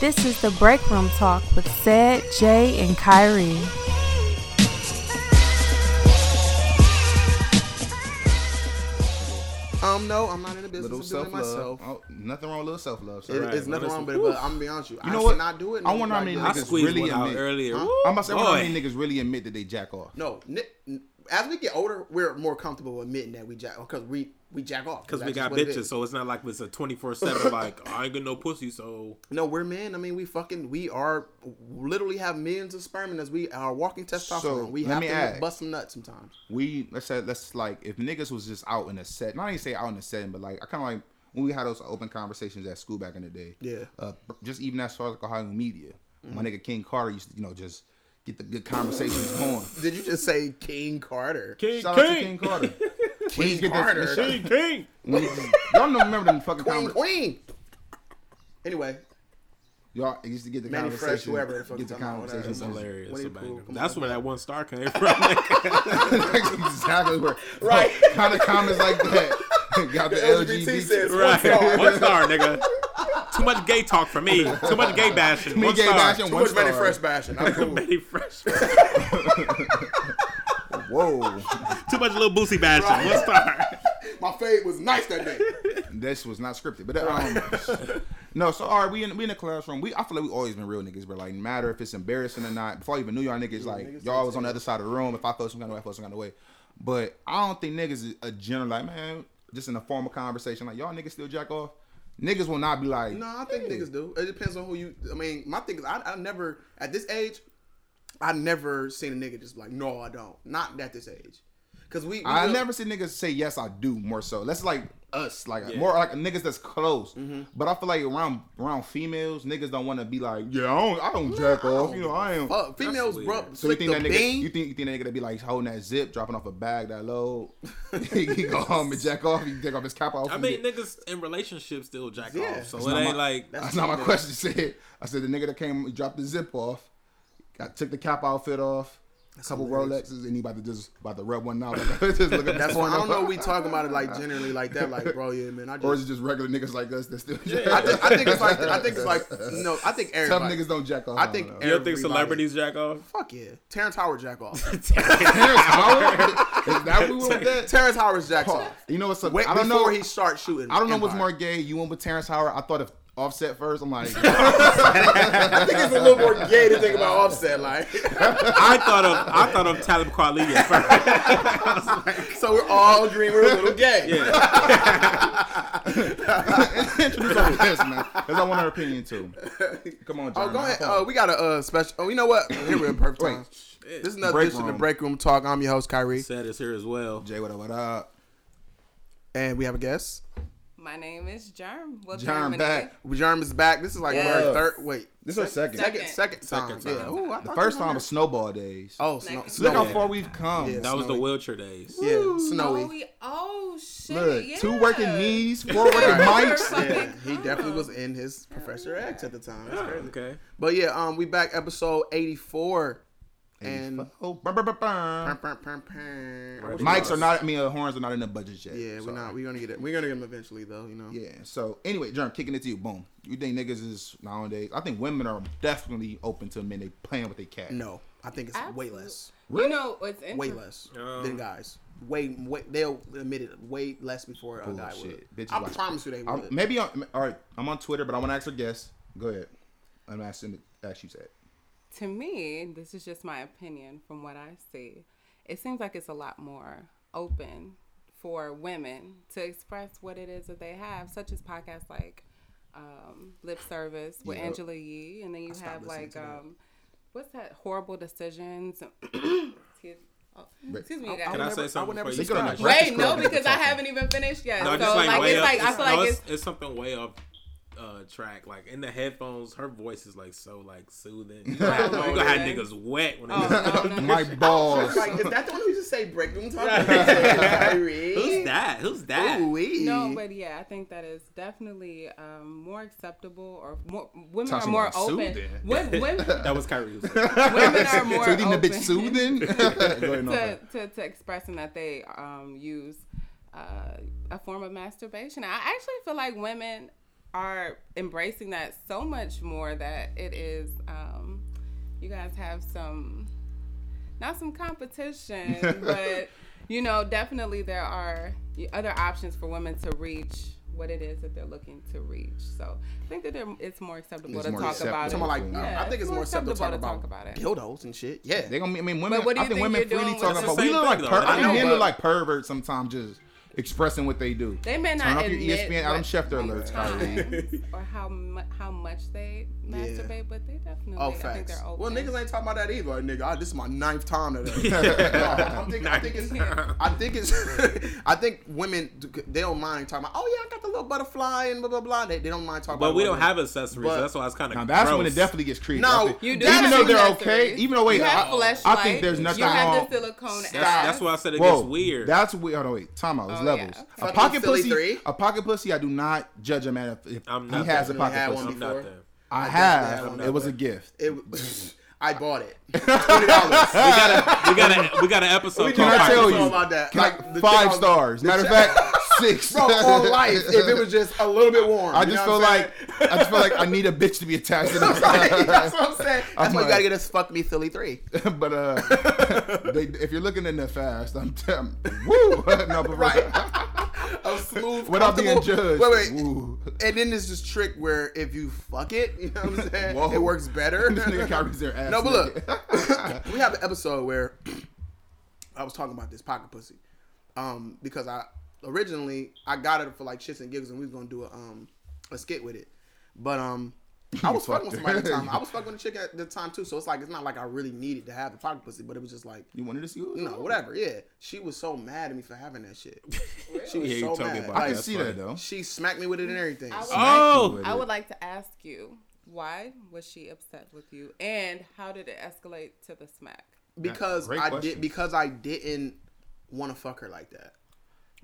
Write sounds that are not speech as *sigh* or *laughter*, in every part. This is the Break Room Talk with Sed, Jay, and Kyrie. Um, no, I'm not in the business little of doing self it love. myself. Oh, nothing wrong with little self love. It- it's nothing wrong, but, but I'm gonna be honest with you. You know I what? cannot do it. I wonder how many like niggas this. squeezed really one out admit- earlier. Huh? Woo, I'm about to say, I wonder how boy. many niggas really admit that they jack off. No, ni- n- as we get older, we're more comfortable admitting that we jack because we we jack off Because we That's just got what it is. bitches, so it's not like it's a 24 7, like, "Oh, I ain't getting no pussy, so. No, we're men. I mean, we fucking we are literally have millions of sperm in us. We are walking testosterone. So, we let have me to ask. bust some nuts sometimes. we let's say let's like if niggas was just out in a set, not even say out in a setting, but like I kind of like when we had those open conversations at school back in the day. Yeah. Mm-hmm. Uh, just even as far as like Ohio media, my nigga King Carter used to you know just get the *laughs* good conversations going. Did you just say King Carter? King, Shout out to *laughs* King Carter. When you King get Carter. this- King, King. when you- y'all don't remember them fucking Queen, conversations. Queen. Anyway, Y'all used to get the Manny Fresh, conversation. whoever the fuck get the talking about, whatever. conversation. That's hilarious. Winnie the about Pooh, it. come That's on. where that one star came *laughs* from. That's exactly where. Right. Kind of comments like that. *laughs* Got the, LGBT LGBT. says- right. One star, nigga. Too much gay talk for me. Too much gay bashing. Me one gay star. *laughs* bashing. too one much Manny star. Fresh bashing. I'm cool. *laughs* Manny Fresh. *laughs* Whoa. Too much little boosie bashing. One star. My fade was nice that day. this was not scripted, but um, no. So all right, we in we in the classroom. We I feel like we always been real niggas, but like no matter if it's embarrassing or not. Before I even knew y'all niggas, like y'all was on the other side of the room. If I felt some kind of way, I felt some kind of way. But I don't think niggas is a general like man. Just in a formal conversation, like y'all niggas still jack off. Niggas will not be like No, I think niggas do. It depends on who you. I mean, my thing is, I, I never at this age, I never seen a nigga just like, no, I don't. Not at this age, because we. we I real- never see niggas say yes, I do more so. That's like us, like more like niggas that's close. But I feel like around around females, niggas don't want to be like, yeah, I don't, I don't jack off. You know, I am. Fuck, females weird. rub. So you think the that nigga? bean. You think you think that nigga that be like holding that zip, dropping off a bag that low? *laughs* he go home and jack off. He take off his cap off. I and mean, get- niggas in relationships still jack Yeah. off, so That's it not ain't my- like. that's not my question. *laughs* Said I said the nigga that came he dropped the zip off, got took the cap outfit off, a couple hilarious. Rolexes, and he about to just about to rub one out. *laughs* Like, just look at That's this why I don't know. porno. We talking about it like generally like that. Like, bro, yeah, man. I Or is it just. just regular niggas like us that still? I think, I think it's like. I think it's like. No, I think Tough everybody. niggas don't jack off. I think You don't think everybody- celebrities jack off? Fuck yeah, Terrence Howard jack off. *laughs* Terrence Howard? Is that what we *laughs* went with that? Terrence Howard jack off. You know what's up? Wait, I don't know. before he starts shooting. I don't know what's Empire. more gay. You went with Terrence Howard. I thought of Offset first. I'm like, I think it's a little more gay to think about Offset. Like, *laughs* I thought of I thought of Talib Kweli at first. so we're all agreeing we're a little gay. introduce her to this man, because I want her *laughs* opinion too. Come on, John. Oh, go ahead. Uh, we got a uh, special. Oh, you know what? Here we're in perfect time. This is another Break edition of room. Break Room Talk. I'm your host Kyrie, Said is here as well. Jay, what up? What up? and we have a guest. My name is Germ. Welcome John back. Jerm is back. This is like Yeah. our third. Wait, This is our second. second, second time. Second time. Yeah. Ooh, I The thought first you were time was Snowball Days. on- Oh, snow, Look look how snowy. far we've come. Yeah. That was the Snowy. wheelchair days. Yeah, Oh, snowy. we, oh shit! Look, yeah. two working knees, four working Right. mics. Fucking Yeah, he come. definitely was in his Professor X at the time. That's crazy. Okay. But yeah, um, we back episode 84. And Oh, brr, brr, brr, brr. mics mics are not. I mean, uh, horns are not in the budget yet. Yeah, we're So, not. We're gonna get it. We're gonna get them eventually, though. You know. Yeah. So anyway, Germ, kicking it to you. Boom. You think niggas is nowadays? I think women are definitely open to men. They playing with their cat. No, I think it's way less. Really? You know what's interesting? Way less than Um, guys. Way, way they'll admit it. Way less before a guy Bullshit. would. Bitches I watch- promise you they I'm- would. maybe I'm, all right. I'm on Twitter, but I want to ask a guest. Go ahead. I'm asking to ask *laughs* you said. To me, this is just my opinion from what I see. It seems like it's a lot more open for women to express what it is that they have, such as podcasts like um, Lip Service with Yeah. Angela Yee, and then you have listening like to that. um, what's that? Horrible Decisions. *coughs* excuse, oh, excuse me, guys. Can I say something never before you say that. finish? Right. Breakfast Wait, no, Club is because the I topic. haven't even finished yet. No, so just like, like, way it's up. like I it's, feel no, like it's, it's, it's something way off uh, track. Like in the headphones, her voice is like so like soothing. You gonna have, Oh, you gonna have yeah. niggas wet when they Oh, *laughs* *laughs* no, no, no. My *laughs* balls. Like, is that the one who just say break room talk? Kyrie? Who's that? Who's that? Ooh-wee. No, but yeah, I think that is definitely um, more acceptable, or more women Talk are to me more about open. soothing. Wo- *laughs* women, That was Kyrie. Who's women are more so you think the open bitch *laughs* soothing? *laughs* Go ahead, no, to, man. to, to expressing that they um, use uh, a form of masturbation. I actually feel like women are embracing that so much more that it is. Um, you guys have some, not some *laughs* competition, but you know, definitely there are other options for women to reach what it is that they're looking to reach. So I think that they're- it's more acceptable It's to more talk acceptable. about it. Talking about like, Yeah, I think it's more acceptable to talk about, it. dildos and shit. Yeah. They gonna. I mean, women. But what do I you think, think women you're really doing with talking the about. We same look like thing, per- though. I I think know, men but- look like perverts sometimes, just expressing what they do. They may not Turn off your E admit ESPN Adam what Schefter alerts, times or how mu- how much they masturbate, but they definitely. Oh, I think facts. they're open. Well, niggas ain't talking about that either, nigga. I, this is my ninth time *laughs* today. no, I, think, I think it's. I think it's. *laughs* I think women they don't mind talking about. Oh yeah, I got the little butterfly and blah blah blah. They, they don't mind talking. But about we don't women. have accessories, But- so that's why it's kind of. Now that's when it definitely gets creepy. No, I think- you do even have though they're accessories. okay, even though wait, You have I, flashlights. I think there's nothing You wrong. have the silicone ass. That's, that's why I said it Whoa, gets weird. That's weird. Hold on, wait. Time out. It's Oh, levels. yeah. A Fucking pocket silly pussy. three. A pocket pussy. I do not judge a man if, if I'm he not has a definitely pocket had pussy. one I'm not before. there. I had have. one It was a before. gift. It, *laughs* was- I bought it. Twenty dollars. We got a we got a we got an episode. Can called I I tell feel Pocket- you? about that. Can I- Like, the five child- stars. Matter of fact, six. Bro, on life, if it was *laughs* just a little bit warm. I you just know feel what I'm like I just feel like I need a bitch to *laughs* be attached to this. saying? that's what I'm *laughs* saying. That's I'm why like- you gotta get us fuck me silly three. *laughs* but uh, *laughs* they, if you're looking in the fast, I'm, *laughs* I'm woo. *laughs* no, but Right. A smooth, *laughs* Without being comfortable- judged. Wait, wait. Woo. And then there's this trick where if you fuck it, you know what *laughs* I'm saying? Whoa. It works better. *laughs* This nigga carries their ass. no, but naked. *laughs* look, *laughs* we have an episode where *clears throat* I was talking about this pocket pussy, um, because I originally I got it for like shits and giggles, and we was gonna do a um a skit with it, but um. I was You fucking with fucked somebody at the her. time. I was fucking with a chick at the time too, so it's like it's not like I really needed to have a pocket pussy, but it was just like you wanted to see what? no, whatever. Yeah, she was so mad at me for having that shit. She was Yeah, you so told me mad. about I Like, can That's see funny. that though. she smacked me with it and everything. I So- Oh! would I would like to ask you why was she upset with you, and how did it escalate to the smack? because Great I question. did because I didn't want to fuck her like that.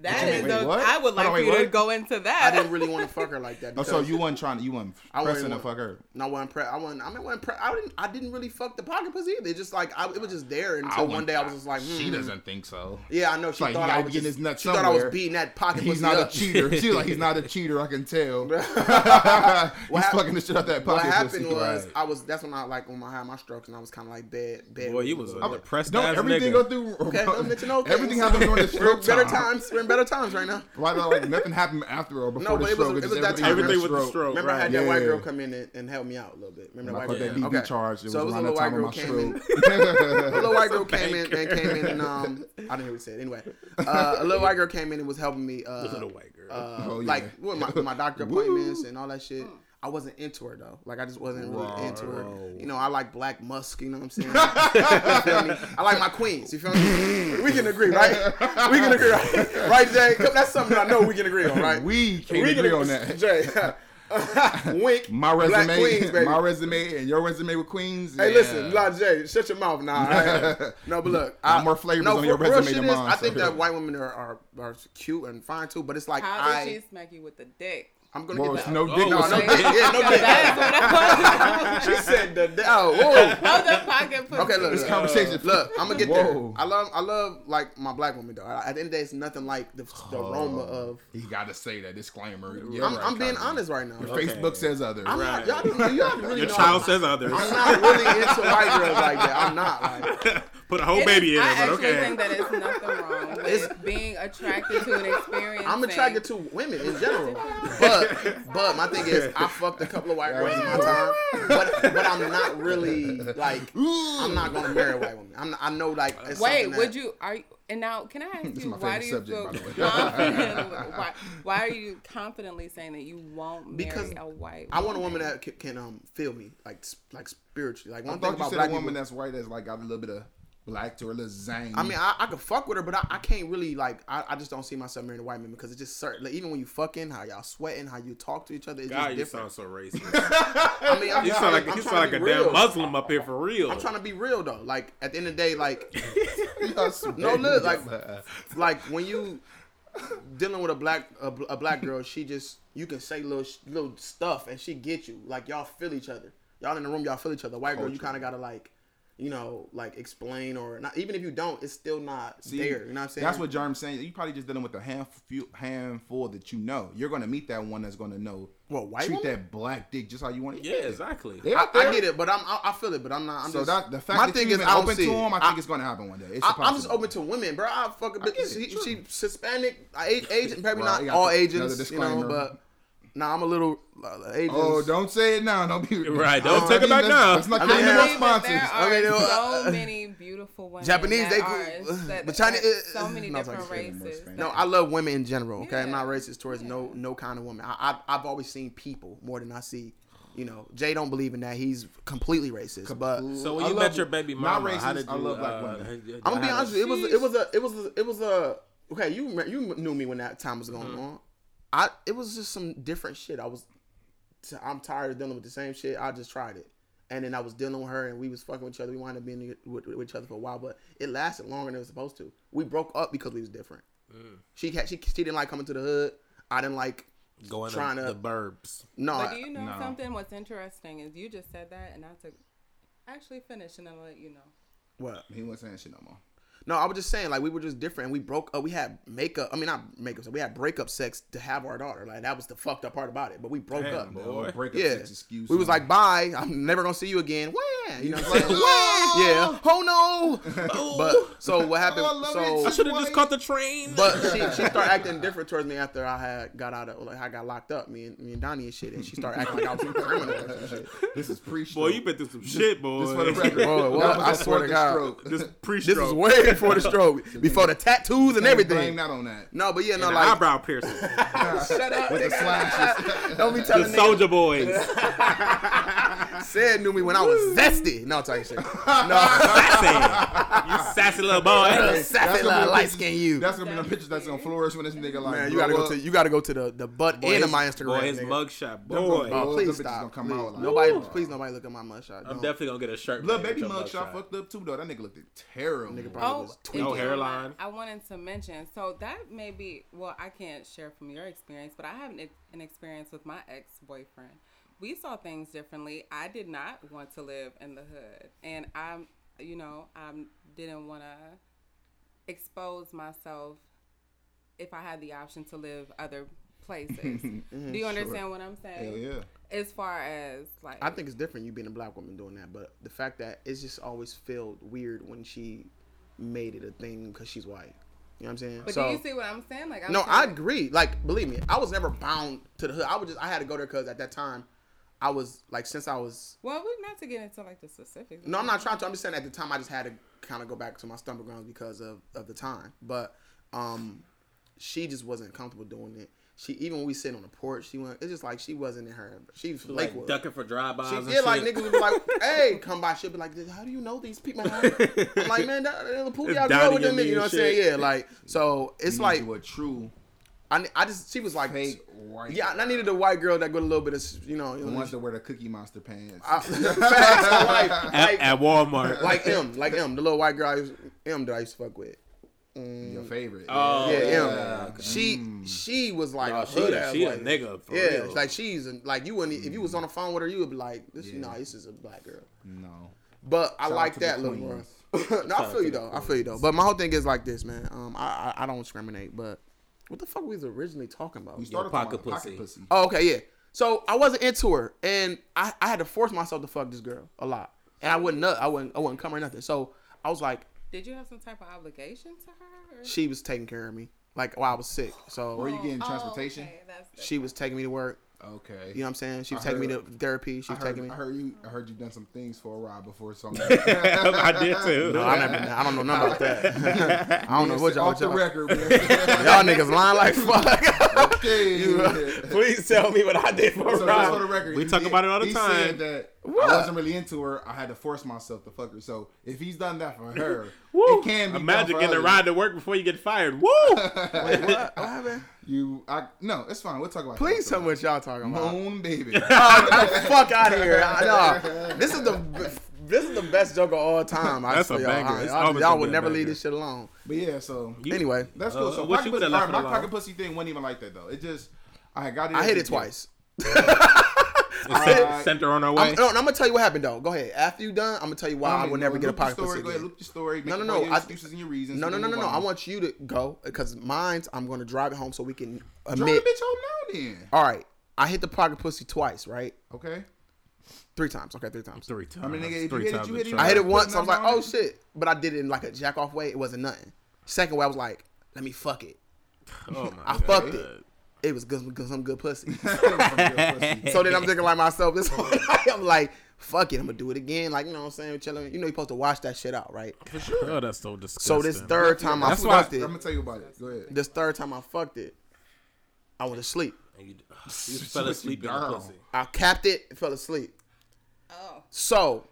That you is, mean? Wait, a- what? I would Hold on, like wait, you to what? go into I that. didn't really want to fuck her like that. Oh, Because so you wasn't trying to you wasn't I wasn't pressing to wanna- fuck her. No, I wasn't. Pre- I wasn't. I mean, I wasn't. Pre- I didn't. I didn't really fuck the pocket pussy either. It's Just like I, it was just there until one day I was just like, she hmm. doesn't think so. Yeah, I know. She like, thought he I gotta was get just- his nut She thought I was somewhere. beating that pocket *laughs* He's pussy not up. *laughs* a cheater. *laughs* She's like, he's not a cheater. I can tell. *laughs* he's fucking the shit out that What pocket. happened pussy. was Right. I was. That's when I like when I had my strokes and I was kind of like bad. Bad. Boy, you was a depressed Don't ass everything nigga. go through. Okay, *laughs* don't mention those things. everything happened *laughs* during the We're stroke. in better time. times. We're in better times right now. Why not, like nothing happened after or No, before the but it was- stroke? it just was that time. Everything with the stroke. Remember, I right. had that white Yeah. girl come in and, and help me out a little bit. Remember I that caught white that girl? DV charge. It so it was was a around little that white time of my girl came in. stroke. *laughs* A *laughs* little white girl came in and came in and um I didn't hear what he said anyway. Uh, a little white girl came in and was helping me. Uh, Little white girl. Uh, Oh, yeah. Like with my, my *laughs* doctor appointments and all that shit. I wasn't into her though. Like I just wasn't really into her. You know, I like black musk. You know what I'm *laughs* saying? You feel me? I like my queens. You feel *laughs* me? We can agree, right? We can agree, right? Right, Jay? That's something I know we can agree on, right? We can't agree on that. *laughs* Jay, *laughs* wink. My Black resume, queens, baby. my resume, and your resume with Queens. Hey, yeah. listen, La Jay, shut your mouth now. *laughs* alright? no, but look, Got more flavors on for your real resume shit than is, mine, I think so- that white women are, are are cute and fine too, but it's like how did I she smack you with the dick? I'm gonna Well, get it's that. no dick. Oh, was no, no, no, dick. yeah, no dick. That's what I was. She said the di- oh, *laughs* whoa. Other pocket pussy. Okay, look, this look, conversation. look, I'm gonna get there. Whoa. I love, I love like my black woman though. At the end of the day, it's nothing like the, the Oh. aroma of. He got to say that disclaimer. I'm, I'm being honest right now. Facebook says other. I'm not, Right. y'all, don't- y'all don't really Your know child I'm, says others. I'm not really into white girls like that. I'm not. Like, *laughs* Put a whole It baby is- in I it, but actually okay. think that it's nothing *laughs* wrong with being attracted to an experience. I'm attracted to women in general, but but my thing is I fucked a couple of white girls in my time, but but I'm not really like I'm not gonna marry a white woman. I'm not, I know like it's Wait, something that- would you? Are you? And *laughs* now, can I ask is you my why do you favorite feel subject, by the way. confident? why, why are you confidently saying that you won't marry Because a white? I want a woman that can, can um feel me like s- like spiritually. Like I one thing thought you about said a black woman women. that's white that's like got a little bit of black to her, a little zang. I mean, *laughs* I, I could fuck with her, but I, I can't really like. I, I just don't see myself marrying a white man because it's just certain. Like, even when you fucking, how y'all sweating, how you talk to each other, it's God, just you different. sound *laughs* so racist. I mean, I'm You trying- sound like I'm you trying sound like to a be damn real. Muslim up here for real. I'm trying to be real though. Like at the end of the day, like no, *laughs* look, like- like when you dealing with a black a, bl- a black girl, she just you can say little sh- little stuff and she get you. Like y'all feel each other. Y'all in the room, y'all feel each other. White girl, you kind of gotta like you know, like explain or not. Even if you don't, it's still not See, there. You know what I'm saying? That's what Germ's saying. You probably just dealing with a handful, handful that you know. You're gonna meet that one that's gonna know. What, white treat woman? that black dick just how you want it. Yeah, exactly. They out there. I get it, but I'm I, I feel it, but I'm not. I'm So just, that the fact my that thing you is even I don't open see to it. them, I I- think it's gonna happen one day. It's I, I'm just impossible. open to women, bro. I fuck a I get bitch. She, it, sure. she Hispanic, age, age probably Right, not you got all the- another agents, you know. disclaimer. But nah, I'm a little uh, agents. Oh, don't say it now. Don't be *laughs* I Right, don't take it mean, back that's- now. That's not I getting mean, no there- responses. There are I mean, it was- so many beautiful women. Japanese, that they are, cool. that, But China that- is- so many No, it's different like it's races. famous. No, I love women in general. Okay, I'm Yeah. not racist towards no no kind of woman. I, I I've always seen people more than I see. You know, Jay don't believe in that. He's completely racist. But So when I you love- met your baby not mama, how racist, did you? I love black uh, women. how- I'm gonna be how honest. did- With you, it was it was a it was a, it was a okay. You re- you knew me when that time was going on. I it was just some different shit. I was t- I'm tired of dealing with the same shit. I just tried it, and then I was dealing with her, and we was fucking with each other. We wound up being with, with each other for a while, but it lasted longer than it was supposed to. We broke up because we was different. She ca- she she didn't like coming to the hood. I didn't like going trying to to- the burbs. no. But I- do you know no. something? What's interesting is you just said that, and I took actually finish, and I'll let you know. what? He wasn't saying shit no more. No, I was just saying like we were just different. We broke up. We had makeup. I mean, not makeup. We had breakup sex to have our daughter. Like that was the fucked up part about it. But we broke Damn, up. boy. Oh, break up Yeah. sex excuse. we was man. like, bye. I'm never gonna see you again. Where? You know what I'm saying? *laughs* Whoa. Yeah. Oh no. but so what happened? Oh, I love so I it. should have just caught the train. but she, she started acting different towards me after I had got out of like I got locked up. Me and me and Donnie and shit. And she started acting like I was a criminal. *laughs* or some shit. *laughs* this is pre-stroke. boy, you been through some shit, boy. This for the record. Bro, what? That was I a swear to fucking God. stroke. This This was pre-stroke. way before the stroke, before the tattoos *laughs* and Blame everything. not on that. No, but yeah, no, *laughs* and the like eyebrow *laughs* piercing. shut up. With the nigga. slashes. Don't be the telling me. soldier boys. Said knew me when I was zesty. *laughs* No type *laughs* shit. sassy. You sassy little boy. Sassy little gonna be the light pictures- skin you. That's gonna be the pictures that's gonna flourish when this nigga like. Man, you gotta grow go to up. you gotta go to the the butt Boy, end of his- my Instagram. Boy, his nigga. mugshot. gonna Boy. Oh, blow. Them please bitches stop. gonna come Please. out like- nobody, Woo. please, nobody look at my mugshot. I'm Don't. definitely gonna get a shirt. Little made baby with your mug shot fucked up too though. That nigga looked terrible. Nigga probably- Oh, was and tweaking. you know what? Hairline. I wanted to mention. So that may be well, I can't share from your experience, but I have an, ex- an experience with my ex boyfriend. We saw things differently. I did not want to live in the hood, and I'm, you know, I didn't want to expose myself if I had the option to live other places. Do you understand what I'm saying? Hell yeah. As far as like, I think it's different you being a black woman doing that, but the fact that it's just always felt weird when she made it a thing because she's white. You know what I'm saying? But do you see what I'm saying? Like, I'm No, I trying- agree. Like, believe me, I was never bound to the hood. I would just I had to go there because at that time, I was like since I was Well, we're not to get into like the specifics. No, I'm not trying to. I'm just saying at the time I just had to kind of go back to my stumble grounds because of, of the time. But um, she just wasn't comfortable doing it. She even when we sitting on the porch, she went. It's just like she wasn't in her. She was from Like Lakewood. ducking for drive-bys she, and yeah, like shit. niggas would be *laughs* like, "Hey, come by." She'll be like, "How do you know these people?" I'm like, "Man, that little pool It's y'all Donnie grow with them and me niggas." You know what and I'm saying? shit. Yeah, like so. It's Need like you a true I, I just she was like, fake white. "Yeah, and I needed a white girl that got a little bit of you know." You The know ones that wear the Cookie Monster pants. I- facts, *laughs* like, at, like- at *laughs* Walmart. like M, like M, the little white girl I used, M that I used to fuck with. your favorite. Oh, yeah, yeah, M. She Mm. she was like, Oh, a she- hood ass, she a like- nigga, for yeah, real. like she's a- like you wouldn't if you was on the phone with her, you would be like, this, nah, this is a black girl. no. But I Shout out like to the that little girl. *laughs* queens. no, I to feel you the though. I feel you though. But my whole thing is like this, man. Um, I I, I don't discriminate, but what the fuck we was originally talking about? We started pocket talking about pussy. pocket pussy. Oh, okay, yeah. So I wasn't into her, and I, I had to force myself to fuck this girl a lot, and I wouldn't nut- I wouldn't I wouldn't come or nothing. So I was like, Did you have some type of obligation to her? Or? she was taking care of me like while I was sick. Were So you getting Oh, transportation? okay, that's the- she was taking me to work. Okay. You know what I'm saying? She was I taking me to heard- therapy. She I was heard, taking me. I I, heard you. I heard you've done some things for a ride before. Something. *laughs* I did too. no, I, never, I don't know nothing about *laughs* that. I don't know what y'all. What off the y'all, record. y'all niggas lying like fuck. *laughs* okay. Please tell me what I did for So just for the record, We he talk did- about it all the he time. said that What? I wasn't really into her. I had to force myself to fuck her. So if he's done that for her, *laughs* Woo! it can be done Imagine for getting a others. ride to work before you get fired. Woo! What? What happened? You, I no, it's fine. We'll talk about. Please that. tell me what y'all talking about. Moon baby. Oh, get the fuck out of *laughs* here! I- Nah, this is the this is the best joke of all time. I That's swear, a y'all. banger. It's Y'all- always y'all gonna would be a never banger. leave this shit alone. But yeah, *laughs* so Anyway, that's cool. Uh, so I wish pocket you would've pussy, left all right, it my alone. pocket pussy thing wasn't even like that though. It just I got it. I as hit a it joke. twice. Sent- Sent her on her way. I'm, no, I'm gonna tell you what happened though. Go ahead. After you done, I'm gonna tell you why I mean, will never loop get a your pocket story. pussy. Go ahead, again. loop your story. No, make no, all no. your I- excuses and your reasons. No, and no, then no, no, move no. on. I want you to go because mine's. I'm gonna drive it home so we can Drive the admit. bitch home now then. All right, I hit the pocket pussy twice, right? *laughs* Okay. Three times. Okay, three times. Three times. I mean, nigga, if you Three hit it, times you in hit it. trouble. I hit it Put once. I was like, nothing oh on it? shit. But I did it in like a jack off way. It wasn't nothing. Second way, I was like, let me fuck it. Oh my I God. fucked it. It was good, good some good pussy. *laughs* *laughs* Pussy. so then I'm thinking like myself, this whole *laughs* night, I'm like, fuck it, I'm gonna do it again. Like, you know what I'm saying? Chilling. You know, you're supposed to wash that shit out, right? For sure. Oh, that's so disgusting. So this third time I That's why- fucked I'm it, gonna tell you about it. Go ahead. this third time I fucked it, I was asleep. *laughs* And You, you fell asleep in the down. pussy. I capped it, fell asleep. Oh, So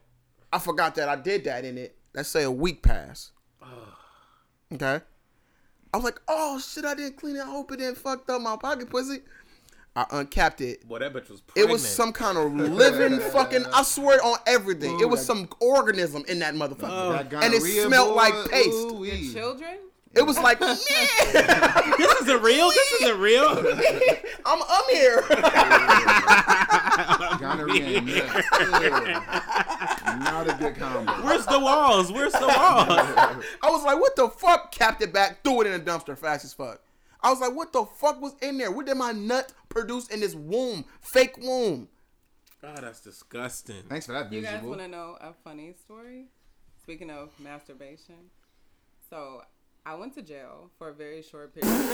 I forgot that I did that in it. Let's say a week passed. Okay. I was like, oh shit, I didn't clean it. I hope it didn't fucked up my pocket pussy. I uncapped it. Boy, that bitch was It pregnant. was some kind of living fucking. I swear on everything. It was some organism in that motherfucker, That and it gonorrhea, smelled boy. like paste. Ooh-wee. children? It was like, *laughs* yeah, *laughs* This isn't real. This *laughs* isn't real. I'm I'm here. Gonorrhea *laughs* and nut. Ew. Not a good combo. Where's the walls? Where's the walls? I was like, what the fuck? Capped it back, threw it in a dumpster fast as fuck. I was like, what the fuck was in there? What did my nut produce in this womb? Fake womb. *laughs* God, that's disgusting. Thanks for that You guys visual. want to know a funny story? Speaking of masturbation, so I went to jail for a very short period. *laughs* I'm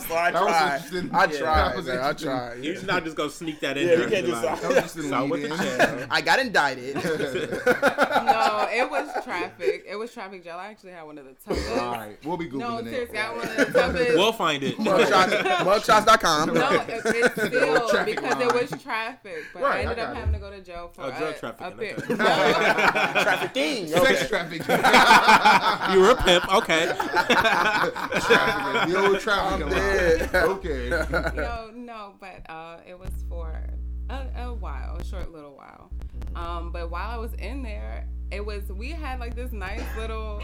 sorry, I That was tried. interesting. I Yeah, tried, that was man, I interesting. tried. You're just not just gonna sneak that in Yeah, there. you can't and be just- *laughs* like, That was just in so I went to lead-in. jail. I got indicted. *laughs* no, it was traffic. It was traffic jail. I actually had one of the toughest. All right, we'll be googling No, it. seriously, I had one of the *laughs* toughest. We'll find it. *laughs* Mugshots.com. No, it- *laughs* it's old still traffic because line. it was traffic, but Right, I I ended got up it. having to go to jail for Oh, a, drug a trafficking, bit. *laughs* okay. Trafficking. Sex Okay. *laughs* trafficking. you were a pimp. *laughs* Okay. *laughs* trafficking. The old trafficking line. dead. *laughs* Okay. *laughs* no, no, but uh, it was for a, a while, a short little while. Mm-hmm. Um, but while I was in there, it was we had like this nice little.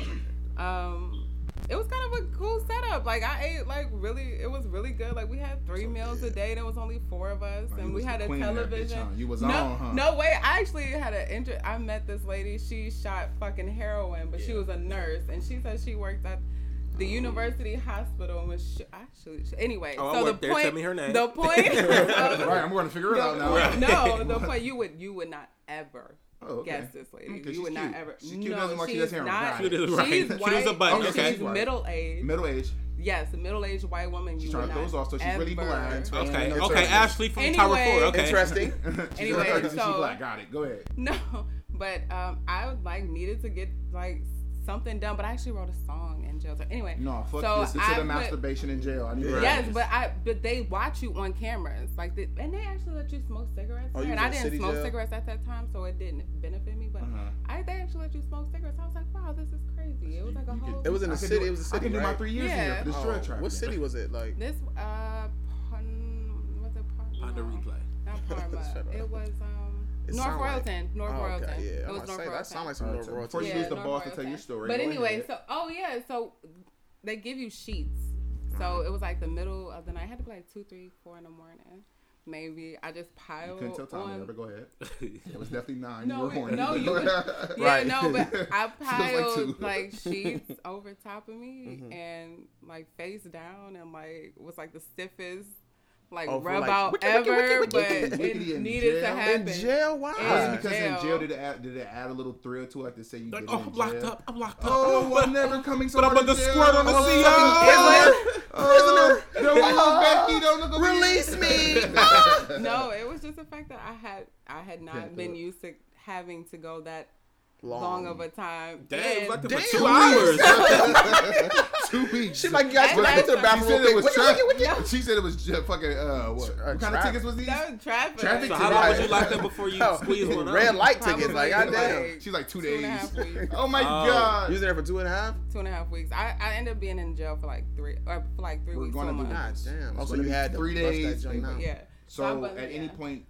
Um, it was kind of a cool setup. Like I ate like really, it was really good. Like we had three meals a day. There was only four of us, you and we was had the a queen of that bitch, television. huh? You was no, on, huh? no way. I actually had an inter. I met this lady. She shot fucking heroin, but she Yeah. was a nurse, and she said she worked at the university hospital. And was sh- actually anyway. Oh, I so the worked there. point, Tell me her name. *laughs* The point. All *laughs* right, I'm going to figure it out now. Right. no, the point you would you would not ever Oh, okay. guess this lady. Okay, she's you would not cute. ever. She's cute, no, doesn't like she she's does hair. not. Right. She was right. She's *laughs* She was white. a button, okay. She's middle aged. Middle age. yes, a middle aged white woman. You She's would trying to throw not us off, so she's really ever- blind. Okay. No Okay. services. Ashley from Tower Four. Anyway. Okay. Interesting. *laughs* Anyway, She's like, she's so- black. Got it. Go ahead. *laughs* No, but um, I would like needed to get like something done. But I actually wrote a song in jail. So anyway, No, fuck so this. Consider I put- masturbation in jail. I need to Yes, but I but they watch you on cameras like they, and they actually let you smoke cigarettes. Oh, you there. and was I in didn't city smoke jail? cigarettes at that time, so it didn't benefit me. But Uh-huh. I they actually let you smoke cigarettes. I was like, wow, this is crazy. It was like a you could- whole. It was in I the can city. do- It was the I city. can do my right? three years in here for this Yeah. drug trafficking. Oh, What city was it? Like, this uh, pun, was it pun? On the no, replay. Not Parma. *laughs* Shut up. it was um It North sound like- Royalton. North oh, Royalton. okay, It yeah. I'm was gonna say North that Royalton. sound like some Alright, North so Royalton. before you lose the North boss to tell Royalton. your story. But Go anyway, ahead. so oh yeah, so they give you sheets. So it was like the middle of the night. I had to be like two, three, four in the morning. Maybe I just You piled couldn't tell time on. there, but go *laughs* ahead. It *laughs* was definitely nine. you No, it- were horny. *laughs* no, you- Yeah, Right. no, but I Feels like piled two. *laughs* Mm-hmm. like, sheets over top of me and like face down and like was like the stiffest like Oh, for, rub like, out wiki, wiki, ever, wiki, wiki. but Wiki it in needed to jail? In happen. In jail? Why? Was it Yeah. because in Jail. jail did it add, did it add a little thrill to it? Like to say you Like, did it oh, in I'm locked jail? up. I'm locked up. Oh, I'm never coming so But I'm hard about to jail. squirt on the Oh, sea. fucking Oh, Prisoner. Yo, when you was back, he don't look over here. Release me. no, it was just the fact that I had I had not Can't do been it. used to having to go that long, of a time. Damn, And- it was like Damn. that for two *laughs* hours. *laughs* Two weeks. She like you guys That's go to the like- bathroom She said it real was quick. tra- Wiki, wiki, wiki. She said it was j- fucking uh Tra- what? what kind of traffic. tickets was these? that was traffic. Traffic So to how the long right. would you lock up before you Oh, squeeze one up? Red light tickets. Like, Probably. goddamn. She's like two Two and a days. half *laughs* weeks. Oh my Oh. You was god. there for two and a half? Two and a half weeks. I, I ended up being in jail for like three or for like three We're weeks. gonna to a do month. God damn. Oh, so gonna you be had to three bust days. That joint out. Yeah. So I wasn't- at any yeah. point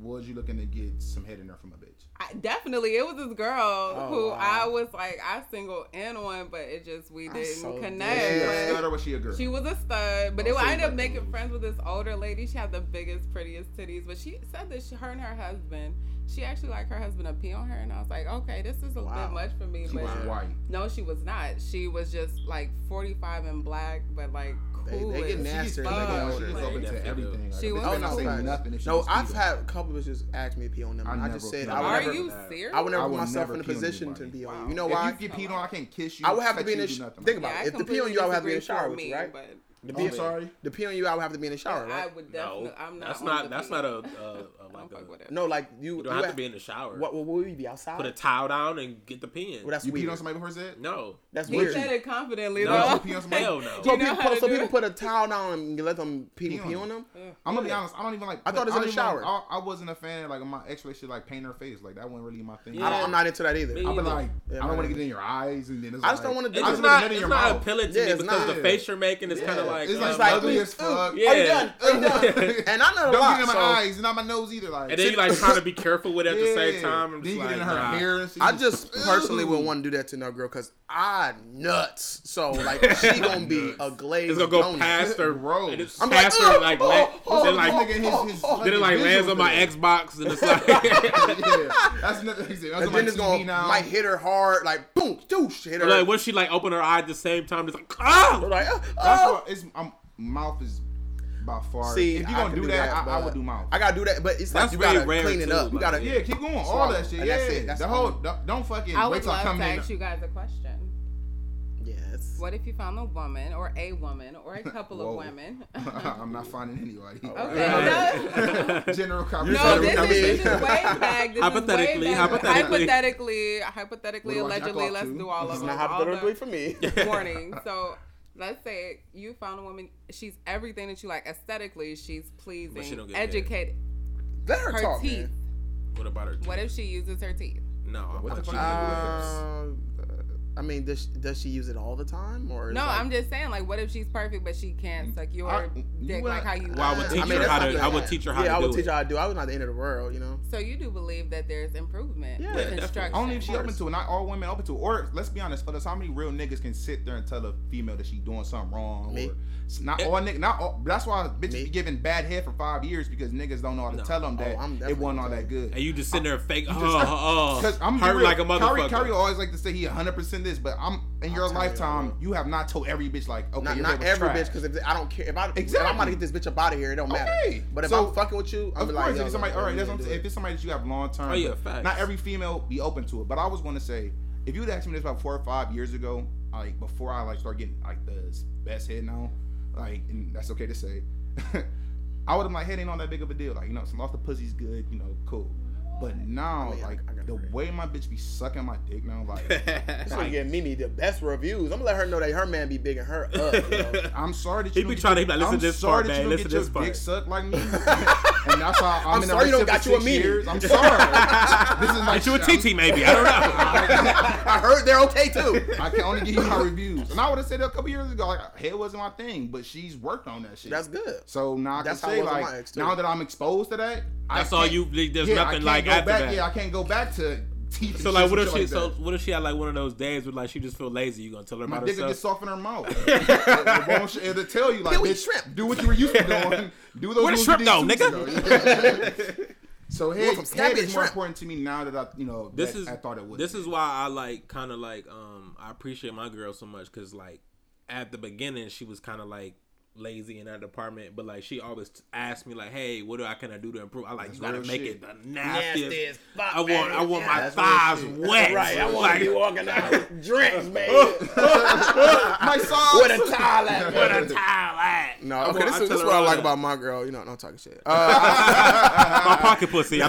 was you looking to get some head in there from a bitch? I, definitely, it was this girl Oh, who wow. I was like I single in on, but it just we I'm didn't so connect. Was she a Yeah. stud Like, or was she a girl? she was a stud, but it, Oh, so I you ended up like making those. friends with this older lady. She had the biggest, prettiest titties, but she said that she, her and her husband, she actually like her husband to pee on her, and I was like, okay, this is a Wow. bit much for me. She but was white. no, she was not. She was just like 45 and black, but like They- cool. they get as nasty fuck. as they get older. She was Like, open to Definitely everything. Like, She a was bitch Oh, would not no, say facts. nothing if she No, was I've either. had a couple of bitches ask me to pee on them, I and I, never just said pee on I would Are never. you I would serious? I would never I put would myself never in a pee on position to anybody. be on Wow. you. You know If why? you get peed on, I can't kiss you. I would have to touch be in you, a. do Sh- nothing. think about I it. If the pee on completely you, I would have to be in a disagree shower for with me, you, right? but The Oh, pee I'm sorry. The pee on you, I would have to be in a shower, I right? would definitely. No, I'm not. that's on not the that's pee. not a, *laughs* uh, a I don't like fuck a. with it. No, like you. You don't have to be in the shower. What, what would we be outside? Put a towel down and get the pin. well, that's You weird. peed on somebody before Zed? no. That's He weird. said it confidently *laughs* No. though. You pee on somebody? Hell no. So, You know people how put, to so do people it? put a towel down and let them people Pee on pee them. on them. I'm gonna be honest. I don't even like. I thought it was don't in the even like- shower. I, I wasn't a fan. of, Like my ex relationship, like paint her face. Like that wasn't really my thing. Yeah. I don't, I'm not into that either. Me I've been like, Yeah, I don't man. want to get it in your eyes, and then it's I just like- don't wanna do I it. It's just not, wanna get it's it in your not mouth. appealing to Yeah, me it's because not. the face you're making is Yeah. kind of like. it's uh, like like, ugly ooh, as fuck. ooh. Yeah. Are you done? Are you done? and I know a Don't lot. get it in my so eyes, not my nose either. Like and then you like trying to be careful with it at the Yeah. same time. then I'm just you like, get in her nah. hair. And she I just personally Ooh. wouldn't want to do that to no girl because I nuts. So like *laughs* she gonna be a glazed. It's gonna go donut. past her, Gross. and it's I'm past like, her "Ugh, like, oh, la- oh, then oh, like, Nigga, his- his then it fucking like lands visuals on my there. Xbox, and *laughs* it's like, yeah, that's another thing. That's And my then it's TV gonna now. might hit her hard, like boom, douche, hit her. like what if she like open her eye at the same time? It's like, ah, Like, uh, That's Oh. uh. why it's I'm, mouth is by far. See, if you uh, I gonna could do, that, I, I but would do mouth. I gotta do that, but it's like That's you very gotta rare clean it too, up. You like, gotta yeah. yeah, keep going. All Swallow. that shit. And yeah, that's it. That's the all. whole. Don't, don't fucking *laughs* I wait would till I love come to in. ask you guys a question. Yes. What if you found a woman or a woman or a couple Whoa. *laughs* of women? *laughs* *laughs* I'm not finding anybody. *laughs* Okay. General No, Sorry, this I is, mean- this is way back. This Hypothetically, is way back. hypothetically. hypothetically, hypothetically, What do I jack allegedly. off Let's to? do all It's of them. uh, not all the- hypothetically for *laughs* me. warning. So let's say you found a woman. She's everything that you like aesthetically. She's pleasing. But she don't get educated. Let her, Her talk. teeth. man. What about her? What if she uses her teeth? No, I'm What the not fuck? cheating. Um, uh, I mean, does does she use it all the time or? is No, like- I'm just saying. Like, what if she's perfect, but she can't suck your Mm. I- dick you would- like how you Well, I would want? teach her that's how not to- the- I would teach her how yeah, to I would do teach it. her how to do. I was not the end of the world, you know. So you do believe that there's improvement Yeah, with definitely. instruction. Only if she Of open course. to it. Not all women open to it. Or let's be honest, fellas, how many real niggas can sit there and tell a female that she doing something wrong? Me. Or it's not Eh. all niggas. Not all. That's why bitches Me. Oh, be giving bad head for five years because niggas don't know how to No. tell them that I'm it definitely wasn't all that good. And you just sitting there fake, oh, Uh, Because oh, I'm be hurt real, like a Kyrie, motherfucker. Kyrie *laughs* always like to say he 100 percent this, but I'm in your tell you, I lifetime, will. you have not told every bitch like okay, Not, your not bitch every trash. bitch, because if I don't care, if, I, if I'm about Exactly. to get this bitch up out of here, it don't matter. Okay. But if So, I'm fucking with you, I'm Of be course, like, if yo, it's somebody, look, all right, we that's need what I'm to saying. do If it's somebody that you have long term, Oh, yeah, but facts. not every female be open to it. But I always want to say, if you'd asked me this about four or five years ago, like before I like start getting like the s- best head now, like and that's okay to say, *laughs* I would have like head ain't all that big of a deal. Like you know, some off the pussy's good, you know, cool. But now, mean, Oh, I- like I got the three. way my bitch be sucking my dick now, *laughs* like This nigga getting Mimi the best reviews. I'm gonna let her know that her man be bigging her up. *laughs* You know? I'm sorry that He you be don't trying to get- be like, listen I'm to this sorry part, that You man. don't Listen get to your this part. dick sucked like *laughs* me, and that's how I'm, I'm in sorry you don't relationship got for you a six meeting. years. I'm sorry. this is *laughs* my Get you a shit. TT maybe. I don't know. *laughs* I heard they're okay too. I can only give you my reviews, and I would have said that a couple years ago. Like, hair wasn't my thing, but she's worked on that shit. That's good. So now I That's can how it say was with like, my ex, too. now that I'm exposed to that, That's I all can't- you. There's yeah, I nothing can't like go after back, that. Yeah, I can't go back to teeth. So and like, shit, what if some she? shit so like that. what if she had like one of those days where like she just feel lazy? You gonna tell her my about dick would herself? get soft in her *laughs* mouth. The bone sh- It'll tell you like, Peel-wee bitch, shrimp. do what you were used to doing. Do those Where the moves shrimp you go, did two weeks ago. Yeah. So head, from snappy head to is more shrimp. important to me now that I, you know, this that is I thought it would. this *laughs* is why I like kind of like um I appreciate my girl so much because like at the beginning she was kind of like lazy in that department, but like she always t- asked me like, hey, what do I can I do to improve? I like you gotta real make shit. it the nastiest. Nasty as fuck, I want man. I want Yeah, my that's real thighs shit. wet. Right, I want like, to be walking out with drinks, *laughs* man. *laughs* my socks. With a towel *laughs* at. what a towel at. Oh, No, I okay, want- this I is this tell is her what I all like that. about my girl. You know, no talking shit. Uh, my pocket pussy. I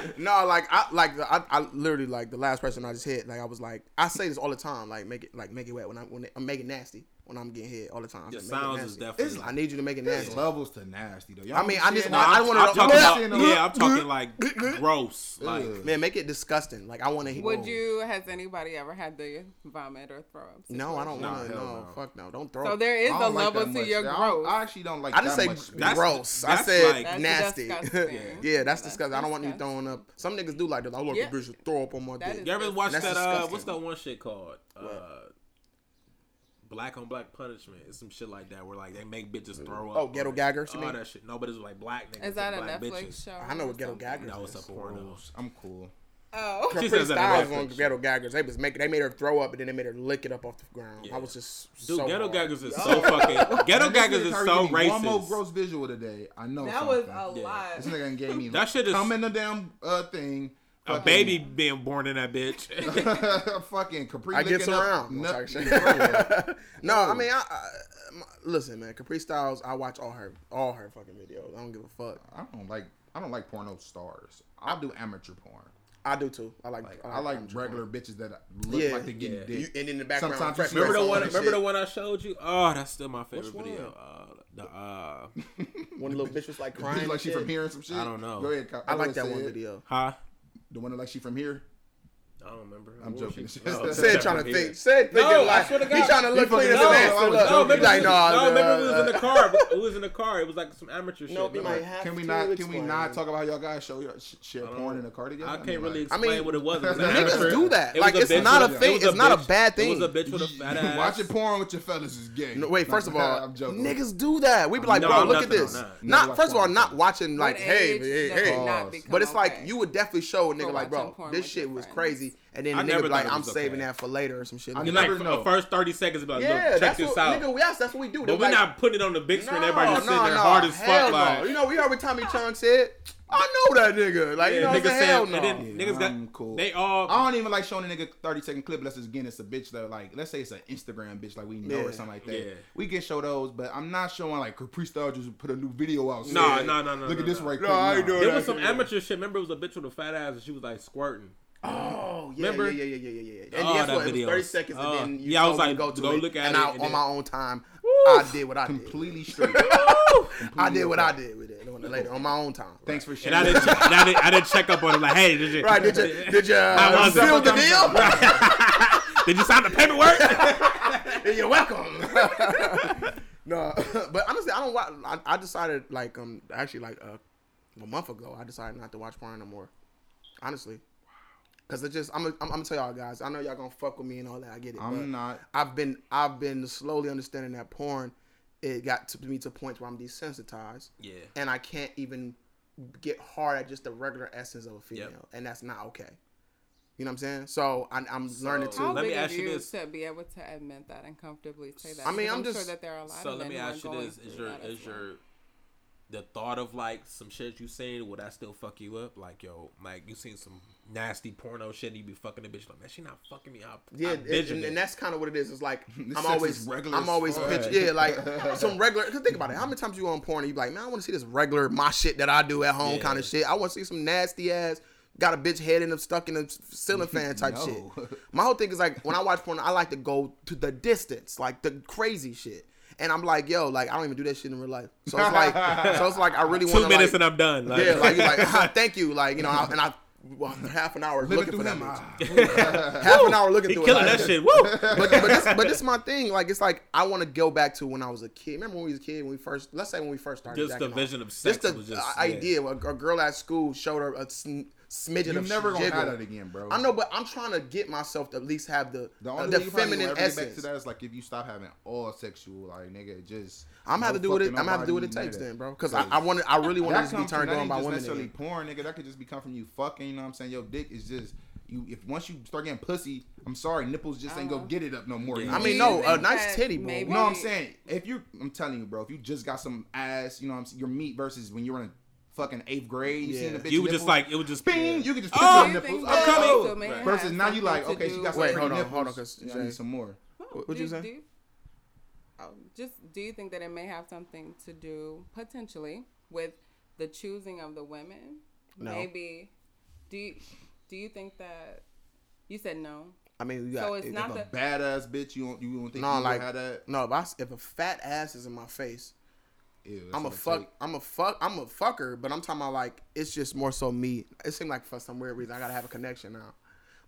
*laughs* away. no, like I like the, I, I literally like the last person I just hit. Like I was like I say this all the time. Like make it like make it wet when I when it, I'm making nasty. When when I'm getting hit all the time. I Your said, "Make it sounds nasty." is definitely- It's- I need you to make it nasty. It's levels to nasty though. Y'all I mean, I just understand? want- I I'm, don't wanna- I'm talking Yeah, about, yeah. yeah, I'm talking *laughs* like gross. Like Ugh. Man, make it disgusting. Like I want to. Would you? Has anybody ever had the vomit or throw up? No, I don't Nah, want to. hell No, no. fuck no. Don't throw. So it. there is I a don't like level that to much. your I don't- gross. I actually don't like. I didn't that say much. That's- gross. I that's said like- That's nasty. disgusting. *laughs* yeah, that's That's disgusting. I don't want you disgusting. throwing up. Some niggas do like that. I want Yeah. the bitch to throw up on my That dick. is- You ever watch That's that? Uh, what's disgusting. that one shit called? Uh, black on black punishment. It's some shit like that where like they make bitches throw up. Oh, Ghetto on it. Gaggers, you All mean? that shit. No, but it's like black niggas. Is that a and black Netflix bitches. show? I know or what ghetto something? gaggers. No, it's is. a porno. I'm cool. Oh, *laughs* She Capri says that in Styles Netflix. on ghetto gaggers. They was making. They made her throw up, and then they made her lick it up off the ground. Yeah. I was just Dude, so ghetto hard. gaggers is so fucking. Ghetto Man, this gaggers is nigga so gave me One more racist. gross visual today. I know. that was something. a Yeah. lot. This nigga done gave me That shit is- come in the damn uh, thing. A fucking- baby being born in that bitch. *laughs* *laughs* fucking Capri. I get licking up around. nut- no, I mean, I, I, my- listen, man. Capri Styles, I watch all her, all her fucking videos. I don't give a fuck. *laughs* I don't like. I don't like porno stars. I'll do amateur porn. I do too. I like, Like I like I'm just- regular bitches that look Yeah. like they getting Yeah. You, dick. and in the background, Sometimes fresh you smell remember breath the one? on and Remember the shit. one I showed you? Oh, that's still my favorite Which video. Uh, the uh, One little bitch was like Bitch crying. *laughs* like and she from shit. here and some shit. I don't know. Go ahead. Kyle. I Go like ahead, that say one it. video. huh? The one that like she from here. I don't remember. I'm What was joking. she- Said From *laughs* trying to here. think. Said No, thinking I like swear to he God. trying to look fucking clean as no, an I ass. was Look, No, joking. he maybe, like we- nah, uh, no, nah, maybe we was in nah. the car. It was in the car. It was like some amateur No, shit. we No, might have Can we to not? Can we explain. not talk about how y'all guys show your sh- share porn in the car together? I mean, can't *laughs* really like- I explain mean, what it was. It was an niggas amateur. do that. It was Like, a it's bitch not with a thing. it was It's not a bitch- bad It was thing. a bitch with a fat ass. Watching porn with your fellas is gay. No, wait, first of all, *laughs* I'm joking. niggas do that. We be like, No, bro, I'm look at nothing on this. that. Never Not watched first of all, porn. not watching What like, hey, age hey, does it hey. not Pause. become But it's like okay? you would definitely show a nigga For like, watching bro, porn this with shit your was friends. crazy, and then I the nigga never be like, thought it I'm was saving okay. that for later or some shit. I And Like, like never for know. the first thirty seconds, about yeah, look, check that's this what out. nigga. Yes, that's what we do. They but be we're like, not putting it on the big screen. Everybody just sitting there hard as hell fuck. no. Like You know, we heard what Tommy Chung said. I know that nigga. Like, you know, Yeah, what I'm niggas saying? hell said- no. and then- Yeah, Niggas got- I'm cool. they all- I don't even like showing a nigga thirty second clip unless it's again it's a bitch that like let's say it's an Instagram bitch like we know Yeah. or something like that. Yeah. We can show those, but I'm not showing like Capri Style just put a new video out. Nah, Said, nah, nah, nah, Look nah, at this nah. right No, quick. I ain't Nah. doing there that. was some amateur shit. Remember, it was a bitch with a fat ass, and she was like squirting. Oh, yeah, Remember? yeah, yeah, yeah, yeah, yeah, yeah. And Oh, guess what? that It was video. 30 seconds, and Oh. then you Yeah, I was told me to like, go to go it. look at and it, I, on and then- my own time, I did what I did. Completely straight. I did what I did with it on the later on my own time. Thanks for And sharing. I didn't, and I didn't, I didn't check up on it. Like, hey, did you? Right? Did you did you How uh, was that? seal the deal? Did you sign the paperwork? You're welcome. *laughs* no, but honestly, I don't watch. I, I decided like um actually like uh, a month ago, I decided not to watch porn no more. Honestly, because it just I'm, I'm I'm gonna tell y'all guys. I know y'all gonna fuck with me and all that. I get it. but I'm not. I've been I've been slowly understanding that porn. It got to me to points where I'm desensitized. Yeah. And I can't even get hard at just the regular essence of a female, and that's not okay. You know what I'm saying? So I, I'm learning to. So- How Let me big of ask you you this. to be able to admit that and comfortably say that? I mean, Because I'm sure just- that there are a lot so of let men me who are ask you going this: Is through your that as is well. your the thought of like some shit you seen would that still fuck you up? Like yo, like you seen some nasty porno shit and you be fucking a bitch like man, she not fucking me up. Yeah, I and, vision and- it. and that's kind of what it is. It's *laughs* like sex I'm always is regular I'm as always fuck. pitch, yeah, *laughs* like some regular. Cause think about it. How many times you on porn and you be like, man, I want to see this regular my shit that I do at home Yeah. kind of shit. I want to see some nasty ass got a bitch head in them stuck in a ceiling fan type *laughs* No. shit. My whole thing is like when I watch porn, I like to go to the distance, like the crazy shit. And I'm like, yo, like I don't even do that shit in real life. So it's like, so it's like I really want *laughs* two minutes like, and I'm done. Like, yeah, *laughs* like, you like "Ah, *laughs* thank you, like you know, I, and I well, half an hour Living looking through for that them. bitch. Ah. Half an hour looking he through killing it. that shit. Woo! *laughs* but but this, but this is my thing. Like it's like I want to go back to when I was a kid. Remember when we was a kid when we first let's say when we first started. Just jacking the off. vision of sex Just the was just- i- idea. A, a girl at school showed her a sn- smidgen You're of never gonna jiggle. have that again, bro. I know, but I'm trying to get myself to at least have the The the, only the way you probably will feminine ever get back essence. to that is like if you stop having all sexual, like nigga, just I'm gonna have to do what it. I'm gonna have to do what with it takes then, bro. Because I, I want I really want to That just be comes turned from- that on ain't by just women. necessarily again. porn, nigga. That could just be come from you fucking. You know what I'm saying? Your dick is just you. If once you start getting pussy, I'm sorry, nipples just ain't gonna get it up no more. You Yeah. know I what mean, I'm no, saying? a Even nice that titty, boy. maybe- No, I'm Uh-huh. Right. saying if you, I'm telling you, bro, if you just got some ass, you know, what I'm saying, your meat versus when you were in fucking eighth grade, you Yeah. seen the bitch. you was just nipples, like it was just bing, you could just pick your Oh, Do you nipples. think I'm that coming. also may have Versus now you something like, to okay, do she got some Wait, pretty hold on, nipples. hold on, 'cause Yeah, I Jay- need some more. Well, What'd you do- say? do- oh, just do you think that it may have something to do potentially with the choosing of the women? No. Maybe. Do you, do you think that you said no? I mean, you got So it's if- If not a the badass bitch, you don't you don't think no, you like had that? no. If, I s if a fat ass is in my face, Ew, that's I'm a what it fuck. take. I'm a fuck. I'm a fucker. But I'm talking about like it's just more so me. It seemed like for some weird reason I gotta have a connection now.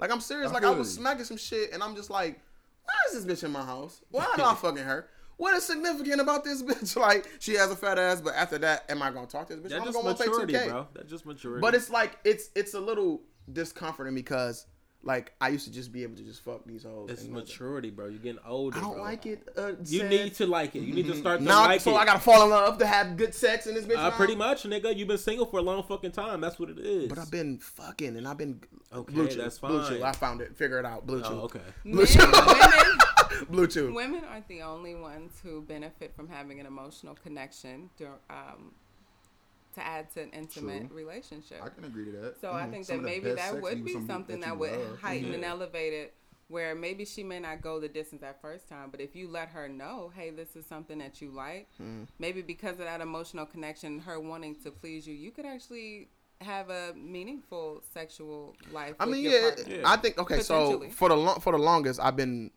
Like I'm serious. I like I feel was you. smacking some shit, and I'm just like, why is this bitch in my house? Why am *laughs* I fucking her? What is significant about this bitch? *laughs* Like she has a fat ass, but after that, am I gonna talk to this bitch? That's I'm just gonna pay maturity, 2K. bro. That's just maturity. But it's like it's it's a little discomforting because like I used to just be able to just fuck these hoes. it's and nothing. maturity, bro. You're getting older. I don't bro. like it. Uh, You said- need to like it. You need to start to now. like so it. I gotta fall in love to have good sex in this bitch. uh, now? pretty much, nigga. You've been single for a long fucking time. That's what it is. But I've been fucking and I've been Okay, Blue Chew, that's Blue fine. Chew. I found it. Figure it out. Blue Chew. Oh, okay. Men, women, *laughs* Blue Chew. women aren't the only ones who benefit from having an emotional connection dur- um, to add to an intimate relationship. I can agree to that. Mm-hmm. So I think Some that of the maybe best that sex would with be somebody something that, you would love. heighten and Yeah. elevate it. Where maybe she may not go the distance that first time, but if you let her know, hey, this is something that you like, Hmm. maybe because of that emotional connection, her wanting to please you, you could actually have a meaningful sexual life. I with mean, your yeah, partner. Yeah. I think okay. So Potentially. for the long for the longest, I've been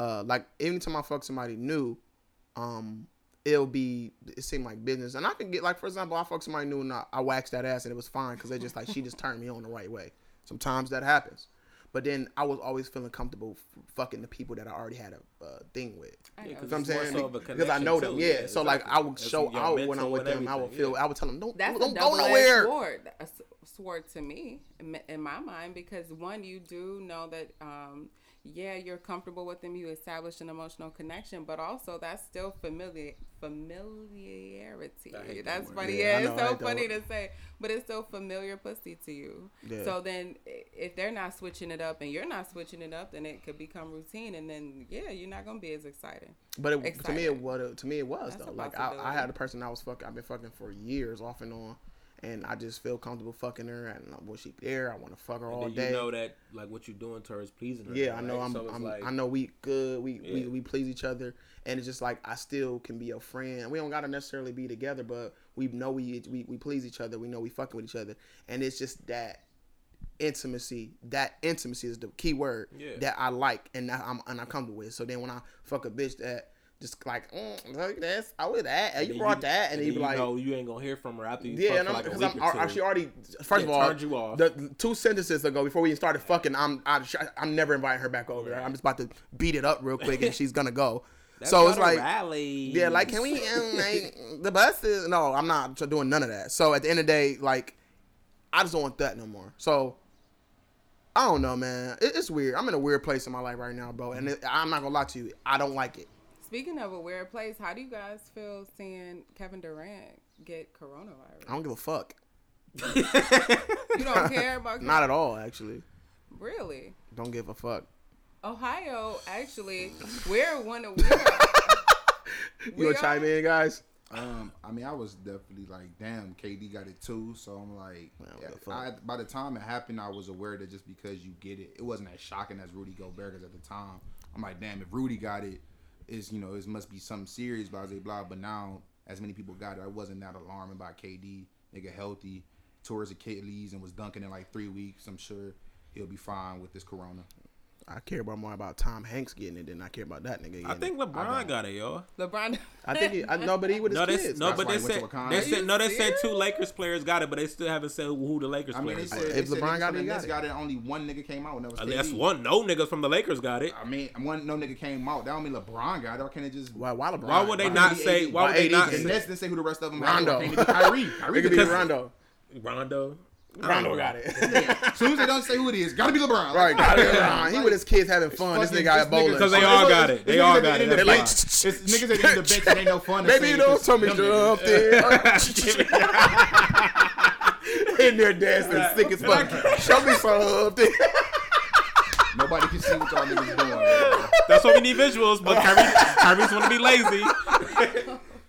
uh like even time I fuck somebody new, um, it'll be it seemed like business, and I can get like for example, I fuck somebody new and I, I waxed that ass and it was fine because they just like she just turned me on the right way. Sometimes that happens, but then I was always feeling comfortable f- fucking the people that I already had a uh, thing with. I know. You know what I'm It's more saying? so of a because I know connection, them, too. yeah. Yeah, So like I exactly. would That's show your out when I'm mentor with and them. I would everything, feel. yeah. I would tell them don't That's don't a go double nowhere. edged sword, a s- sword to me, in m- in my mind, because one, you do know that, um, yeah, you're comfortable with them, you establish an emotional connection, but also that's still familiar familiarity. I hate that that's word. funny. Yeah, I Yeah, know, it's I so hate that funny word. to say, but it's still familiar pussy to you. Yeah. So then, i- if they're not switching it up and you're not switching it up, then it could become routine, and then yeah, you're not gonna be as excited. But it, to me, it Excited. was to me it was That's though. a Like I, I possibility. had a person I was fucking. I've been fucking for years, off and on, and I just feel comfortable fucking her. And when she there, I want to fuck her all Then day. you know that like what you're doing to her is pleasing her. yeah, I know. right? I'm, So it's I'm like, I know we good. We, we Yeah. we please each other, and it's just like I still can be your friend. We don't gotta necessarily be together, but we know we we, we please each other. We know we fucking with each other, and it's just that intimacy. That intimacy is the key word Yeah. that I like and that I'm and I come to with. So then when I fuck a bitch that. Just like mm, look, that's I would that you then brought that and then he'd be you like know you ain't gonna hear from her after you yeah, fuck and for I'm, like a because week I'm or two. actually already. First of Yeah, all, turned you off. the two sentences ago before we even started fucking, I'm I, sh- I'm never inviting her back over. I'm just about to beat it up real *laughs* quick, and she's gonna go. That's so it's not a like, rally. yeah, like can we? Um, *laughs* like, the bus is no, I'm not doing none of that. So at the end of the day, like, I just don't want that no more. So. I don't know, man. It, it's weird. I'm in a weird place in my life right now, bro. And it, I'm not gonna lie to you. I don't like it. Speaking of a weird place, how do you guys feel seeing Kevin Durant get coronavirus? I don't give a fuck. You don't care about Not at all, actually. really. Don't give a fuck. Ohio, actually, we're one of we're, You We gonna chime are- in, guys? Um, I mean, I was definitely like, damn, KD got it too. So I'm like, what the fuck? I, by the time it happened, I was aware that just because you get it, it wasn't as shocking as Rudy Gobert. Because at the time, I'm like, damn, if Rudy got it, is you know, it must be something serious, blah blah blah. But now, as many people got it, I wasn't that alarming about KD. Nigga healthy, tore his Achilles and was dunking in like three weeks. I'm sure he'll be fine with this corona. I care about more about Tom Hanks getting it than I care about that nigga. Getting I think It. LeBron got it, y'all. LeBron. *laughs* I think. He, I know, but he with his No, they, kids. no, That's but why- why they he went to said Wakanda. they Are said you no, they said serious? two Lakers players got it, but they still haven't said who the Lakers I mean, they players. said, are. they If said LeBron niggas got from the it, he Nets got got it. Only one nigga came out, and that was Unless KD. one, no niggas from the Lakers got it. I mean, one no nigga came out. That don't mean LeBron got it. Why can't it just? why? Why LeBron? Why would they Why not AD? say? Why would Why they AD? not And say Nets didn't say who the rest of them. Rondo. Why can't it be *laughs* Kyrie. Kyrie It could could be be Rondo. Rondo? Rondo got it. *laughs* As soon as they don't say who it is, gotta be LeBron. right, Like, got it. Rondo. He with his kids having fun. This fucking- nigga out bowling. Because they all it's- got it's it. They niggas all at the got end it. of They're the like, bench. *laughs* It's niggas at the end of the bench. It ain't no fun. to Maybe say you don't it's tell me them you're up niggas. *laughs* there. *laughs* In there dancing, sick as fuck. Show me some up *laughs* there. Nobody can see what y'all niggas doing. man. That's why we need visuals, but Kyrie, Kyrie's want to be lazy.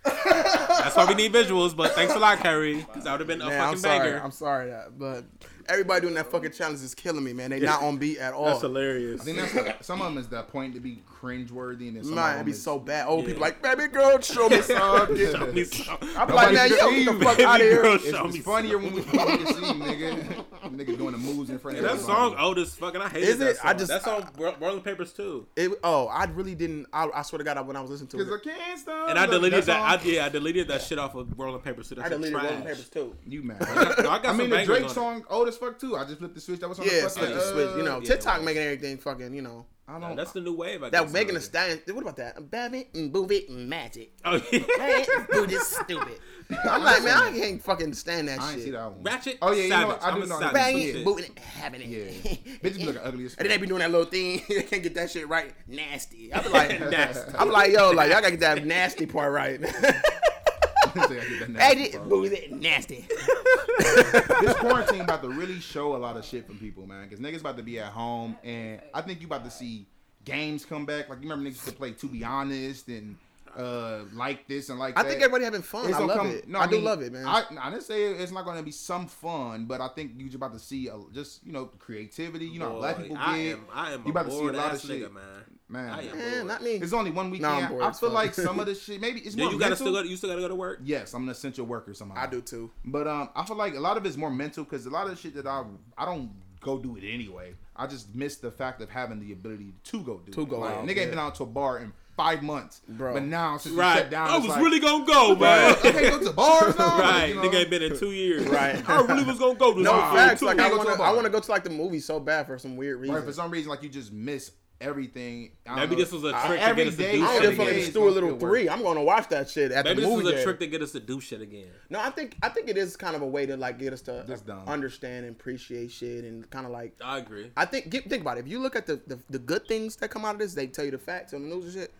That's why we need visuals, but thanks a lot, Kyrie. 'cause That would have been a Man, fucking I'm sorry. banger. I'm sorry, that, but everybody doing that fucking challenge is killing me, man. They not on beat at all. That's hilarious. I think that's some of them is the point to be cringeworthy and it's Man, it'd be so bad. Old people Yeah. like, baby girl, show *laughs* me *laughs* something. Show me something. I'm like, man, Nobody yo, get the believe fuck me. out of Girl, here. It's, show it's me funnier when we fucking see nigga. Nigga doing the moves in front of That everybody. song old as fuck, and I hate Is that it? song. I just- that song Ro- Rolling Papers too. It, oh, I really didn't. I, I swear to God, I- when I was listening Cause to I it, can't stop. And I that- deleted that. song. I, yeah, I deleted that shit off of Rolling Papers too. That I shit deleted trash. Rolling Papers too. You *laughs* I mad? got, I got I some mean, the bangers on Drake it. song old as fuck too. I just flipped the switch. That was on Yeah, the switch, fucking. uh, the switch. You know, yeah, TikTok well. making everything fucking. You know, I Yeah, don't. That's the new wave. I that guess, Megan Thee nowadays. Stallion. What about that? Baby, mm, booby, mm, magic. Oh yeah. Man, boot is stupid. I'm like, man, I can't fucking stand that I ain't shit. see that one. Ratchet. Oh yeah, you know Savage. what? I I'm do a know. savage. that Bang. shit. Banging, booting, having Yeah, it. *laughs* bitches be looking ugly as fuck. And then they be doing that little thing. *laughs* they can't get that shit right. Nasty. I'm *laughs* like, *laughs* Nasty. I'm like, yo, like y'all gotta get that nasty part right. *laughs* Edit. Edit, booze it, nasty. this quarantine about to really show a lot of shit from people, man. Because niggas about to be at home, and I think you about to see games come back. Like you remember niggas used to play To Be Honest and uh like this and like I that. think everybody having fun. I gonna love it. I, do mean, love it, man. I, I didn't say it's not going to be some fun, but I think you just about to see a, just you know creativity. *laughs* You know, how black Boy, people I get. am. I am. you about to see a lot of ass shit, nigga, man. man. I am Eh, bored. not me. It's only one weekend. Nah, I'm bored I as feel fuck. like some of the shit. Maybe it's Yeah, more you gotta mental. still go. You still gotta go to work. Yes, I'm an essential worker somehow. I do too. But um, I feel like a lot of it's more mental because a lot of the shit that I I don't go do it anyway. I just miss the fact of having the ability to go do To it. go like, out, nigga ain't been out to a bar in five months, Bro. But now since we Right. shut down, I it's was like, really gonna go, man. *laughs* I can't go to bars now. Like, *laughs* Right, you know, nigga ain't been in two years. Right. I really was gonna go to No school, facts. too. Like Can't I go to want a to. bar. I want to go to like the movie so bad for some weird reason. Right, for some reason, like you just miss everything. I don't Maybe know. this was a I- trick to every get us to day- I I do don't don't shit give a give fuck fuck if again. it's it's Stuart gonna Little feel worth three. I'm gonna watch that shit at Maybe the this movie. was a theater. trick to get us to do shit again. No, I think I think it is kind of a way to like get us to That's dumb. understand and appreciate shit and kind of like I *laughs* agree. I think get, think about it. If you look at the, the the good things that come out of this, they tell you the facts on the news and shit.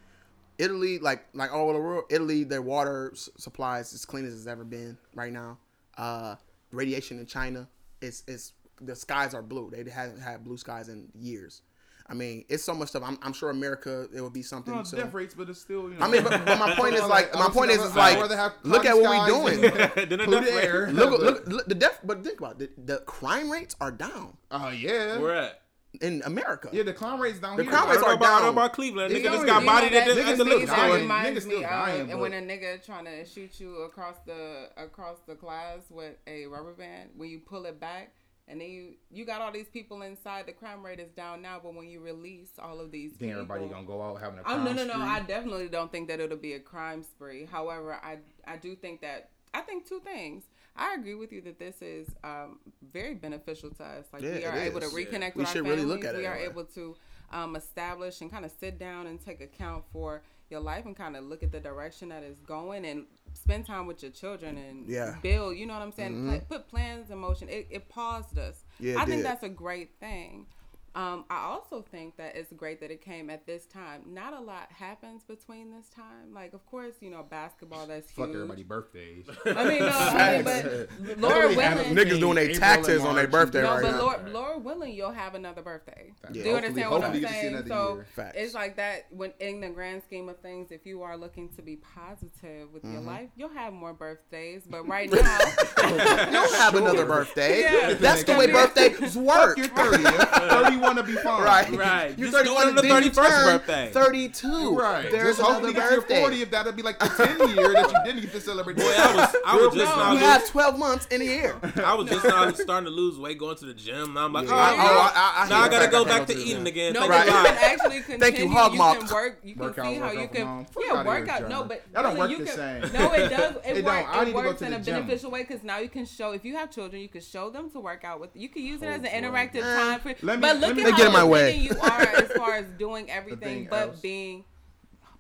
Italy, like like all over the world, Italy, their water s- supply is as clean as it's ever been right now. Uh, radiation in China, it's it's the skies are blue. They haven't had blue skies in years. I mean, it's so much stuff. I'm, I'm sure America, it would be something. No, soon. death rates, but it's still. You know, I mean, but, but my point *laughs* is like, my I'd point is, rather- is I'd like, rather have look at cloudy what we skies doing. and Then the polluted death rate. air. look, look, look, the death. But think about it. The, the crime rates are down Oh yeah, We're at. in America. yeah. The crime rates down The here. crime I rates don't know are about, I don't know down. about Cleveland. It's Nigga down. just got You bodied know at the, that at the niggas liquor still store. dying. reminds Niggas me still dying, of, but- and when a nigga trying to shoot you across the across the class with a rubber band, when you pull it back, and then you you got all these people inside. The crime rate is down now, but when you release all of these, Then everybody people- gonna go out having a Oh crime no no no! spree. I definitely don't think that it'll be a crime spree. However, I I do think that I think two things. I agree with you that this is um, very beneficial to us. Like Yeah, we it are able to is. reconnect with We our should families. really look at it we that are way. able to um, establish and kind of sit down and take account for your life and kind of look at the direction that it's going and spend time with your children and Yeah. Mm-hmm. build. You know what I'm saying? Pla- put plans in motion. It, it paused us. Yeah, it I think did. that's a great thing. Um, I also think that it's great that it came at this time. Not a lot happens between this time. Like, of course, you know, basketball, that's Fuck huge. everybody's birthdays. I mean, no, I mean, but Lord willing, Niggas doing their taxes on their birthday no, right but now. Lord, Lord willing, you'll have another birthday. Yeah, Do you hopefully- understand what I'm hopefully you see saying? another So year. Facts. it's like that. When in the grand scheme of things, if you are looking to be positive with Mm-hmm. your life, you'll have more birthdays. *laughs* But right now, Don't have another birthday. Yeah. That's the way Yeah. *laughs* birthdays work. You're *laughs* 30. You're 31 to be fine. Right. Right. You're Just do it 31 on the then you 31st turn birthday. 32. Right. There's Just another hopefully get to your birthday. 40 if that'll be like the 10 year that you didn't get to celebrate. Boy, *laughs* *laughs* I was, I was just No. now You losing- have 12 months in a *laughs* year. I was just now starting to lose weight, going to the gym. Now I'm like, oh, I- now- oh, I- I now I hear gotta that. go I back can't to do eating that. again. no, Thank but God. you can actually *laughs* continue. Thank you, Hog you Mom. can work. You can Work out, see how work you out from can. home. Fuck yeah, outta work here, out. No, John. but That don't really, work you the can, same. No, *laughs* it does. It, It don't. work, I need it to go works to in the a gym. beneficial way because now you can show. If you have children, you can show them to work out with. You can use it as an Oh, Lord. interactive time. For, Let me- but let look me- at They how Eh, get in my way. independent you *laughs* are as far as doing everything thing but else. being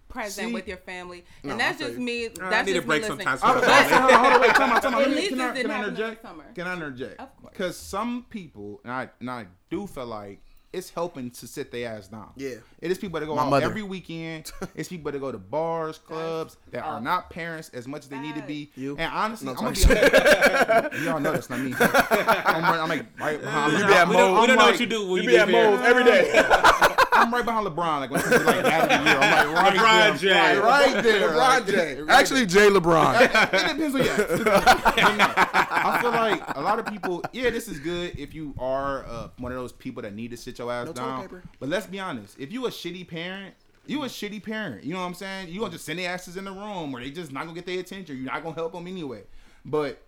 present See? with your family. No, and that's I feel just you. me. I That's need a just break me listening. sometimes. I was, I was, hold on, hold on, wait, time out, time out. At Let me- least Can this I, didn't can I happen in the interject? summer. Can I interject? Of course. Because some people, and I, and I do feel like it's helping to sit their ass down. Yeah. It is people that go My out mother. every *laughs* weekend. it's people that go to bars, clubs, that are not parents as much as they need to be. You? And honestly, No, I'm going to sorry. be *laughs* honest. Y'all know that's not me. I'm, right, I'm like right behind We I'm don't- we don't, we like- don't know I'm what you like- do when you, be live at Moe's here. every *laughs* day. I'm right behind LeBron. Like when it's like out of the year, *laughs* I'm like right LeBron there, James. right there, LeBron like, James. right Actually, Jay LeBron. it depends on you. I feel like a lot of people. Yeah, this is good if you are uh, one of those people that need to sit your ass No toilet down. paper. But let's be honest. If you a shitty parent, You a shitty parent. You know what I'm saying? You gonna just send their asses in the room, or they just not gonna get their attention. You're not gonna help them anyway. But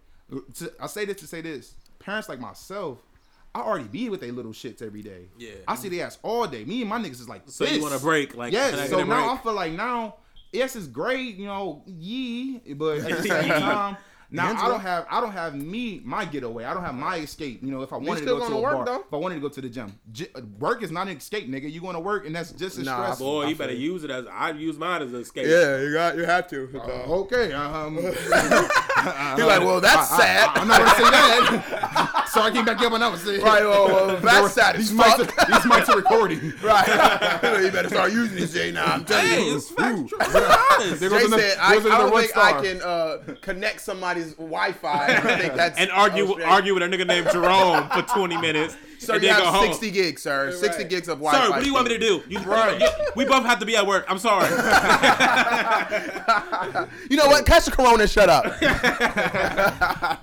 to, I say this to say this: parents like myself, I already be with they little shits every day. Yeah. I see their ass all day. Me and my niggas is like, So you this. want a break, like, can I yes. get So a now break? I feel like now, yes, it's great, you know, yee, *laughs* but at the same time. Now I don't have I don't have me my getaway. I don't have my escape. You know, if I wanted to still go to gonna a work, bar, though. if I wanted to go to the gym, J- uh, work is not an escape, nigga. You going to work, and that's just as Nah, stressful. Boy, you better use it as I use mine as an escape. you got you have to. Oh, Uh, *laughs* okay. Um, He's He's like, well, that's sad. I, am not gonna say that. *laughs* so I came back up and I was *laughs* saying, right, well, *laughs* well There were- that's sad. *laughs* These as mics, fuck. are, these mics are recording. *laughs* *laughs* Right. *laughs* you better start using this, Jay. Now I'm telling Hey, you. it's facts. True. It's There goes honest. Jay another- said, I, I there goes another don't one think star. I can uh, connect somebody's Wi-Fi. I *laughs* think that's And argue okay. argue with a nigga named Jerome for 20 minutes. Sir, and you then have go home. 60 gigs, sir. 60 gigs of Wi-Fi. Sir, what do you want me to do? You, you- we both have to be at work. I'm sorry. You know what? Catch the corona. and Shut up.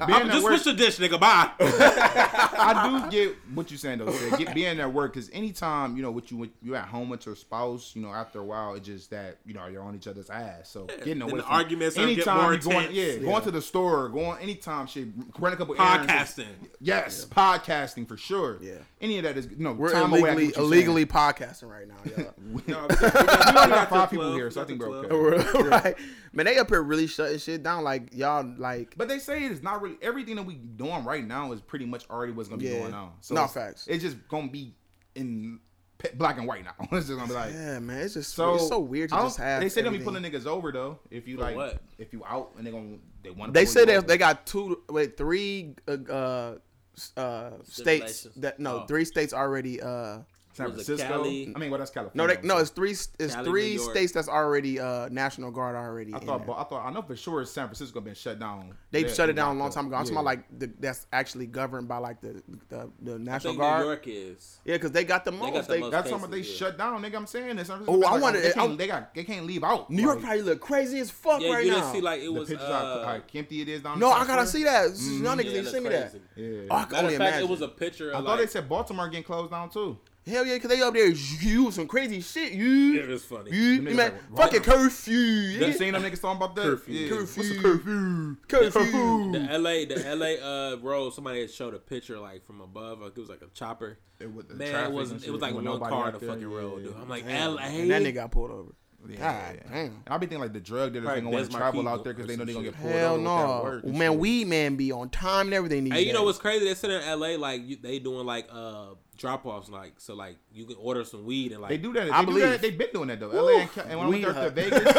Being at Just work- switch the dish, nigga. Bye. I do get what you're saying though. Sid. Get being at work because anytime you know what you when you at home with your spouse, you know after a while it's just that you know you're on each other's ass. So getting away then the from arguments are get anytime more you going, intense. yeah, going to the store, going anytime shit, run a couple errands. Podcasting. Yes, podcasting for sure. Yeah. any of that is no We're time away, I illegally get what you're illegally podcasting right now, y'all. No, we got- we got- we got five to people 12, here, so I we think got *laughs* to we're 12. okay. right? Man, they up here really shutting shit down. Like y'all, like But they say it's not really everything that we doing right now is pretty much already what's gonna be Yeah. going on. No, it's- facts. It's just gonna be in pe- black and white now. *laughs* it's just gonna be like yeah, man, it's just so. it's so weird to I don't- just have. They say they gonna be everything. pulling niggas over though. If you like, what? if you out and they gonna they want. They say they they got two, wait, three, uh, uh, s- uh states Stipulations. that no, Oh. three states already. uh San was it Francisco. Cali? I mean, well, that's California. No, they, no, it's three. It's Cali, three New York. states that's already uh National Guard already. I in thought, there. but I thought I know for sure San Francisco been shut down. They Yeah, shut it down a locked long up. time ago. I'm Yeah. talking about like the, that's actually governed by like the the, the I National think New Guard. York is. Yeah, because they got the most. They got the most. That's something they Cases, yeah. shut down, nigga. I'm saying this. Oh, I wonder- They, I- can't- they got. They can't leave out. New York Like, probably look crazy as fuck Yeah, right you now. didn't see like it the was. pictures uh, out how empty it is down. no, the I gotta street. see that. Y'all niggas Mm-hmm. yeah, didn't that's send me that. crazy. Yeah. Oh, I can Matter only of fact, imagine. it was a picture. I Of, thought like, they said Baltimore getting closed down too. Hell yeah, because they up there. You some crazy shit. You. Yeah, it's funny. You, Them niggas man, like, fucking curfew. You nigga. seen them niggas talking about that? Curfew. Yeah. Curfew. What's a curfew? Curfew. The LA, the LA uh, road. Somebody had showed a picture like from above. Like it was like a chopper. It was the Man, traffic it was and not shit, It was like when one nobody car out on the there, fucking yeah, road, yeah. dude. I'm like, LA. And that nigga got pulled over. Yeah, God yeah. damn. I be thinking like the drug dealers Probably ain't gonna want to Des travel Marquis out there because they or know some they're gonna get pulled Hell over without no. work and Man, shit. weed man be on time and everything these Hey, you know days. what's crazy? They said in LA, like you, they doing like uh drop offs, like so, like you can order some weed and like They do that. They I do believe. that. They been doing that though. LA and, Cal- and when I Weed went out to hut. Vegas,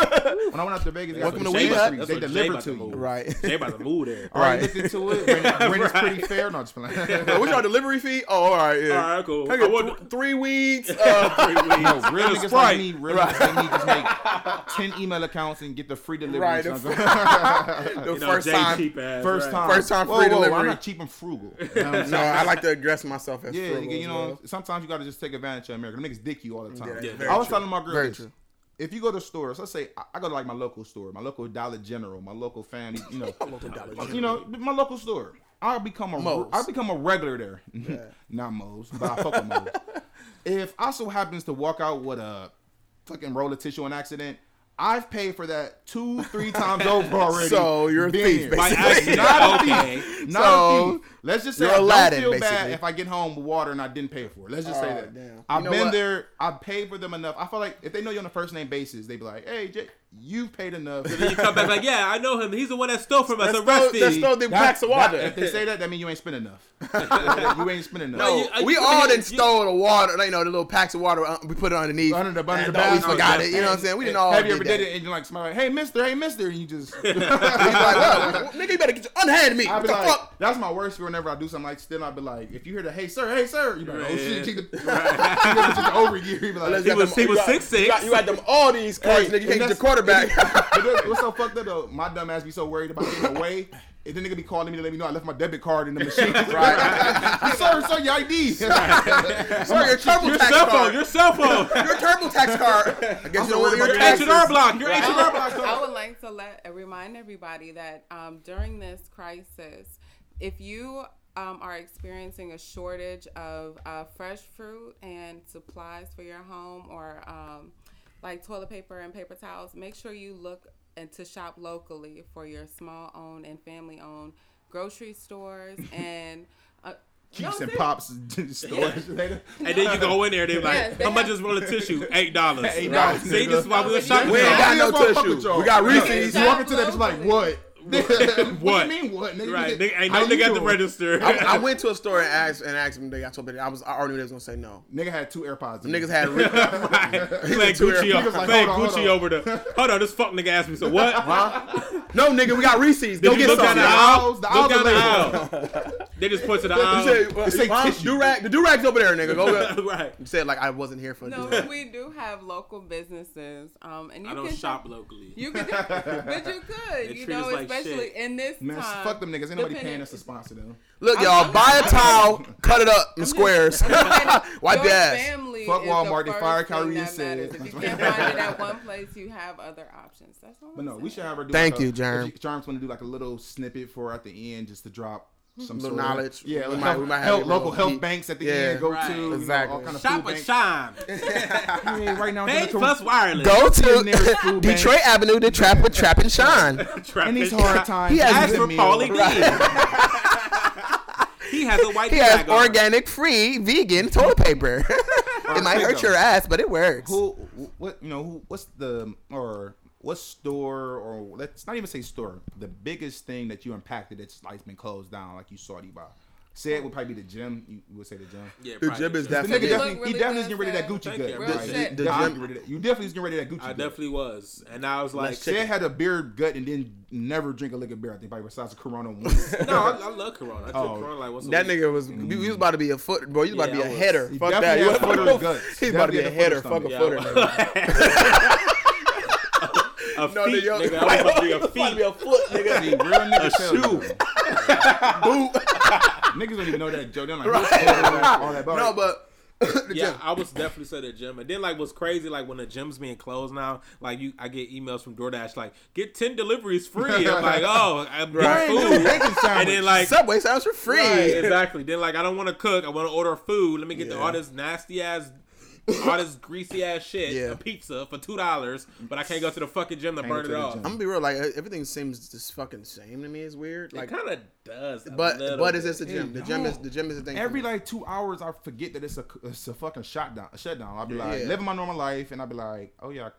when I went out to Vegas, they got Welcome some to shit Weed on the Hut. street. That's They what Jay deliver about to to you. move. Right. They about to move *laughs* there. All Right. right, looked into it. Rent, rent is pretty fair. No, I'm just playing. Yo, *laughs* what's your delivery fee? Oh, all right, yeah. All right, cool. Can I I get want- th- three *laughs* weeds. Uh, *laughs* No, real And a niggas like Sprite. me, real niggas like me, just make ten email accounts and get the free delivery. Right, the Sounds- the You know, first Jay time. cheap *laughs* ass, first right. time, First time Whoa, free whoa, delivery. I'm not cheap. I'm frugal. You know what I'm No, saying? I like to address myself as Yeah, frugal nigga, you as know, well. sometimes you gotta just take advantage of America. Them niggas dick you all the time. that's Yeah, very I was true. telling my girl, Very this. true. if you go to stores, let's say I, I go to like my local store, my local Dollar General, my local family, *laughs* you know, Dollar you know, my local store. I become a Moe's. I become a regular there. *laughs* Not Moe's, but I fuck *laughs* with Moe's. If I so happens to walk out with a fucking roll of tissue on accident. I've paid for that two, three *laughs* times over already. So, you're a Been thief, here. basically. By accident. Not *laughs* a thief. okay. Not So, a thief. Let's just say you're I don't Aladdin, feel bad basically. if I get home with water and I didn't pay for it. Let's just say Oh, that. damn. You I've know been what? there. I paid for them enough. I feel like if they know you on a first name basis, they be like, "Hey, Jay, you've *laughs* paid enough." Then you come back like, yeah, I know him. He's the one that stole from us. That's Arrest still, that's him. still the packs of water. if they say that, that means you ain't *laughs* spent enough. you ain't spent enough. No, Oh, you- I- we you- all you- done you- stole the water, you know, the little packs of water. uh, We put it underneath. Under the- under And the thought we basket. forgot it. You know what I'm saying? We didn't all. Have you did ever that. did it and you're like somebody, like, "Hey, Mister, hey, Mister," and *laughs* you just. *laughs* He's like, well, nigga, you better get your unhand me. I'd What be the like, fuck? that's my worst fear whenever I do something like still I'd be like, if you hear the hey sir, hey sir, you be like, oh Right. shit, keep it *laughs* over you. You be Unless you like, "Keep got them- was- he was you got- 6'6". You got, you got them all these cards, nigga. You and can't get your that's- quarterback. But look, what's so fucked up though? My dumb ass be so worried about getting away. And then nigga be calling me to let me know I left my debit card in the *laughs* machine. right. sir, sir, your ID. Sorry, your Your TurboTax cell phone. card. Your cell phone. Your TurboTax card. I guess you don't want your Your taxes. H&R block. Your H&R block. I would like to let uh, remind everybody that um, during this crisis, if you um, are experiencing a shortage of uh, fresh fruit and supplies for your home or um, like toilet paper and paper towels, make sure you look and to shop locally for your small owned and family owned *laughs* grocery stores and uh, Chiefs no, and *laughs* ser- Pops stores later. And then you go in there, they're like, Yes, they "How much have- is roll of tissue? Eight dollars. Eight dollars, See, this is why we were nigga. shopping. We ain't y'all. got no Y'all fuck tissue. with y'all. We got Reese's. You walk into that bitch like, what? *laughs* what? What? do you mean what? Nigga, Right? You get- Nigga, ain't how no you nigga at the doing? register. I, I went to a store and asked and asked them. They got told, but I was I already knew they was gonna say no. Nigga had two AirPods. in Niggas it. had re- Playing two Arabs. Gucci, over, Niggas like, playing hold on, Gucci hold on. over the. Hold on, this fuck nigga asked me. So what? no nigga. We got Reese's. Go Did you get look down some. the nigga. aisle? The Look down the aisle. aisle. *laughs* They just point to the aisle. You say, well, It say Mom, tissue. durag- the durag's over there, nigga. Go get. *laughs* right. You said like I wasn't here for No, durag. we do have local businesses. Um, and you I don't can shop locally. You could, *laughs* but you could, They you treat know, us like especially shit. in this Man, time. fuck them niggas. Ain't nobody paying depending- us to sponsor them. Look, I'm- y'all, I'm buy a just- towel, cut it up in *laughs* squares. Wipe *laughs* Your your ass. family Fuck is the Walmart, they first fired thing Kyrie that and said- matters. If you can't find it at one place, you have other options. That's all. But I'm no, we saying. should have her do. Thank like a- you, Jerm. if she- Jerm's want to do like a little snippet for at the end, just to drop some Little sort of- knowledge. Yeah, We like might- help, we might have help a little local health peek. banks at the Yeah. end. Go Right. to you know, Exactly. all kind of Shop food with banks. Shime. Yeah, right now, Pay just go- plus wireless. *laughs* Go Billionaire to food bank. Detroit Avenue to trap with Trap *laughs* and Shine. Trap In these it. hard times, He has- it's Ask a for meal. Paulie D. *laughs* he has a white He has flag on. organic, free, vegan toilet paper. *laughs* it might hurt your ass, but it works. Who? What? You know? Who? What's the or what store or let's not even say store. The biggest thing that you impacted that's like been closed down, like you saw it by. Said would probably be the gym. You would say the gym. Yeah, The probably. gym is The definitely- nigga Look definitely, really he definitely is good, getting rid of that Sam. Gucci Thank you. gut. Real right? shit. The, The Nah, gym- you rid of that- you definitely is getting rid of that Gucci I gut. definitely was, and I was Like like, Shad had a beer gut and then never drink a lick of beer. I think probably besides Corona *laughs* once. no, I, I love Corona. I took Oh. Corona like once a That week. nigga was you was about to be a foot, bro. You was about Yeah, to be a I was. header. He Fuck that. definitely You had *laughs* wasn't- footer guts. He's about to Definitely be had a a footer header. Fuck a stomach. Yeah, footer. I nigga. A No, feet, nigga, *laughs* nigga. I was about to be you a was about to feet. be a foot, nigga. See, real niggas tell you, shoe. *laughs* though. *laughs* Niggas don't even know that joke. They're like, what's all that- all that *laughs* about No, it? but the yeah, gym. I was definitely said the gym. And then like what's crazy, like when the gym's being closed now, like you I get emails from DoorDash like, get ten deliveries *laughs* free. I'm like, oh, I'm Right. food. Bacon and sandwich. then like Subway sounds for free. *laughs* Right, exactly. Then like I don't want to cook. I want to order food. Let me get the, all this nasty ass, all this greasy ass shit, Yeah. a pizza for two dollars. But I can't go to the fucking gym to Ain't burn it it to the off. gym. I'm gonna be real. Like everything seems just fucking same to me. It's weird. It Like, kind of does. a but little but is bit. this the gym? The gym is the gym is the thing. for Every me. like two hours, I forget that it's a it's a fucking shutdown. A shutdown. I'll be like Yeah. living my normal life, and I'll be like, oh yeah,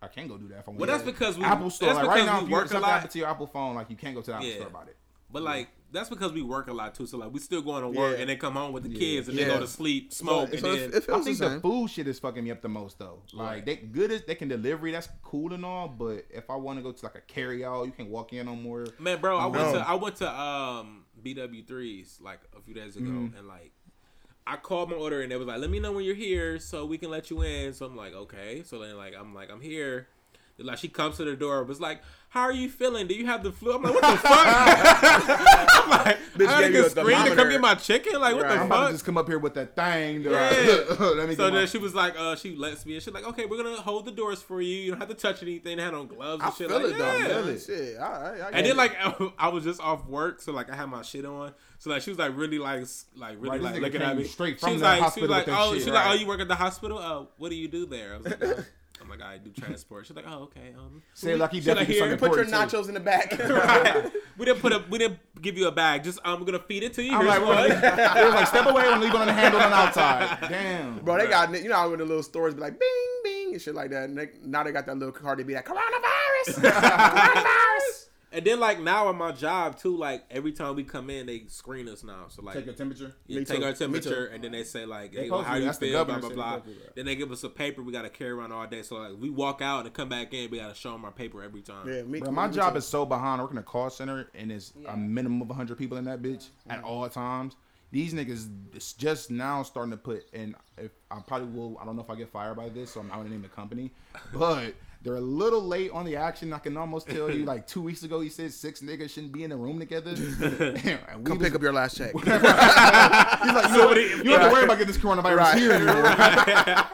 I, I can go do that. If I want Well, to. that's because we- Apple Store. that's Like, right because now, we if you work a something lot. happened to your Apple phone, like you can't go to the Apple Yeah. Store about it. But like that's because we work a lot too. So like we still going to work Yeah. and then come home with the kids and they Yeah. go to sleep, smoke, So and it, then it feels I think the the, same. food shit is fucking me up the most though. Like they good as they can delivery, that's cool and all, but if I want to go to like a carry out, you can walk in no more. Man, bro, I went No. to I went to um BW threes like a few days ago, Mm-hmm. and like I called my order, and they was like, "Let me know when you're here, so we can let you in." So I'm like, "Okay." So then like I'm like I'm here. They're Like she comes to the door, was like, "How are you feeling? Do you have the flu?" I'm like, "What the *laughs* fuck?" I'm like, Bitch "I gotta gave you a get screened to come thermometer. get my chicken." Like, Right. what I'm the about fuck? to just come up here with that thing. though. *laughs* Yeah. Let me so get my- then she was like, uh, she lets me, and she's like, "Okay, we're gonna hold the doors for you. You don't have to touch anything. They had on gloves I and shit." feel like, it though. yeah. man. Shit, all right. I get it. And then like *laughs* I was just off work, so like I had my shit on. So like she was like really like s- like really Right, this like nigga looking came at me. straight she from was the like she was hospital like with that oh shit, she was like oh right. you work at the hospital. Uh, what do you do there? I was like uh, I'm like I do transport. She's like oh okay um. *laughs* Say like he Should I definitely hear- do something put your important, too. nachos in the back. *laughs* Right. we didn't put a we didn't give you a bag. Just I'm gonna feed it to you. I'm Here's like, one. what? it was like step away and leave it on the handle and *laughs* outside. Damn. Bro, they got you know how in the little stores be like bing bing and shit like that. And they, now they got that little card to be like *laughs* coronavirus, coronavirus. and then like now at my job too, like every time we come in, they screen us now. So like Take your temperature. Yeah, Me take too. our Me temperature, and then they say like, "Hey, supposed how to. you That's the feel?" Blah governor said blah blah. they supposed to do that. Then they give us a paper we gotta carry around all day. So like, we walk out and come back in, we gotta show them our paper every *laughs* time. Yeah, me. Bro, my me job too. is so behind. I work in a call center, and it's a minimum of 100 people in that bitch at all times. These niggas it's just now starting to put, and if, I probably will. I don't know if I get fired by this, so I'm not gonna name the company. But they're a little late on the action. I can almost tell you, like two weeks ago, he said six niggas shouldn't be in the *laughs* room together. *laughs* And we Come was- pick up your last check. He's like, you, know, Somebody- you don't have to worry about getting this coronavirus Right. *laughs* here anymore.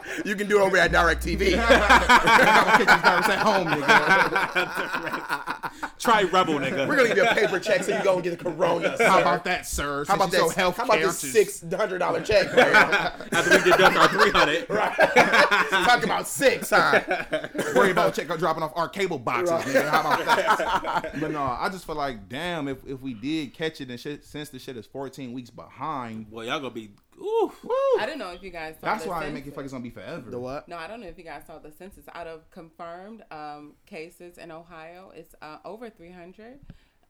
*laughs* *laughs* you can do it over *laughs* at Direct TV. I'm gonna kick these guys at home, nigga. Try Rebel, nigga. We're gonna give you a paper check so you go and get the corona. How sir. about that, sir? How about Since that? you So how about this healthcare, six hundred dollar check? man? After we deduct our *laughs* three hundred, Talk about six, huh? just *laughs* worry about check dropping off our cable boxes, nigga. How about *laughs* that? but no, I just feel like, damn, if, if we did catch it and shit, since the shit is 14 weeks behind, boy, y'all gonna be ooh. I don't know if you guys. Saw that's the why I census. make it like it's gonna be forever. *laughs* The what? No, I don't know if you guys saw the census. Out of confirmed um, cases in Ohio, it's uh, over 300.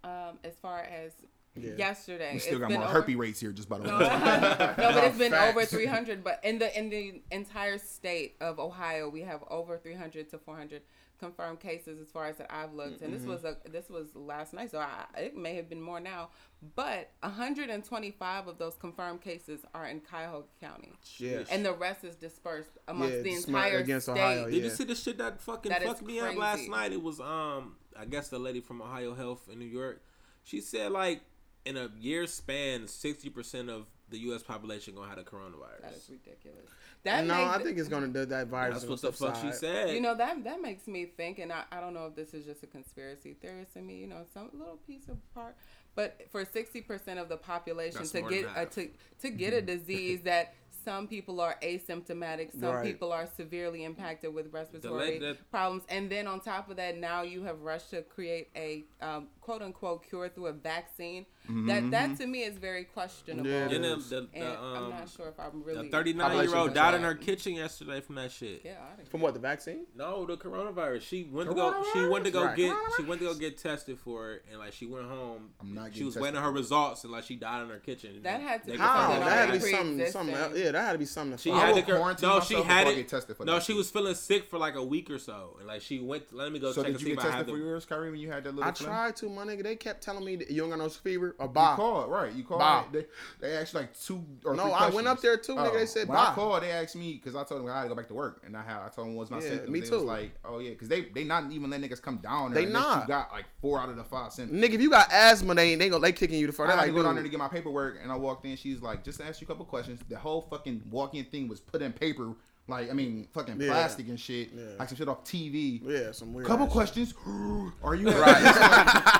Um, as far as yesterday, We still It's got been more over- herpes rates here, just by the No, way. but it's been Facts. over 300. But in the in the entire state of Ohio, we have over 300 to 400 confirmed cases as far as that I've looked. And Mm-hmm. this was a this was last night, so I, it may have been more now. But 125 of those confirmed cases are in Cuyahoga County, Yes. and the rest is dispersed amongst Yeah, the dispersed entire against state. Ohio, Did Yeah. you see the shit that fucking That is fucked me up last crazy. night? It was um, I guess the lady from Ohio Health in New York. She said like in a year span, sixty percent of the U.S. population gonna have the coronavirus. That is That's, ridiculous. That no, makes, I think it's gonna do that virus. what the fuck she said. you know that that makes me think, and I, I don't know if this is just a conspiracy theorist in me, you know, some little piece of part, but for sixty percent of the population That's to more than get a, half. to to get a disease that some people are asymptomatic, some Right. people are severely impacted with respiratory that- problems, and then on top of that, now you have rushed to create a um, quote unquote cure through a vaccine. That that to me is very questionable. Yeah, it And is. then the, And Mm-hmm. the, I'm um, not sure if I'm the really 39 year old Population died in control. her kitchen yesterday from that shit. Yeah, I didn't. From what the vaccine? No, the coronavirus. She went to go. She went to go Right. get. She went to go get tested for it, and like she went home. I'm not She was getting waiting on her results, and like she died in her kitchen. That had to They could be find How? something out That had to be that. something. pre-existing. Something. else. Yeah, that had to be something. She to I had will to cor- quarantine no, she myself had before I it. get tested for no, that she shit. was feeling sick for like a week or so, and like she went. Let me go So check did and you see get if I tested had the. *laughs* for yours, Kyrie, when you had that little I phlegm? tried to, my nigga. They kept telling me that you ain't got no fever or You bye. called, right? You called. Bye. They, they asked like two or No, three I went questions. Oh, up there too, nigga. They said when bye. I called. They asked me because I told them I had to go back to work, and I had I told them what's my Yeah, symptoms. me they too. Was like, oh yeah, because they they not even let niggas come down. There They unless not. You got like four out of the five symptoms. Nigga, if you got asthma, they ain't they gonna they kicking you the fuck. I They're had like, to go down dude, there to get my paperwork, and I walked in. She's like, just to ask you a couple questions. The whole fucking walk-in thing was put in paper, like I mean, fucking Yeah. plastic and shit, Yeah. like some shit off TV. yeah, some weird. Couple ass questions. *gasps* Are you *laughs* Right.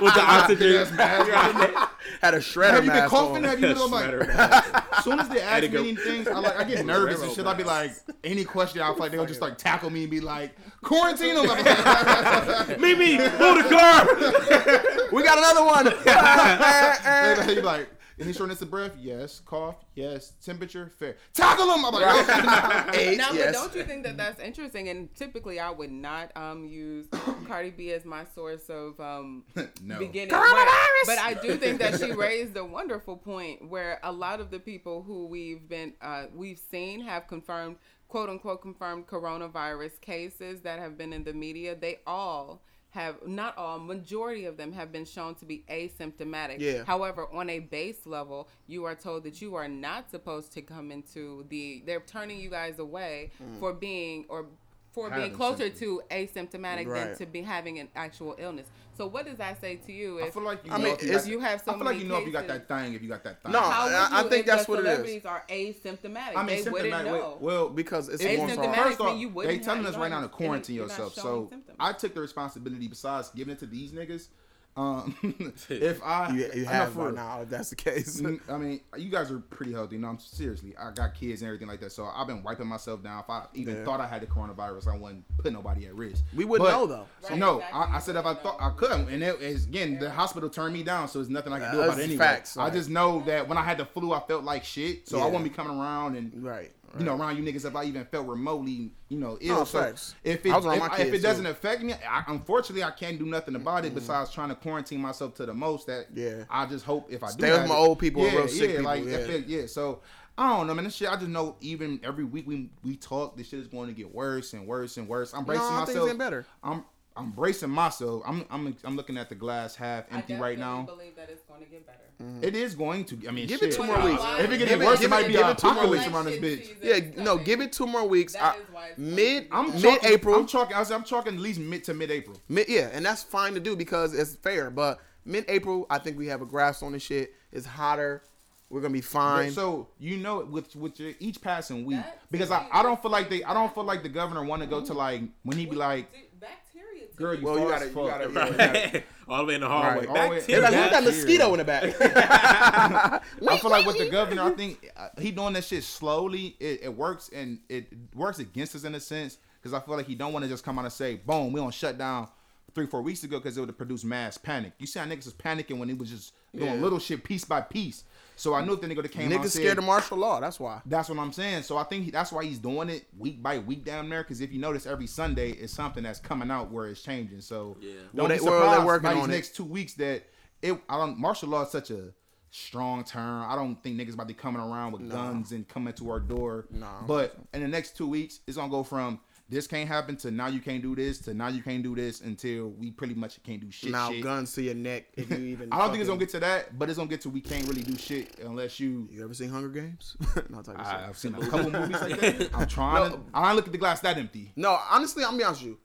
with the Yes, oxygen. man. *laughs* shit. Had a shredder Have you been mask coughing? on. Have you been I'm like? As soon as they ask me Edgar. any things, I like I *laughs* get nervous and shit. I'll be like, any question, I'll like they'll just like tackle me and be like, quarantine them. *laughs* *laughs* Mimi, pull the car. *laughs* we got another *laughs* one. They be like, any shortness of breath? Yes. Cough? Yes. Temperature? Fair. Tackle them. I'm like, *laughs* "Oh." *laughs* Eight, Now, yes. but don't you think that that's interesting? And typically, I would not um, use *coughs* Cardi B as my source of um, No. beginning. Right. But I do think that she raised a wonderful point where a lot of the people who we've been uh, we've seen have confirmed quote unquote confirmed coronavirus cases that have been in the media. They all have not all majority of them have been shown to be asymptomatic Yeah. however on a base level you are told that you are not supposed to come into the they're turning you guys away Mm. for being or for being Having closer symptoms. to asymptomatic Right. than to be having an actual illness so what does that say to you I if- feel like you. I know mean, if you, it's- got- you have so I feel like many you know if you got cases. that thing. If you got that thing. No, How would I- I you think if the that's what it is. Celebrities are asymptomatic. I mean, they wouldn't symptomatic. wait, know. Well, because it's It's going symptomatic. somewhere. First off, mean, you wouldn't they telling have- us you're right not- now to quarantine you're not yourself. showing So symptoms. I took the responsibility besides giving it to these niggas. *laughs* Um, *laughs* if I, You, you I'm not have for by real. now. If that's the case, *laughs* Mm, I mean, you guys are pretty healthy. No, I'm seriously. I got kids and everything like that, so I've been wiping myself down. If I even Yeah. thought I had the coronavirus, I wouldn't put nobody at risk. We wouldn't know, though. Right, no, exactly. I, I said if I thought I couldn't, and it is again the hospital turned me down, so there's nothing I can do That's about it anyway. facts, I right. just know that when I had the flu, I felt like shit, so I Yeah. won't be coming around and right? right. you know, around you niggas if I even felt remotely, you know, ill. No, so facts. if it, I was around if, my I- if kids, it too. doesn't affect me, I, unfortunately, I can't do nothing about it besides trying to quarantine myself to the most. That Yeah. I just hope if I Stay do with have my it- old people yeah, and real sick yeah, people, like if yeah. it- yeah. So I don't know, man. This shit, I just know. Even every week we we talk, this shit is going to get worse and worse and worse. I'm bracing I think it's myself. getting better. I'm I'm bracing myself. I'm I'm I'm looking at the glass half I empty right definitely now. believe that it's going to get better. Mm-hmm. It is going to. I mean, Give it shit. two But more no, weeks. why- If it gets Give it- worse, give it might it- be give an it two more apocalypse weeks. around this Election bitch. season Yeah, is no, coming. give it two more weeks. That I- is why it's mid, I'm talking- mid April, I'm talking. I was- I'm talking at least mid to mid April. mid, yeah, and that's fine to do because it's fair. But mid April, I think we have a grasp on the shit. It's hotter. We're gonna be fine. So you know, it with with your, each passing week, That to because I, me I don't feel like they I don't feel like the governor want to go to like when he be like Dude, bacteria to Girl, me. you Well, you far gotta, as you fuck. gotta, you Right. gotta. *laughs* all the way in the hallway. Right, all Back the way- to They're like, who's that that mosquito in the *laughs* back? *laughs* I feel like with the governor, I think uh, he doing that shit slowly. It, it works and it works against us in a sense because I feel like he don't want to just come out and say, "Boom, we don't shut down." Three four weeks ago because it would have produced mass panic. You see how niggas was panicking when he was just Yeah. doing little shit piece by piece. So I knew if the nigga that came out Niggas and said, scared of martial law. That's why. That's what I'm saying. So I think he, that's why he's doing it week by week down there. Because if you notice, every Sunday is something that's coming out where it's changing. So Yeah. don't Well, be they- well, surprised they're working by these on it. next two weeks that it. I don't. Martial law is such a strong term. I don't think niggas about to be coming around with guns and coming to our door. No. But in the next two weeks, it's gonna go from this can't happen to now you can't do this to now you can't do this until we pretty much can't do shit. Now shit. guns to your neck if you even. *laughs* I don't think it's fucking- gonna get to that, but it's gonna get to we can't really do shit unless you You ever seen Hunger Games? *laughs* no, type of shit. I- I've seen a couple movies like that. I'm trying. to, I don't look at the glass that empty. No, honestly, I'm gonna be honest with you.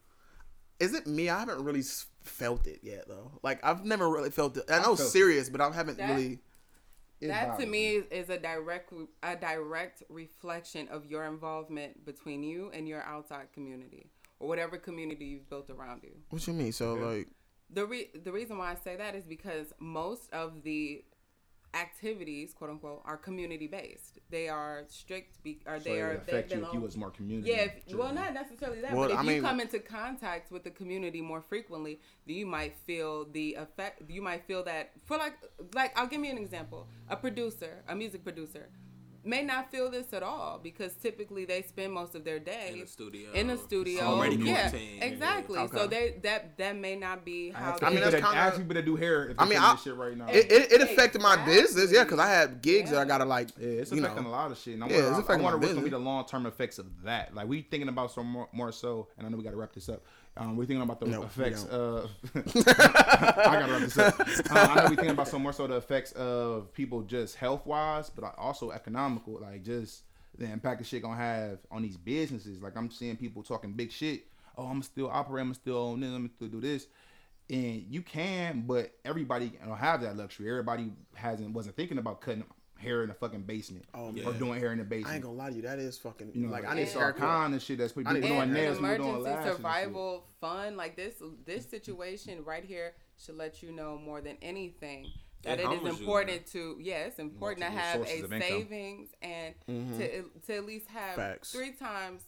Is it me? I haven't really s- felt it yet, though. Like I've never really felt it. I know it's felt it. serious, but I haven't That- really. That to violent. me is, is a direct a direct reflection of your involvement between you and your outside community or whatever community you've built around you. What you mean? So like, The re- the reason why I say that is because most of the activities, quote unquote, are community based. They are strict be- or So they it are would they affect you if you belong- was more community. yeah, if, well, not necessarily that, Well, but if I mean- you come into contact with the community more frequently, then you might feel the effect. You might feel that for like, like I'll give you an example. A producer, a music producer, may not feel this at all because typically they spend most of their day In the studio. In the studio, Already yeah, quarantined. exactly. Okay. So they that that may not be I how. have They, I I mean, mean, that's that, kinda- ask people that do hair. If I I mean, mean, I- this shit right now. it, it, it affected my Exactly. business, yeah, because I had gigs that I gotta like. Yeah, it's you affecting know. a lot of shit. And I Yeah, wonder, it's I- I affecting wonder my what's gonna be the business. long term effects of that. Like we thinking about some more, more so, and I know we gotta wrap this up. Um, we thinking about the No, we effects of. Uh, *laughs* I gotta wrap this up. Um, I know we thinking about some more so the effects of people just health wise, but also economical, like just the impact the shit gonna have on these businesses. Like I'm seeing people talking big shit. Oh, I'm still operating. I'm still own this. I'm still do this. And you can, but everybody don't have that luxury. Everybody hasn't wasn't thinking about cutting hair in the fucking basement Oh, or man. doing hair in the basement. I ain't gonna lie to you, that is fucking. you know, like I need it's to all start. Con- kind of shit that's people I need- doing and nails, people doing emergency lashes. and shit. survival fund like this this situation right here should let you know more than anything that It it humbles is you, important to yeah it's important to Multiple have sources a of income. savings and Mm-hmm. to to at least have Facts. three times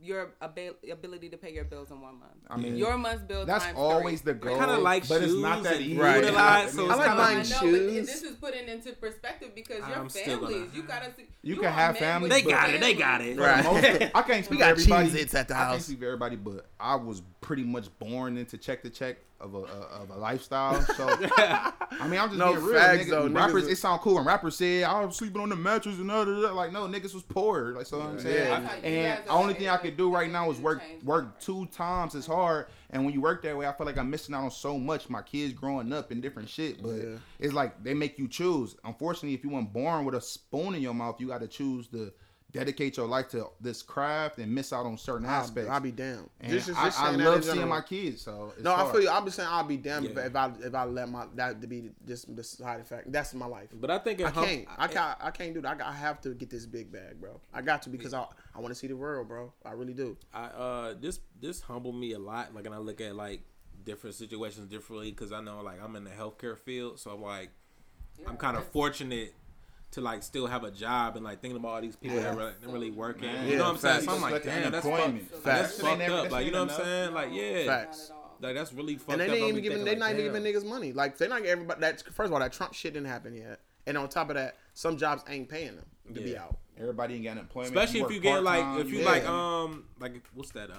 your abil- ability to pay your bills in one month I mean, your month's bill That's times always three. the Your- goal. Kinda like but it's shoes not that and easy. food Right. a lot, It's so not it's I like kinda buying I know, but shoes. this is putting into perspective because your I'm still gonna- families, you gotta see. You can have families, They but- got it. They got it. Right. Most- *laughs* I can't speak got for everybody. Cheez-Its at the I can't house. speak for everybody, but I was pretty much born into check to check of a of a lifestyle. So I mean, I'm just No being real. facts, nigga. though. Niggas rappers, was- it sound cool when rappers said I was sleeping on the mattress and all that. Like, no, niggas was poor. Like, so what I'm saying. Yeah. And the only thing I could do right now is work work two times as hard. And when you work that way, I feel like I'm missing out on so much. My kids growing up and different shit. But Yeah. it's like they make you choose. Unfortunately, if you weren't born with a spoon in your mouth, you got to choose to dedicate your life to this craft and miss out on certain aspects. I'll be damned. and Just- just- I, just I saying that in love seeing general. my kids. So it's No, I hard. feel you. I'm just saying I'll be damned Yeah. if I if I let my that to be just the side effect. That's my life. But I think it I hum- can't. I can't. I can't do that. I, got- I have to get this big bag, bro. I got to because I I want to see the world, bro. I really do. I uh this this humbled me a lot. Like, and I look at like different situations differently because I know like I'm in the healthcare field, so I'm like I'm kind of fortunate to like still have a job and like thinking about all these people that really, that really working. you Yeah, know what I'm saying? facts. So I'm like, Just let the damn, that's unemployment. fucked, Facts. that's That shit fucked ain't up. never- Like, you that know shit what I'm ain't saying? Like, yeah, Facts. like that's really fucked And they up. didn't I'll even be giving. They thinking, not like, even giving damn. niggas money. Like they not everybody. That first of all, that Trump shit didn't happen yet. And on top of that, some jobs ain't paying them to be Yeah. out. Everybody ain't got employment. especially if work you get like part-time, if you yeah. like um like if- what's that uh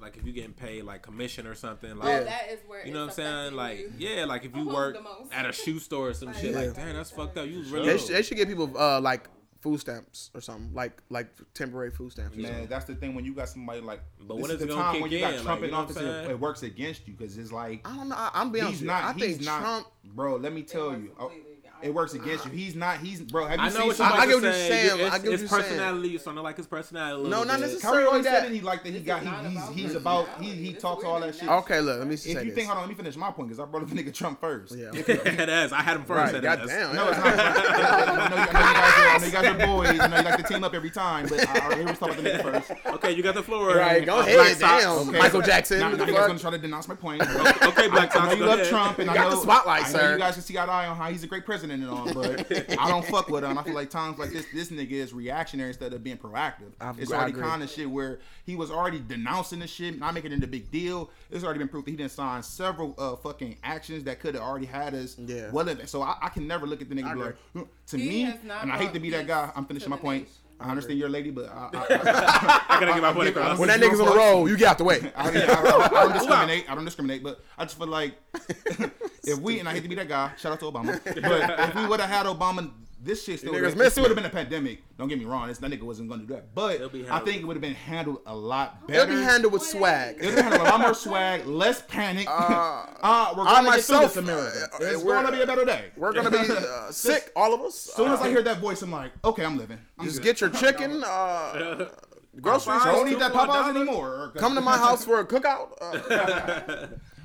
like if you getting paid like commission or something like Oh, that is where you know what I'm it's saying affecting like you. yeah like if you Who's work the most? at a shoe store or some shit Yeah. like damn that's fucked up you was really They, low. should, they should give people uh like food stamps or something like like temporary food stamps. Or Man, something. that's the thing when you got somebody like. But this when is is it the gonna time kick when you got in? Like, Trump you in know what office, I'm it, saying? it works against you because it's like I don't know. I, I'm being honest. With he's you. not. I think he's not. Trump. Bro, let me tell you. Oh, Completely, I it works against you. He's not. He's bro. Have you I know seen what you're about I to get what you're say. saying. I get It's, what it's you're saying. personality. You sound like his personality. a No, little not bit. necessarily. Kyrie always that- said that he like that he got not he, he's about he's about personality. he he It's talks all that women shit. that- Okay, look, let me say If you this. think, hold on, let me finish my point because I brought up the nigga Trump first. yeah, okay. *laughs* Yeah, that is. I had him first. right, at goddamn. this. No, it's not. *laughs* I know you- I know you guys are- I know you guys are boys. I know you like to team up every time, but I already was talking about the nigga first. Okay, you got the floor. Right, go Uh, ahead, Black Sox. damn. Okay. Michael Jackson, Now, what now the you guys fuck? gonna try to denounce my point. *laughs* Okay, Black I know Sox. you go love ahead. Trump, and I got know the spotlight, I know sir. You guys just got eye on how he's a great president and all, but I don't fuck with him. I feel like times like this, this nigga is reactionary instead of being proactive. I've- it's I already agree. kind of shit where he was already denouncing the shit, not making it a big deal. It's already been proved that he didn't sign several uh, fucking actions that could have already had us. Yeah. Well, in- so I, I can never look at the nigga and be like, "Hmm." to He me, has not and I hate to be that guy. brought I'm finishing peace my to the point. nation. I understand you're a lady, but I, *laughs* I, I, I gotta get my I'll point give- I'll across. When that nigga's on the roll, you get out the way. I, mean, I, I, *laughs* I don't discriminate. I don't discriminate, but I just feel like *laughs* if we and I hate to be that guy, shout out to Obama. But if we would have had Obama, this shit still Niggas would have missed it. been a pandemic. Don't get me wrong, this that nigga wasn't going to do that. But It'll be I handled. think it would have been handled a lot It'll better. be handled with It swag. would have been handled a lot more swag, less *laughs* panic. *laughs* Uh, we're going to get through myself, this America. uh, uh, It's we're- going to be a better day. We're *laughs* gonna be uh, sick, all of us. Uh, As soon as I hear that voice, I'm like, okay, I'm living. I'm just good. get your chicken, uh, *laughs* groceries. I Popeyes, don't don't need need that Come on, Popeyes Donald. anymore. Come to my house for a cookout. *laughs* Uh,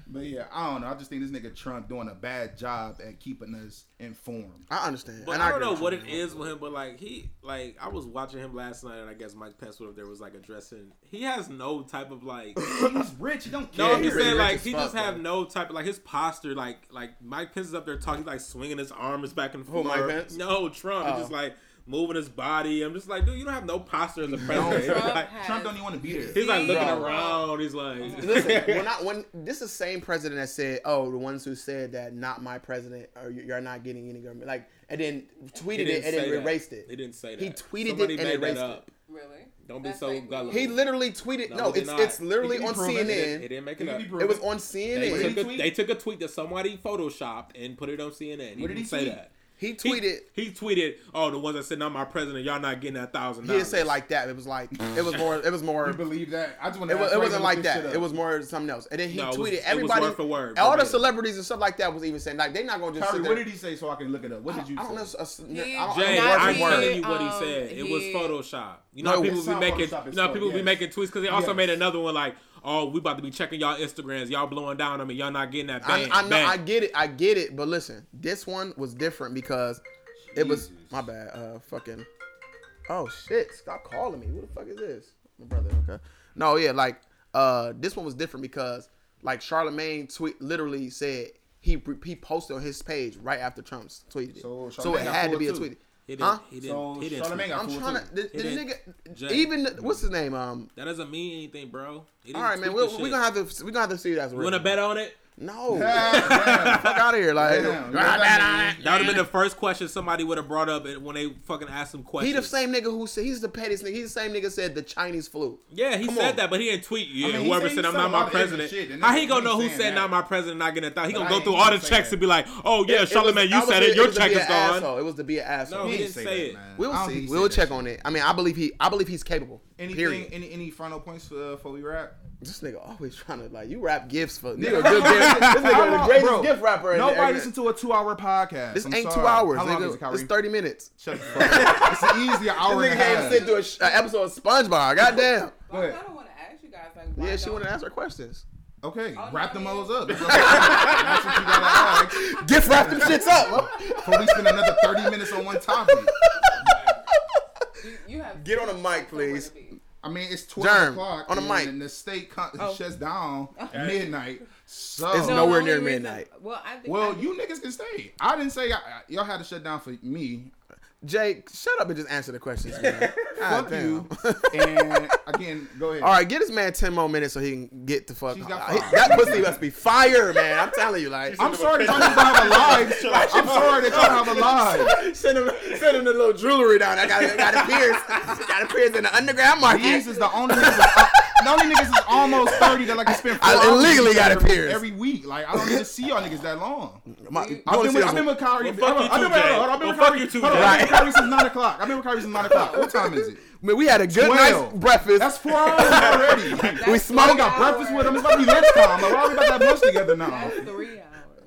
But yeah, I don't know. I just think this nigga Trump doing a bad job at keeping us informed. I understand. But and I don't agree know with what you. it is with him, but like he, like I was watching him last night, and I guess Mike Pence, whatever, there was like addressing. He has no type of like. He's rich. He don't care. No, I'm he just really saying rich like as he fuck, just have though. no type of like his posture like like Mike Pence is up there talking like swinging his arms back and forth. Mike Pence? No, Trump He's Oh. just like moving his body. I'm just like, dude, you don't have no posture as a president. *laughs* Trump Like, has- Trump don't even want to be there. he's like looking Bro. around. He's like, Listen, *laughs* when I when this is the same president that said, "Oh, the ones who said that not my president, or you- you're not getting any government," like, and then tweeted it and then erased it. He didn't say that. He tweeted Somebody it and made that erased up. Really? Don't be That's so like- gullible. He literally tweeted. No, No, he did it's not. it's literally He can on prove CNN. it. He It, it didn't make it He up. be It was proven. on They CNN. took, He, a, tweet? they took a tweet that somebody photoshopped and put it on CNN. He What did didn't he say tweet? that. he tweeted. He, he tweeted, "Oh, the ones that said not my president, y'all not getting that thousand He didn't say it like that. It was *laughs* like it was more. It was more. You believe that? I just want to. It, was, it wasn't like that. It was more something else. And then he No, it was- tweeted it was everybody. word for word, all the verbatim. celebrities and stuff like that was even saying like they're not gonna just Kyrie, sit what there. did he say so I can look it up? What did you I don't know. *laughs* say? s- I He- don't- Jay, I'm Not I don't know word for he- telling word. you what he um, said. It was he- Photoshop. You know, how No, people it's be not Photoshop, making, you it's know, how Photoshop, people be yes. making tweets because they also Yes. made another one like, "Oh, we about to be checking y'all Instagrams. Y'all blowing down on me. Y'all not getting that I, bang." I know. bang. I get it. I get it. But listen, this one was different because it was my bad. Uh, fucking. Oh shit! Stop calling me. Who the fuck is this? My brother. Okay. No, yeah, like uh, this one was different because like Charlemagne tweet literally said he he posted on his page right after Trump's tweeted it. So So, Charlemagne it got had to fooled be a too. tweet. he didn't. Huh? He didn't. So he didn't. Charlemagne tweet. got I'm fooled trying too. to. The, the didn't. nigga, Jay. even the- what's his name? Um. That doesn't mean anything, bro. All right, man. We're, we're gonna have to. We're gonna have to see that. You want to bet on it? *laughs* No. Yeah, fuck out of here. Like, *laughs* Damn, "Nah, yeah, bet that on it." That would have been the first question somebody would have brought up when they fucking asked him He questions. the same nigga who said he's the pettiest nigga. He's the same nigga said the Chinese flu. Yeah, he Come said on. that, but he didn't tweet you. I mean, he whoever said- said he I'm said a lot not my of ignorant president. shit, and How that's he what gonna know he's who saying said now. not my president, not getting a thought? He gonna I go ain't through all the gonna say checks that. and be like, oh yeah, was- Charlemagne, I you was said here- it. Your was to check be is an gone. Asshole. It was to be an asshole. No, he We- didn't say it. We'll I don't think see. he We'll said that check shit. on it. I mean, I believe he. I believe he's capable. Anything? Period. Any any final points uh, before we wrap? This nigga always trying to like you rap gifts for. *laughs* Nigga, good gift. This nigga the greatest gift rapper. in the- Nobody listen to a two-hour podcast. This I'm ain't two sorry. hours. How long is it, Nigga, Kyrie? it's thirty minutes. Shut *laughs* the fuck up. It's an easy hour This nigga and a can't half. sit through an episode of SpongeBob. Goddamn. Go ahead. I kind of want to ask you guys like. Why Yeah, she don't- want to answer questions. Okay, no, wrap I them mean- hoes up. That's what you gotta ask. Gift wrap them shits up. Before we spend another 30 minutes on one topic. You, you have Get on the mic, please. I mean, it's 12 Germ, o'clock. on the and, mic. And the state con- Oh. shuts down midnight. So, It's No, nowhere the near only reason- midnight. Well, I think well, I- you niggas can stay. I didn't say I, I- y'all had to shut down for me. Jake, shut up and just answer the questions. man. God Fuck damn. you. And again, go ahead. All right, get this man ten more minutes so he can get the fuck. She's got He- five. that pussy must be fire, man. I'm telling you, like. I'm sorry that y'all don't have a live. I'm sorry that y'all don't have a *laughs* live. Send him, send him the little jewelry down. I got, I got a pierce, got a pierce in the underground market. These is the only niggas. uh, the only niggas is almost thirty that like to spend. Four I hours illegally with got every- appears. Every week, like I don't even see y'all niggas that long. My- I've wanna been, see with, this I've been one? with Kyrie. Well, fuck I've, been, you too, with- Jay. hold on, I've been with Well, fuck Kyrie. you too, hold on, Jay. I've been with Kyrie since nine o'clock. I've been with Kyrie since nine o'clock. What time is it? Man, we had a good Twelve. night's breakfast. That's four *laughs* hours already. we That's I smoked. four got breakfast with them. It's about to be lunchtime. Like, why are we about to have lunch together now? That's three hours.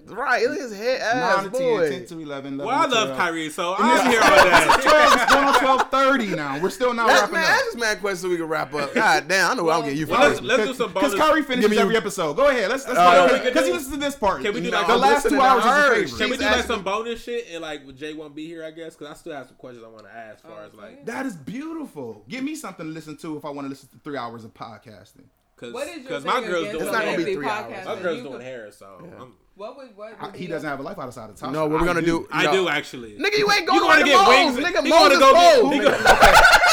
Right, look at his head ass, Nine to 10, 10 boy. to 11. 11 Well, I to love 12. Kyrie, so I don't hear about 12, that. it's going on 1230 now. We're still not That's wrapping man, up. that's just mad question so we can wrap up. God damn, I know what I'm getting you for. Well, let's, Christmas. let's do some Because bonus. Kyrie Give finishes me- every episode. Go ahead. Let's let's Uh, because can we he do- listens to this part. can we do No, like- the I'm last listening two to hours? her. Is his She- Can we favorite. do like asking- some bonus shit and like J one be here? I guess because I still have some questions I want to ask. As far as like, That is beautiful. Give me something to listen to if I want to listen to three hours of podcasting. What is because your because my thing girl's against doing It's not gonna be hair. every three hours. podcast my that girl's you doing go- hair, so I'm, What would what? I- would he be doesn't your- have a life outside of Tasha. No, what we're I gonna do? I no. do actually. Nigga, you ain't going You gonna to get Moles. wings? Nigga, You gonna Moles go get- is Who old. gonna-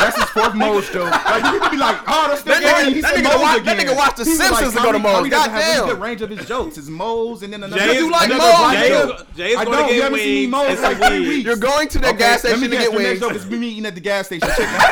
That's his fourth Moles joke. Like, people be like, oh, that's the That nigga- Moles. He that nigga said Moles watch- that again. nigga watch The He's Simpsons to how go to many- how Moles. many doesn't have Goddamn. the range of his jokes. It's Moles and then another. Jay you is, like another Moles? black Jay is, joke. Jay is I gonna don't. You get haven't seen me wings Moles and like some three weed. weeks. You're going to the Okay, gas let me station to guess, get your next wings. joke is me eating at the gas station. Chicken. *laughs*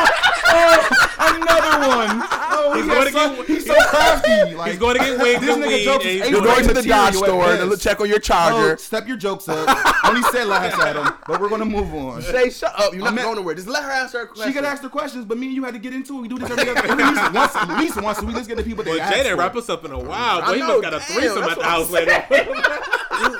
another one. Oh, He's he's, gonna so, get- he's so crafty. Like, He's gonna get wings This and nigga weed, jokes and is he's You're Right, going to the material Dodge store at to best. check on your Oh, charger. step your jokes up. Only said laughs at him, but we're gonna move on. Jay, Oh, shut up. You're not I'm at- going nowhere. Just let her ask her question. She could ask the questions, but me and you had to get into it. We do this every other *laughs* at least once, at least once a week. Let's get the people that Well, ask Jay didn't for it. wrap us up in a while. I Boy, he know, must got a damn, threesome that's at the what house later.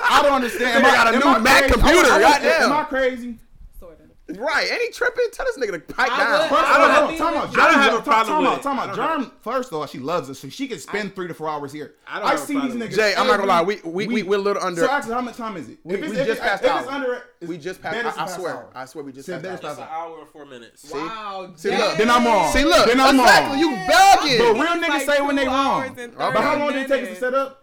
I don't understand. Nigga got a am new I Mac crazy? computer, Am I- goddamn. Am I crazy? Sort of. Right. Ain't he tripping? Tell this nigga to pipe I down. would- First I of don't all, have- time out, I don't Germ- have a problem time with out, it. Time I out, don't Germ. First of all, she loves us, so she could spend three to four hours here. I don't I have a see these problem with niggas. it. Jay, I'm not gonna lie. every We we we week. we're a little under. So actually, how much time is it? We- it's- we just it's- passed if it's out. under, it's we just better passed. it's I, I past swear. hour. I swear. We just passed. Said better out. it's not It's an bad. hour and four minutes. Wow. See, look. Then I'm wrong. See, look. Then I'm wrong. exactly. You But bugging. real niggas like say when they two hours wrong. and But how 30 long did it take to minutes. set up?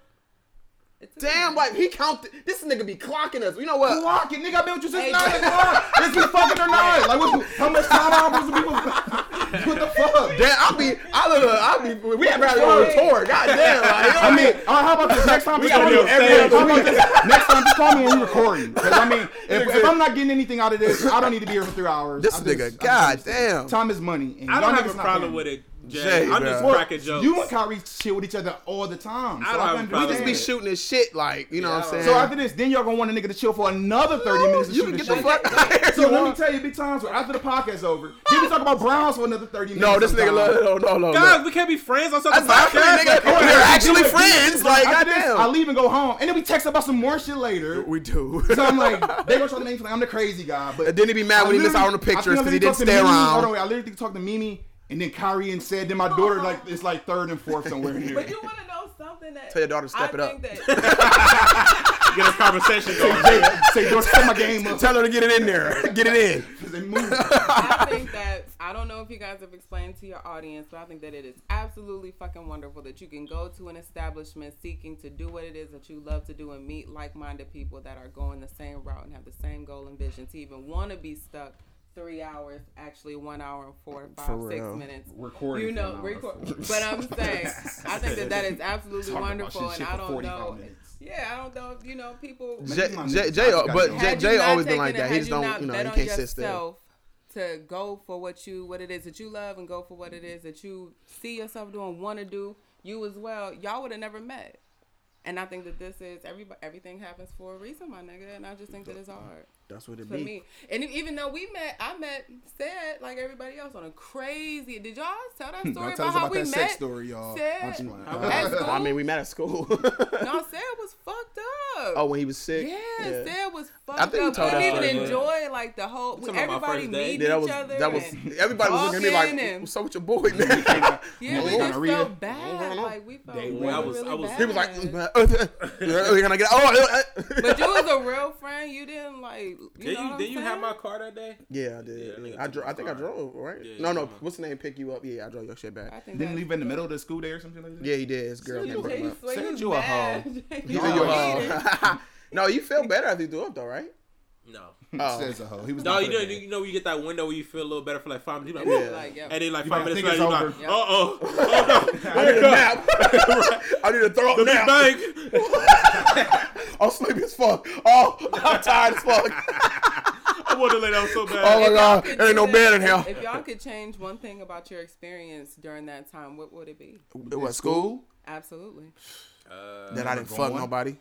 Damn, like he counted. This nigga be clocking us. You know what? Clock it, nigga. I've been with you since Hey, nine o'clock. Is we fucking or not? Like, what, how much *laughs* time I'm supposed to be? with- *laughs* What the fuck? Damn, I'll be. I look. I'll be. We have to go on tour. God damn. Like, I mean, uh, how about this next time? gotta call be me on every stage. how about this- Next time, just call me when we record you. 'Cause I mean, *laughs* if, if I'm not getting anything out of this, I don't need to be here for three hours. This I'm nigga, just- I'm God just- damn. time is money. and I y'all don't have niggas a not problem paying. with it, Jay. Jay, I'm just bro. cracking jokes. You and Kyrie shit with each other all the time. I so don't have a understand. problem just be shooting his shit. Like, you know what I'm saying? So after this, then y'all gonna want a nigga to chill for another thirty minutes. To you shoot can the get the shit. fuck out of here. So let me tell you, big times. where After the podcast's over, then we talk about Browns for another thirty minutes. No, this nigga. sometime. No, no, no, no. guys, we can't be friends on such a That's not friends, podcast. nigga. Like, We're Yeah, actually we do it. friends. Like, After this, goddamn. I leave and go home, and then we text about some more shit later. We do. So I'm like, they gonna try to make me feel like I'm the crazy guy. But *laughs* And then he be mad I when he miss out on the literally- I pictures think I 'cause he didn't literally stay talked to Mimi. around. Hold on, wait, I literally talked to Mimi, and then Kyrie and said, then my daughter like it's like third and fourth somewhere in here. But you want to know something that Tell your daughter to step I it up. *laughs* think That, get a conversation going. Say, say, don't set my game up. Tell her to get it in *laughs* there. Get it in. 'cause they moving. *laughs* I think that I don't know if you guys have explained to your audience, but I think that it is absolutely fucking wonderful that you can go to an establishment seeking to do what it is that you love to do and meet like-minded people that are going the same route and have the same goal and vision to even want to be stuck three hours, actually one hour and four, five, For six real. minutes. Recording You for an hour know, and record. four. But I'm *laughs* saying, I think that that is absolutely Talking about wonderful, this shit and I for don't 45 know. minutes. Yeah, I don't know. You know, people. Jay, my Jay, nigga. Jay, I oh, but got Jay, Had you Jay not always been taken like it, that. had He just not don't, you know, bet he on can't sit still. yourself To go for what you, what it is that you love, and go for what it is that you see yourself doing, want to do, you as well. Y'all would have never met, and I think that this is everybody. Everything happens for a reason, my nigga, and I just think that it's hard That's what it for *laughs* me. And e, even though we met, I met said like everybody else on a crazy. Did y'all tell Hmm, that story Now about, tell us how about we that met? sex story, y'all. I'm just Said, playing. at school, I mean, we met at school. *laughs* no, said was fucked up. oh, when he was sick. Yeah, Yeah. that was fucked I think we up. told Couldn't that even story, yeah. enjoy like the whole talking about my everybody first date? Yeah, meeting that each was other. that was and- *laughs* everybody was looking at me Walking like, and- "What's up with your boy, *laughs* man?" *laughs* yeah, we Motherfucker just gonorrhea. felt bad. Like we felt Day really, one. I was- really I was- bad. he was like, "Mm-hmm." uh, *laughs* "Can I get *laughs* oh?" uh, uh." but you was a real friend. You didn't like. You Did know you, what did I'm you have saying? my car that day? Yeah, I Yeah, did. nigga I took dro- my I think I car. drove right. Yeah, no, you no. took my- What's the name? Pick you up? Yeah, I drove your shit back. I think Didn't that- leave in the middle of the school day or something like that. Yeah, he did. His girl. You came was- brought him up. you Send was you a *laughs* mad. hoe. You a was hoe. mad. *laughs* no, you feel better after you do it though, *laughs* right? *laughs* No. Oh. Says a hoe. He was No, not you for know, the day. you know, you get that window where you feel a little better for like five minutes. You're Yeah. like, Like, yeah. yep. And then like You five might minutes think later, it's over. you're like, uh oh, *laughs* oh I need a nap. *laughs* I need a throw no, up the big nap. bang. I'm sleepy as fuck. Oh, *laughs* I'm tired as fuck. *laughs* *laughs* I want to lay down so bad. Oh my If y'all god, could there ain't no do bed in that- here. If y'all could change one thing about your experience during that time, what would it be? It was school Absolutely. Uh, that I didn't fuck going. nobody.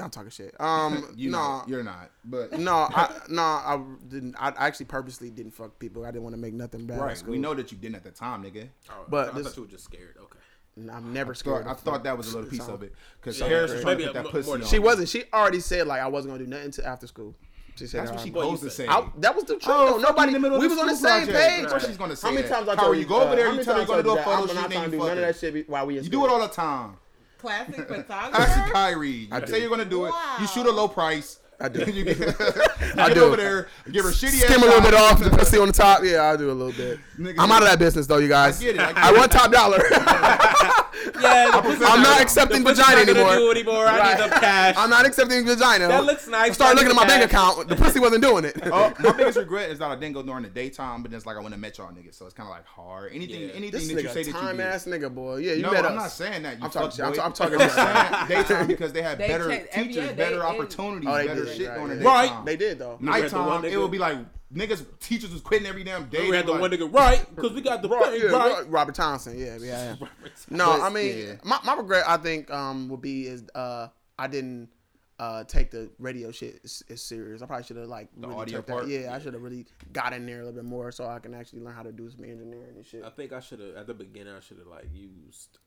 I'm talking shit. Um, *laughs* You no, know, you're not. But no, I, no, I didn't. I actually purposely didn't fuck people. I didn't want to make nothing bad. at right, school. we know that you didn't at the time, nigga. Oh, But I this- thought you were just scared. Okay. And I'm never Thought- scared. I of thought her. that was a little piece So- of it because So, Harris was trying to maybe put a that mo- pussy more on. than- She wasn't. She already said like I wasn't gonna do nothing to after school. She said That's what "All she right." goes to say. I, that was the truth. Oh, though. fuck you Nobody. in the middle of we the was on the school same project. page. Of course she's gonna say How many that. times I How told you go over uh, there, how you many tell her times you gonna I told do a photo that? I'm shoot, not then trying to you do fuck none of her. that shit be- while we in You do school. it all the time. *laughs* Classic Ask photographer. Kyrie. You say you're gonna do Wow. it. You shoot a low price. I do. you get, I get do. over there. Give her shitty. Skim ass a little bit shot. off the pussy on the top. Yeah, I'll do a little bit. Nigga, I'm out of that business though, you guys. I get it, I get I it. want top dollar. Yeah, the pussy's I'm not gonna- accepting the pussy's vagina not gonna anymore. Do it anymore. I need Right. the cash. I'm not accepting vagina. That looks nice. Start looking at my bank That- account. The pussy wasn't doing it. Oh, my biggest regret is that I didn't go during the daytime, but it's like I went and met y'all niggas, so it's kind of like hard. Anything, Yeah. anything This that you say nigga, that you time did. ass nigga, boy. Yeah, you no, met I'm us. not saying that. You I'm talking fuck shit. I'm boy. ta- I'm talking I'm saying daytime because they had They better changed- every- teachers, yeah, they- better it- opportunities, Oh, they better did, shit right, during the yeah. daytime. Right. They did though. We had the one Nighttime, it nigga- would be like niggas, teachers was quitting every damn day. We had the Like, one nigga right because we got the Ro- right. yeah, right. Ro- Robert Thompson. Yeah, yeah. yeah. No, But, I mean, yeah. my, my regret I think um would be is uh I didn't uh take the radio shit as, as serious. I probably should have like really audio took part? That. Yeah, I should have really got in there a little bit more so I can actually learn how to do some engineering and shit. I think I should have at the beginning. I should have like used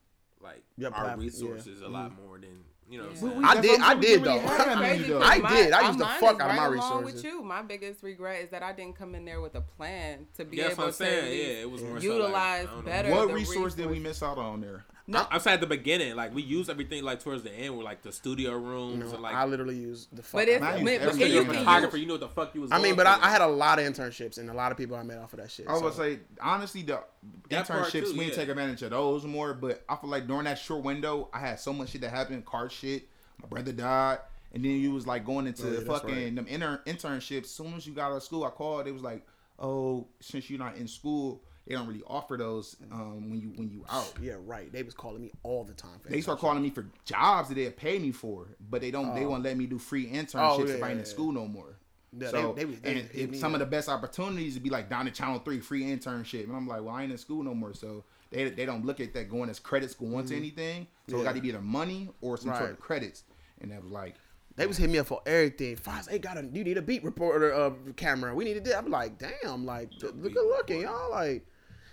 like Yeah, our plat- yeah. Mm-hmm. resources a lot more than you know. What I'm Yeah. saying? I *laughs* That's did. what I did I'm saying, we really though. had that. Crazy I thing, did. my- I did. I used the mine fuck is out of my right along resources. With you, my biggest regret is that I didn't come in there with a plan to be Yeah, that's able what I'm to saying. at least Yeah, it was more so, like, utilize I don't know. better. What the resource did we resources. miss out on there? No, I'm saying at the beginning, like we used everything like towards the end, where like the studio rooms No, and like I literally used the fuck. But it's out of Mine but, is but everything can you in my can pocket. use photographer, you know what the fuck you was. I mean, going but I, through. I had a lot of internships and a lot of people I met off of that shit. I would so. say honestly, the That part internships too, we yeah. didn't take advantage of those more. But I feel like during that short window, I had so much shit that happened. Car shit, my brother died, and then you was like going into yeah, that's fucking right. them inter- internships. Soon as you got out of school, I called. It was like, oh, since you're not in school, they don't really offer those um, when you when you out. yeah, right. They was calling me all the time. for They start calling me for jobs that they'll pay me for, but they don't. They won't let me do free internships Oh, yeah, if I ain't yeah, in school no more. Yeah, so they- they was- they and was hitting if me some of up. the best opportunities would be like down at Channel Three, free internship, and I'm like, well, I ain't in school no more, so they they don't look at that going as credit score into anything. So it Mm-hmm. Yeah. got to be either money or some sort Right. of credits, and that was like, They was hitting me up for everything. Foz, hey, got a you need a beat reporter uh, camera. We needed that. I'm like, damn, like th- look at looking, y'all. Like,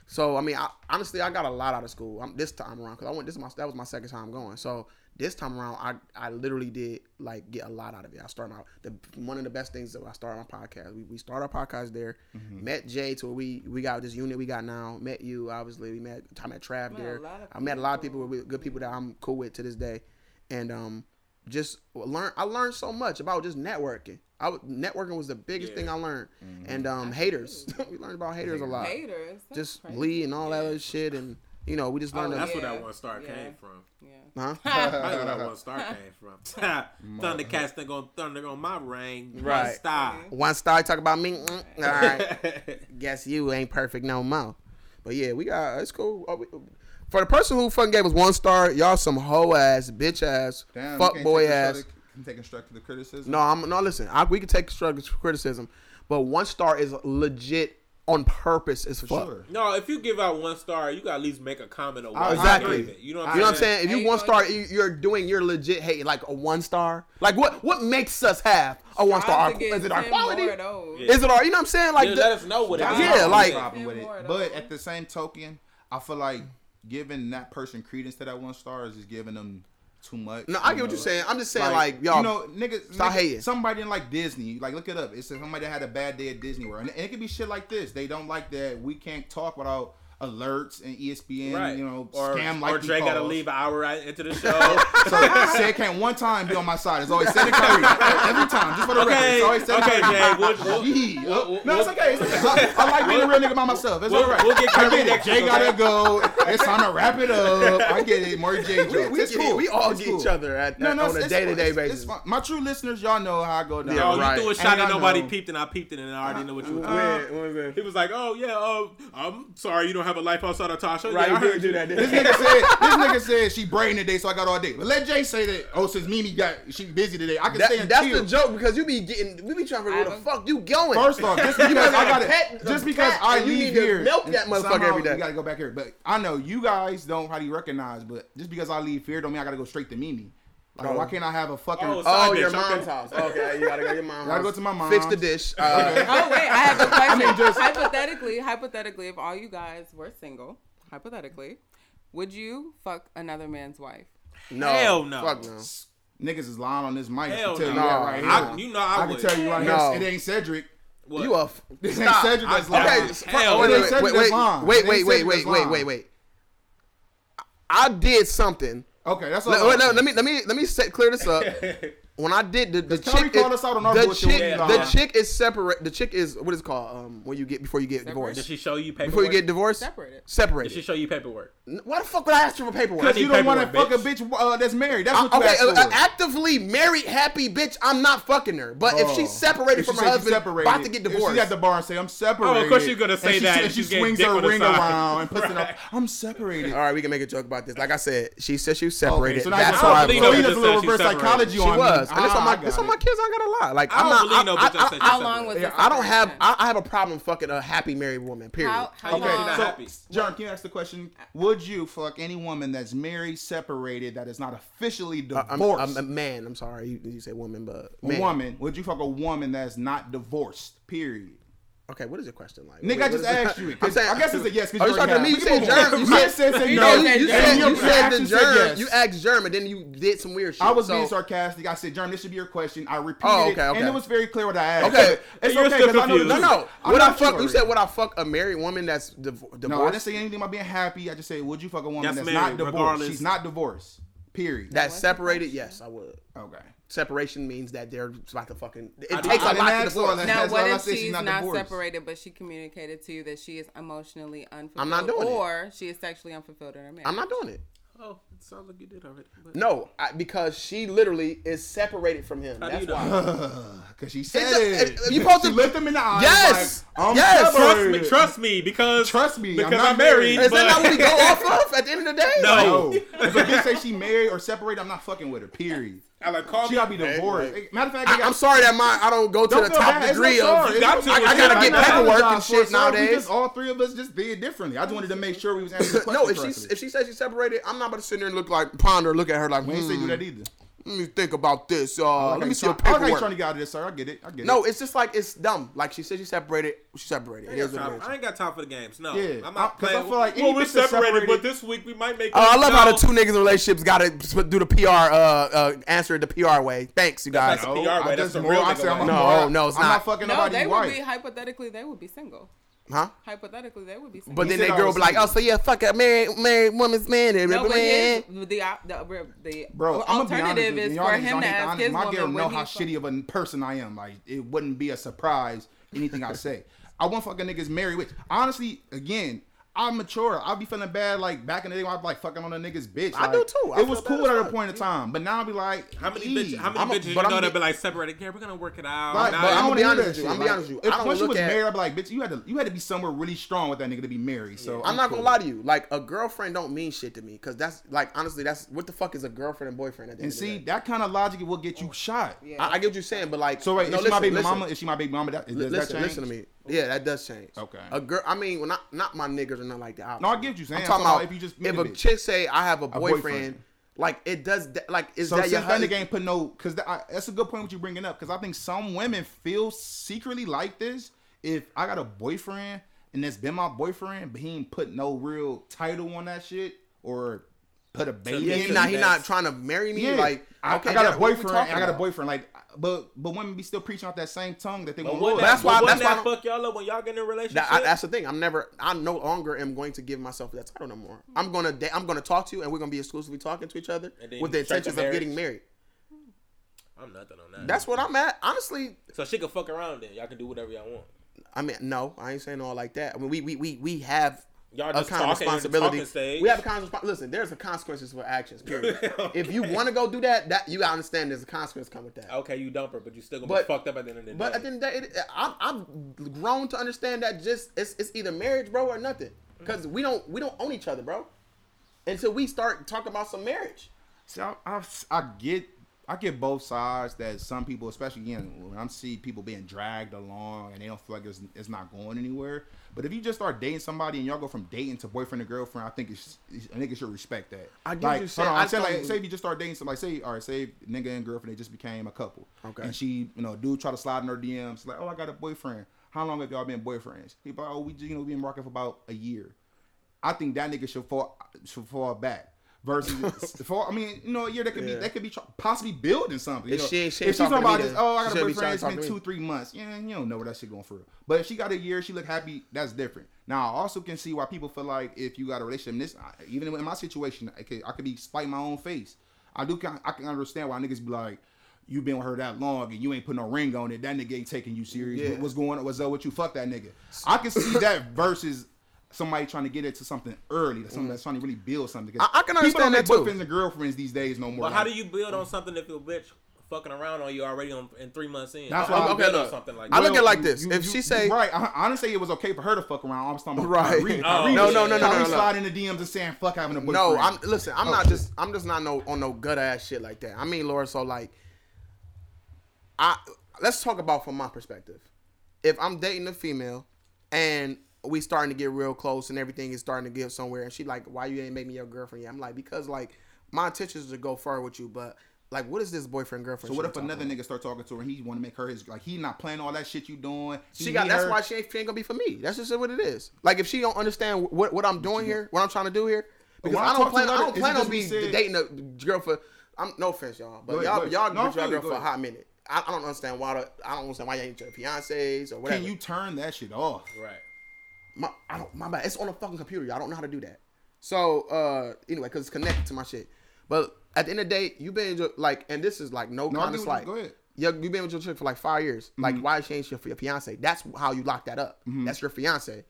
so I mean, I, honestly, I got a lot out of school um this time around because I went this is my that was my second time going. So this time around, I I literally did like get a lot out of it. I started my the one of the best things that I started my podcast. We, we started our podcast there. Met Jay to where we we got this unit we got now. Met you obviously. We met I met Trav a there. lot of I met a lot of people, with good people that I'm cool with to this day, and um, just learn. I learned so much about just networking. I was, networking was the biggest thing I learned, Mm-hmm. and um, haters. *laughs* we learned about haters a lot. haters. That's Just crazy. Lee and all that other shit, and you know we just Oh, learned. That's to- where Yeah. that one star Yeah. came *laughs* from. Yeah. *laughs* huh? That's where that one *laughs* star came from. *laughs* Thundercats, they gonna thunder on my ring. Right. Right. Mm-hmm. Once I talk about me, mm, all right. *laughs* guess you ain't perfect no more. But yeah, we got it's cool. Oh, we- For the person who fucking gave us one star, y'all some hoe ass, bitch ass, damn, you fuck can't boy take ass. constructive- can't Take constructive criticism. No, I'm no. Listen, I, we can take constructive criticism, but one star is legit on purpose as fuck. sure. no, if you give out one star, you gotta at least make a comment of why I- you Exactly. gave it. You know what You know what I'm I'm saying? If Ain't you one gonna- star, you, you're doing your legit hate like a one star. Like what? What makes us have a one star? Try Our- to get Is it our 10 more quality? of those. Is it our? You know what I'm saying? Like Yeah, the- let us know what it is. That's Yeah, my like- problem with it. But at the same token, I feel like giving that person credence to that one star is just giving them too much. no, I you get what know? you're saying. I'm just saying like, y'all. you know, niggas, stop niggas- hating. Somebody didn't like Disney. Like, look it up. It's somebody that had a bad day at Disney World, and, and it could be shit like this. They don't like that we can't talk without alerts and E ESPN. Right. You know, or, scam or like Dre gotta leave an hour right into the show. So Sid can't one time be on my side. It's always Sid and Curry every time. Just for the record, okay, it's always Sid and okay, Curry. Jay. We'll, we'll, Yeah. we'll- no, it's okay. It's okay. I, I like being a real nigga by myself. It's We'll- all right. we'll get I Kirby get it. next Jay week, gotta okay? go. It's time to wrap it up. I get it. More Jay jokes. we, we it's get it. cool. We all It's get cool. each other at, No, no, on it's- a it's day to day fine. It's- basis. it's fine. My true listeners, y'all know how I go down. Yeah, Oh, right. you threw a And shot I and nobody know. peeped, and I peeped it, and I already knew what you When- were Uh, when was that? He was like, "Oh yeah, um, I'm sorry, you don't have a life outside of Tasha." Right, yeah, I you did heard do you. that. This nigga said this nigga said she brain today, so I got all day. But let Jay say that. Oh, since Mimi got she busy today, I can That- stay and that's chill. the joke because you be getting, we be trying to figure out where the I- fuck *laughs* you going. First off, just because I got Pet- it, just because pet, I and you leave need to here, milk that and motherfucker somehow every day. You gotta go back here, but I know you guys don't how do you recognize, but just because I leave here, don't mean I gotta go straight to Mimi. Like, Oh. why can't I have a fucking? Oh, so- oh, Side your bitch, mom's okay. house. Okay, you gotta go to your mom's house. Gotta go to my mom's. Fix the dish. Uh, *laughs* Oh wait, I have a *laughs* question. mean, just- hypothetically, hypothetically, if all you guys were single, hypothetically, Would you fuck another man's wife? No. Hell no. Fuck no. Niggas is lying on this mic. Hell I can tell no. you that right I- here. you know I can would. tell you right No. here. It ain't Cedric. What? You a f- This ain't Stop. Cedric that's I- lying. Okay, Hell fuck- oh, no. wait, wait, wait, Cedric is lying. wait, They wait, said wait, Cedric wait, is wait, lying. wait, wait. I did something. Okay, that's all. Let, wait, no, let me let me let me set, clear this *laughs* up. When I did the, the Cause Tony chick, called us out on our the bullshit. chick, Yeah. the chick is separate. The chick is what is it called um when you get before you get Did divorced. she show you paperwork? Before you get divorced, Separated. Did she separated. show you paperwork? N- Why the fuck would I ask you for paperwork? Cause you Need don't want to fuck paperwork, a bitch uh, that's married. That's I- what you okay, uh, asked a- for. a actively married, happy bitch. I'm not fucking her. But if Oh. she's separated If from she her said husband, she's separated, about to get if divorced. She's at the bar and say, "I'm separated." Oh, you're gonna and say she- that and if she you get swings dick her on the ring side. around and puts it up. I'm separated. All right, we can make a joke about this. Like I said, she said she was separated. Okay, so now That's you why why I I just- believe believe so it. you she just a little She was. reverse psychology on me. was. And it's on Ah, my I got it's on it. my kids. I ain't gotta lie. Like I I'm don't believe not. no I, bitch that I, said I, How Separate. long was Yeah, the I don't have. separation? I, I have a problem fucking a happy married woman. Period. How, how Okay, long? not happy. John, can you ask the question? Would you fuck any woman that's married, separated, that is not officially I'm, divorced? I'm a man. I'm sorry. You, you say woman, but a man. woman. Would you fuck a woman that's not divorced? Period. Okay, what is your question like? What- Nigga, I what just is it? asked you it. *laughs* 'cause I'm saying, I guess it's a yes. 'cause Oh, you you already talking to me? have. You We can said move on. germ. You I said said say You no. said- You and said your you said the reaction said germ. yes. You asked germ, and then you did some weird shit. I was so- being sarcastic. I said, Jerm, this should be your question. I repeated Oh, it, okay, okay. and it was very clear what I asked. Okay. it's You're okay. still 'cause I know the confused. No, truth. no. I'm Would I not fuck? sure. You said would I fuck a married woman that's div- divorced? No, I didn't say anything about being happy. I just said, would you fuck a woman That's that's, married, not divorced? regardless. She's not divorced. Period. that's separated. Yes, I would. okay. Separation means that they're about to fucking. I It takes didn't a lot to ask all divorce. that. Now, That's what all I if said, she's, she's not not, divorced. separated, but she communicated to you that she is emotionally unfulfilled? I'm not doing it. Or she is sexually unfulfilled in her marriage. I'm not doing it. Oh, it sounds like you did already. but- No, I, because she literally is separated from him. How do That's you know? why. Because she said It's a- it. it- you supposed she to- looked him in the eyes. Yes! Like, I'm Yes! Trust separated. me, trust me, because Trust me, I'm because not I'm, *laughs* married. married. Is *laughs* that not what we but- go off of at the end of the day? No. *laughs* No. if a bitch say she married or separated, I'm not fucking with her. Period. I like call She me. gotta be divorced. like- Matter of fact, I, they got- am sorry that my I don't go to Don't the feel top bad. It's degree no of. sorry. You got to. I, I Yeah, gotta get I'm not paperwork and apologizing for shit it, sorry. We nowadays. just all three of us just did differently. I just wanted to make sure we was answering the question *laughs* No, if correctly. she if she says she's separated, I'm not about to sit there and look like ponder, look at her like. we ain't say do hmm. that either. let me think about this. Uh, Oh, Okay, let me see Mm. so- your I like paperwork. trying to get out of this, sir. I get it. I get no, it. it's just like it's dumb. Like she said, she separated. She separated. I It ain't is got what time- it is. I ain't got time for the games. No, Yeah, I'm I- not 'cause I playing. Oh, feel like well, any we're bitch that's separated, but separated- this week we might make. Uh, I love how the No. two niggas in relationships got to do the PR, uh, uh, answer it the PR way. Thanks, you guys. That's not the PR way. I That's just the more. real I nigga say I'm way. a No, more- no, it's I'm not. fucking No, they nobody's would be wife. hypothetically they would be single. huh? Hypothetically, they would be single. But then said that I girl was be like, single. "Oh, so yeah, fuck a married married woman's man." And no, but his, man. the, op- the, the Bro, I'm gonna be honest alternative with you. is Y'all for niggas don't him to hate the ask honest. his My girl woman know when how he fuck- shitty of a person I am. Like it wouldn't be a surprise anything I say. I won't fuck a niggas married with. Honestly, again. I'm mature. I'll be feeling bad like back in the day when I'd be like fucking on a nigga's bitch. I Like, do too. I it feel was bad cool as at a fuck. point in time, but now I'll be like, How many bitches? How many I'm a- bitches you but I'm know a- that be like separated? Yeah, we're gonna work it out. Right, Nah, but you I'm I'm gonna gonna be be honest honest with you. with you. I'm gonna be like, honest with you. If I don't once you look was at- married, I'd be like, bitch, you had to you had to be somewhere really strong with that nigga to be married. So I'm not gonna lie to you. Like a girlfriend don't mean shit to me because that's like honestly, that's what the fuck is a girlfriend and boyfriend at the And end of the see, day? that kind of logic will get you shot. I, I get what you're saying, but like, So wait, no, is she my listen, baby listen. mama? Is she my baby mama? That, does that listen, change? listen to me. Yeah, that does change. Okay. A girl, I mean, well, not not my niggas or nothing like that. No, I get you, Sam. I'm talking So about if you just meet if a a bitch. chick say I have a boyfriend, boyfriend. like it does, that, like is So that since your that husband? nigga ain't put no, because that's a good point what you bringing up. Because I think some women feel secretly like this. If I got a boyfriend and that's been my boyfriend, but he ain't put no real title on that shit or put a baby. yeah, in He it. not he not That's- trying to marry me. Yeah, Like I, okay, I got that- a what we boyfriend. talking I got a about? boyfriend. Like, but but women be still preaching out that same tongue that they want love. wouldn't that- That's why- wouldn't that's why I that don't- fuck y'all up when y'all get in a relationship. That, I, that's the thing. I'm never. I no longer am going to give myself that title no more. I'm gonna. da- I'm gonna talk to you, and we're gonna be exclusively talking to each other And then with the strike the intentions of getting marriage. married. I'm nothing on that. That's what I'm at. Honestly, so she can fuck around then. Y'all can do whatever y'all want. I mean, no, I ain't saying all like that. I mean, we we we we have Y'all a just kind of talking, you're in the responsibility. talking stage. We have a kind of respons- listen. There's a consequences for *laughs* actions. Period. If you want to go do that, that you gotta understand there's a consequence come with that. Okay, you dump her, but you still gonna But- be fucked up at the end of the But day. at the end of the day, it, I'm, I'm grown to understand that just it's, it's either marriage, bro, or nothing. Cause we don't we don't own each other, bro. Until we start talking about some marriage. See, I, I, I get I get both sides that some people, especially again, when I'm see people being dragged along and they don't feel like it's, it's not going anywhere. But if you just start dating somebody and y'all go from dating to boyfriend to girlfriend, I think it's, it's a nigga should respect that. I get what like, you're saying. hold on, I I'm saying, don't- like, say if you just start dating somebody, say all right, say nigga and girlfriend they just became a couple. Okay. And she, you know, dude try to slide in her DMs like, oh, I got a boyfriend. How long have y'all been boyfriends? He, be like, oh, we you know we been rocking for about a year. I think that nigga should fall should fall back. *laughs* Versus, fall, I mean, you know, yeah, that could Yeah. be that could be tr- possibly building something. You If know, she- she if she's ain't talking talking to me, about this, then oh, I she got a should be boyfriend, it's talking been to two, me. three months. Yeah, you don't know where that shit going for real. But if she got a year, she look happy. That's different. Now, I also can see why people feel like if you got a relationship, and this I- even in my situation, I could, I could be spiting my own face. I do. kin- I can understand why niggas be like, you been with her that long and you ain't put no ring on it. That nigga ain't taking you serious. Yeah. What's going on? What's up with you? Fuck that nigga. I can see that versus. Somebody trying to get into something early, something that's trying to really build something. 'Cause Mm. I- I can people don't understand make that too. boyfriends and girlfriends these days no more. But how do you build on something if your bitch fucking around on you already on, in three months in? That's How do why- you okay, build on look. something like I that? look at it like this. You- if you- she you say, right, I, I didn't say it was okay for her to fuck around. I'm just talking about Right. Kyrie. Oh. Kyrie No, was- no, no, no, no, Kyrie no. slide in the DMs and saying fuck having a boyfriend. No, I'm listen. Oh, I'm not just. I'm just not no on no gut ass shit like that. I mean, Laura. So like, I let's talk about from my perspective. If I'm dating a female and we starting to get real close and everything is starting to give somewhere, and she like, why you ain't make me your girlfriend yet? I'm like, because like my intentions is to go far with you, but like, what is this boyfriend girlfriend? So what shit if I'm another talking nigga start talking to her and he want to make her his like he not planning all that shit you doing? He She got. need That's her. why she ain't, she ain't gonna be for me. That's just what it is. Like if she don't understand what what I'm doing here, what I'm trying to do here, because when I I talk don't to plan. I her, don't is it plan on because we being said- dating a girl for. I'm no offense, y'all, but Go ahead, y'all go ahead. y'all No, no, I feel y'all you, girl go for a ahead. hot minute. I, I don't understand why. The, I don't understand why y'all ain't your fiancés or whatever. Can you turn that shit off? right. My, I don't. My bad. It's on a fucking computer. y'all. I don't know how to do that. So uh, anyway, because it's connected to my shit. But at the end of the day, you been jo- like, and this is like no, No, I kind get of what you- like. go ahead. Mm-hmm. Yeah, you been with your chick for like five years. Like, why change your, your fiance? That's how you lock that up. That's your fiance.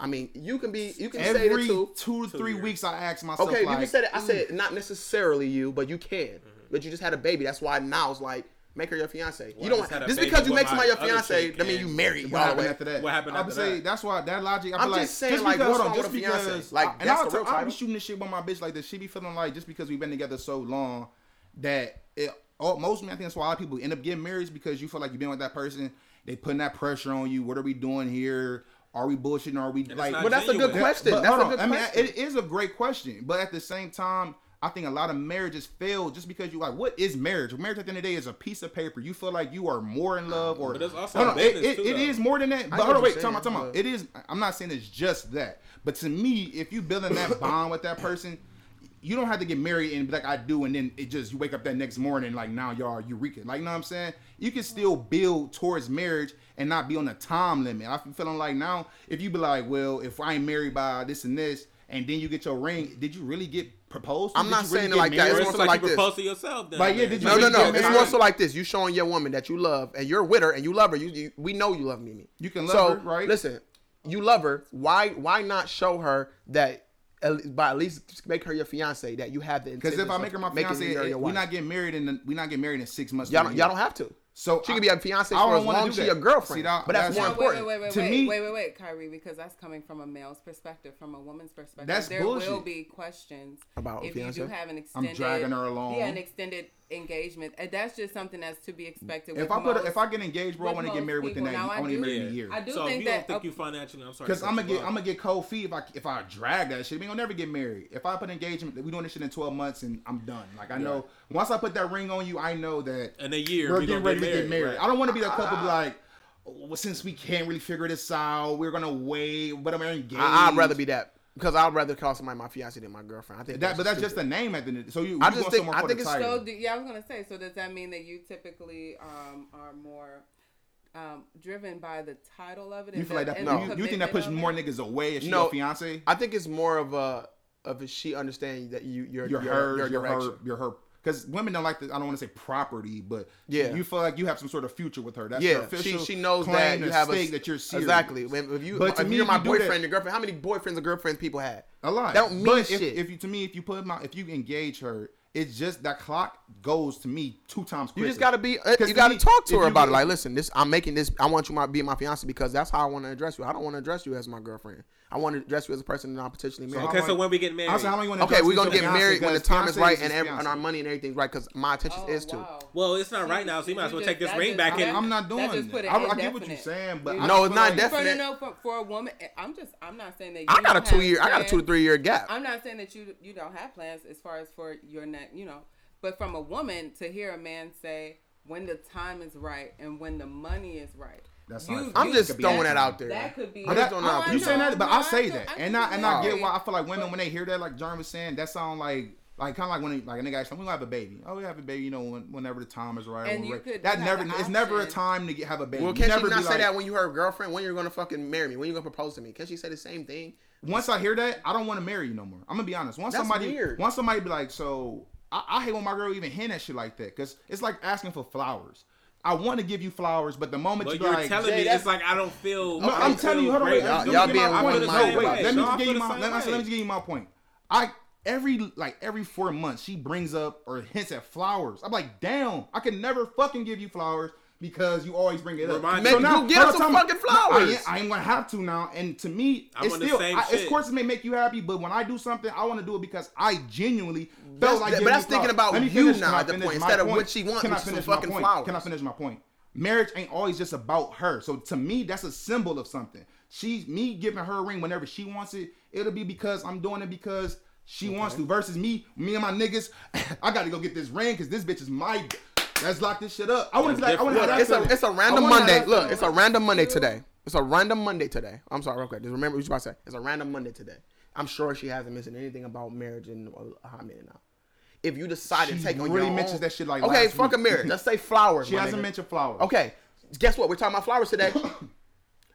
I mean, you can be, you can say that Mm-hmm. Every too. two to three weeks, I ask myself. Okay, like, mm. you can say that. I said not necessarily you, but you can. Mm-hmm. But you just had a baby. That's why now it's like make her your fiance. I you don't just had a just baby because you with make somebody my your other fiance, chick that mean and you married. What all the happened way. after that? What happened I'm after saying that? that's why that logic. I I'm feel like, just saying, just like, because, what's hold on, wrong just with a fiancé? because, Like, I- and that's I'll, the real I'll be title. shooting this shit with my bitch like this. She be feeling like just because we've been together so long that it, all, most men, I think that's why a lot of people end up getting married is because you feel like you've been with that person. They putting that pressure on you. What are we doing here? Are we bullshitting? Are we like? not But that's a good Genuine. question. But that's a hold good on. I mean, question. it is a great question, but at the same time, I think a lot of marriages fail just because you like, what is marriage? Marriage at the end of the day is a piece of paper. You feel like you are more in love, or But it's also Hold on, it, business, it- too, it though. is more than that. know But hold on, what wait, you're time out, saying, time out. but- It is. I'm not saying it's just that, but to me, if you *laughs* building that bond with that person. You don't have to get married and be like I do, and then it just you wake up that next morning like now y'all eureka. Like, you know what I'm saying? You can still build towards marriage and not be on a time limit. I'm feeling like now if you be like, well, if I ain't married by this and this, and then you get your ring, did you really get proposed? to? I'm Did not you really saying it get like that. married? Or It's it's more so like, like you this. propose to yourself. Then Like, yeah, man. did you No, no, really no. get It's married? more so like this. You showing your woman that you love and you're with her and you love her. You, you we know you love Mimi. You can love her, right? Listen, you love her. Why why not show her that at- by at least make her your fiance that you have the Because if intentions I of make her my making fiance, her your we're wife. not getting married in we not getting married in six months. y'all to a don't, year. y'all don't have to. So she I- could be a fiance I for don't as wanna long do as she that. your girlfriend. See, that- but that's, that's more my Now, wait, important. wait, wait, wait, To wait, me- wait, wait, wait, Kyrie, because that's coming from a male's perspective, from a woman's perspective. That's there will bullshit. be questions About if you do fiancé? have an extended. dragging her along. Yeah, an extended engagement. And that's just something that's to be expected. If with I put a, most- if I get engaged, bro, I with want to get most married within that. people. year. Now, I I want to get do- married in a Yeah. year. I do so if think you that- don't think you financially, I'm sorry. Cause to I'm cut gonna you get off. I'm gonna get cold feet if I if I drag that shit. We gonna never get married. If I put engagement, we doing this shit in 12 months and I'm done. Like I know once I put that ring on you, I know that In a year, we're we getting gonna ready get to get married, married. right. I don't want to be that couple be like, well, since we can't really figure this out, we're gonna wait. But I'm engaged. I, I'd rather be that because I'd rather call somebody my fiance than my girlfriend. I think that. But that's stupid. just the name at the end. of the- So you, I you just go think- somewhere I for think the it's title. So do, yeah, I was gonna say. So does that mean that you typically um, are more um, driven by the title of it? You and feel the- like that? and No. the You, you think that commitment pushes of more it? niggas away if she No. your fiance? I think it's more of a of a she understanding that you you're your you're- hers, you're your direction. her, your her. Because women don't like to. I don't want to say property, but Yeah. you feel like you have some sort of future with her. That's your Yeah, she official she knows claim that and you have a stake that you're serious. exactly. When, if you But to if me, you're if my you do that- boyfriend, your girlfriend, how many boyfriends or girlfriends people had? a lot. That don't mean but shit. If, if you to me, if you put my, if you engage her, it's just that clock goes to me two times. Quicker. you just gotta be. uh, 'Cause You to gotta me, talk to if her you about get- it. Like, listen, this I'm making this. I want you my be my fiance because that's how I want to address you. I don't want to address you as my girlfriend. I want to address you as a person that I'm potentially married. how Okay, long- so when we get married. I said, how long you want okay, we're gonna get married when the time is right and, every, and our money and everything's right because my intention Oh, is to. wow. Well, it's not right now, so you might as well take this ring back that- and. I'm not that doing just put that. I, it I get what you're indefinite. saying, but You I No, just it's feel not like- definite. For, no, no, for, for a woman, eh, I'm just, I'm not saying that. You I got a don't have two year. I got a plans. two to three year gap. I'm not saying that you you don't have plans as far as for your next, you know, but from a woman to hear a man say when the time is right and when the money is right. That's You- not. I'm just could be throwing accurate. that out there. That could be. I'm just throwing that Oh, out I there. You know, saying that, but no, I say do- that, do and I and I get agree. why I feel like women when they hear that, like John was saying, that sound like like kind of like when they, like a nigga asks, "When we gonna have a baby?" Oh, we have a baby, you know, when, whenever the time is right. And when you we're- could that have never, the it's never a option. time to get, have a baby. Well, You can she never not be say like- that when you her girlfriend? When you're gonna fucking marry me? When you gonna propose to me? Can she say the same thing? Once I hear that, I don't want to marry you no more. I'm gonna be honest. Once That's somebody, weird. once somebody be like, so I, I hate when my girl even hint at shit like that because it's like asking for flowers. I want to give you flowers, but the moment But you you're like, telling Jay, me that's- it's like I don't feel. no, I I'm don't telling feel you, hold on, wait, great. Y'all- let me y'all get being one my, no, mind wait, about let it. me Y'all give feel you the my, same let me, way. let me give you my point. I every like every four months she brings up or hints at flowers. I'm like, damn, I can never fucking give you flowers. Because you always bring it up. Remind So me. now- You give hold on, some time out. fucking No, I flowers. ain't- I ain't gonna have to now. And to me, I'm it's on the still, same I, it's shit. course it may make you happy, but when I do something, I want to do it because I genuinely felt That's- like. but giving that's you thinking flowers. about Let me you finish. now Can I at that finish point, my instead of point? what she wants, Can I which is some finish my fucking point? flowers. Can I finish my point? Marriage ain't always just about her. So to me, that's a symbol of something. She's me giving her a ring whenever she wants it. It'll be because I'm doing it because she wants to. Versus me, me and my niggas, *clears throat* I gotta go get this ring because this bitch is my. Let's lock this shit up. I want to like, I want to have that It's a feeling. it's a I random wanna have Monday. that Look, feeling. it's a random Monday today. It's a random Monday today. I'm sorry, okay. Just remember what you about to say. It's a random Monday today. I'm sure she hasn't mentioned anything about marriage and uh, how many now. If you decide to She take on your really own, mentions that shit, like, okay, last fuck a week. marriage. Let's say flowers. She my hasn't nigga. mentioned flowers. Okay, guess what? We're talking about flowers *coughs* today.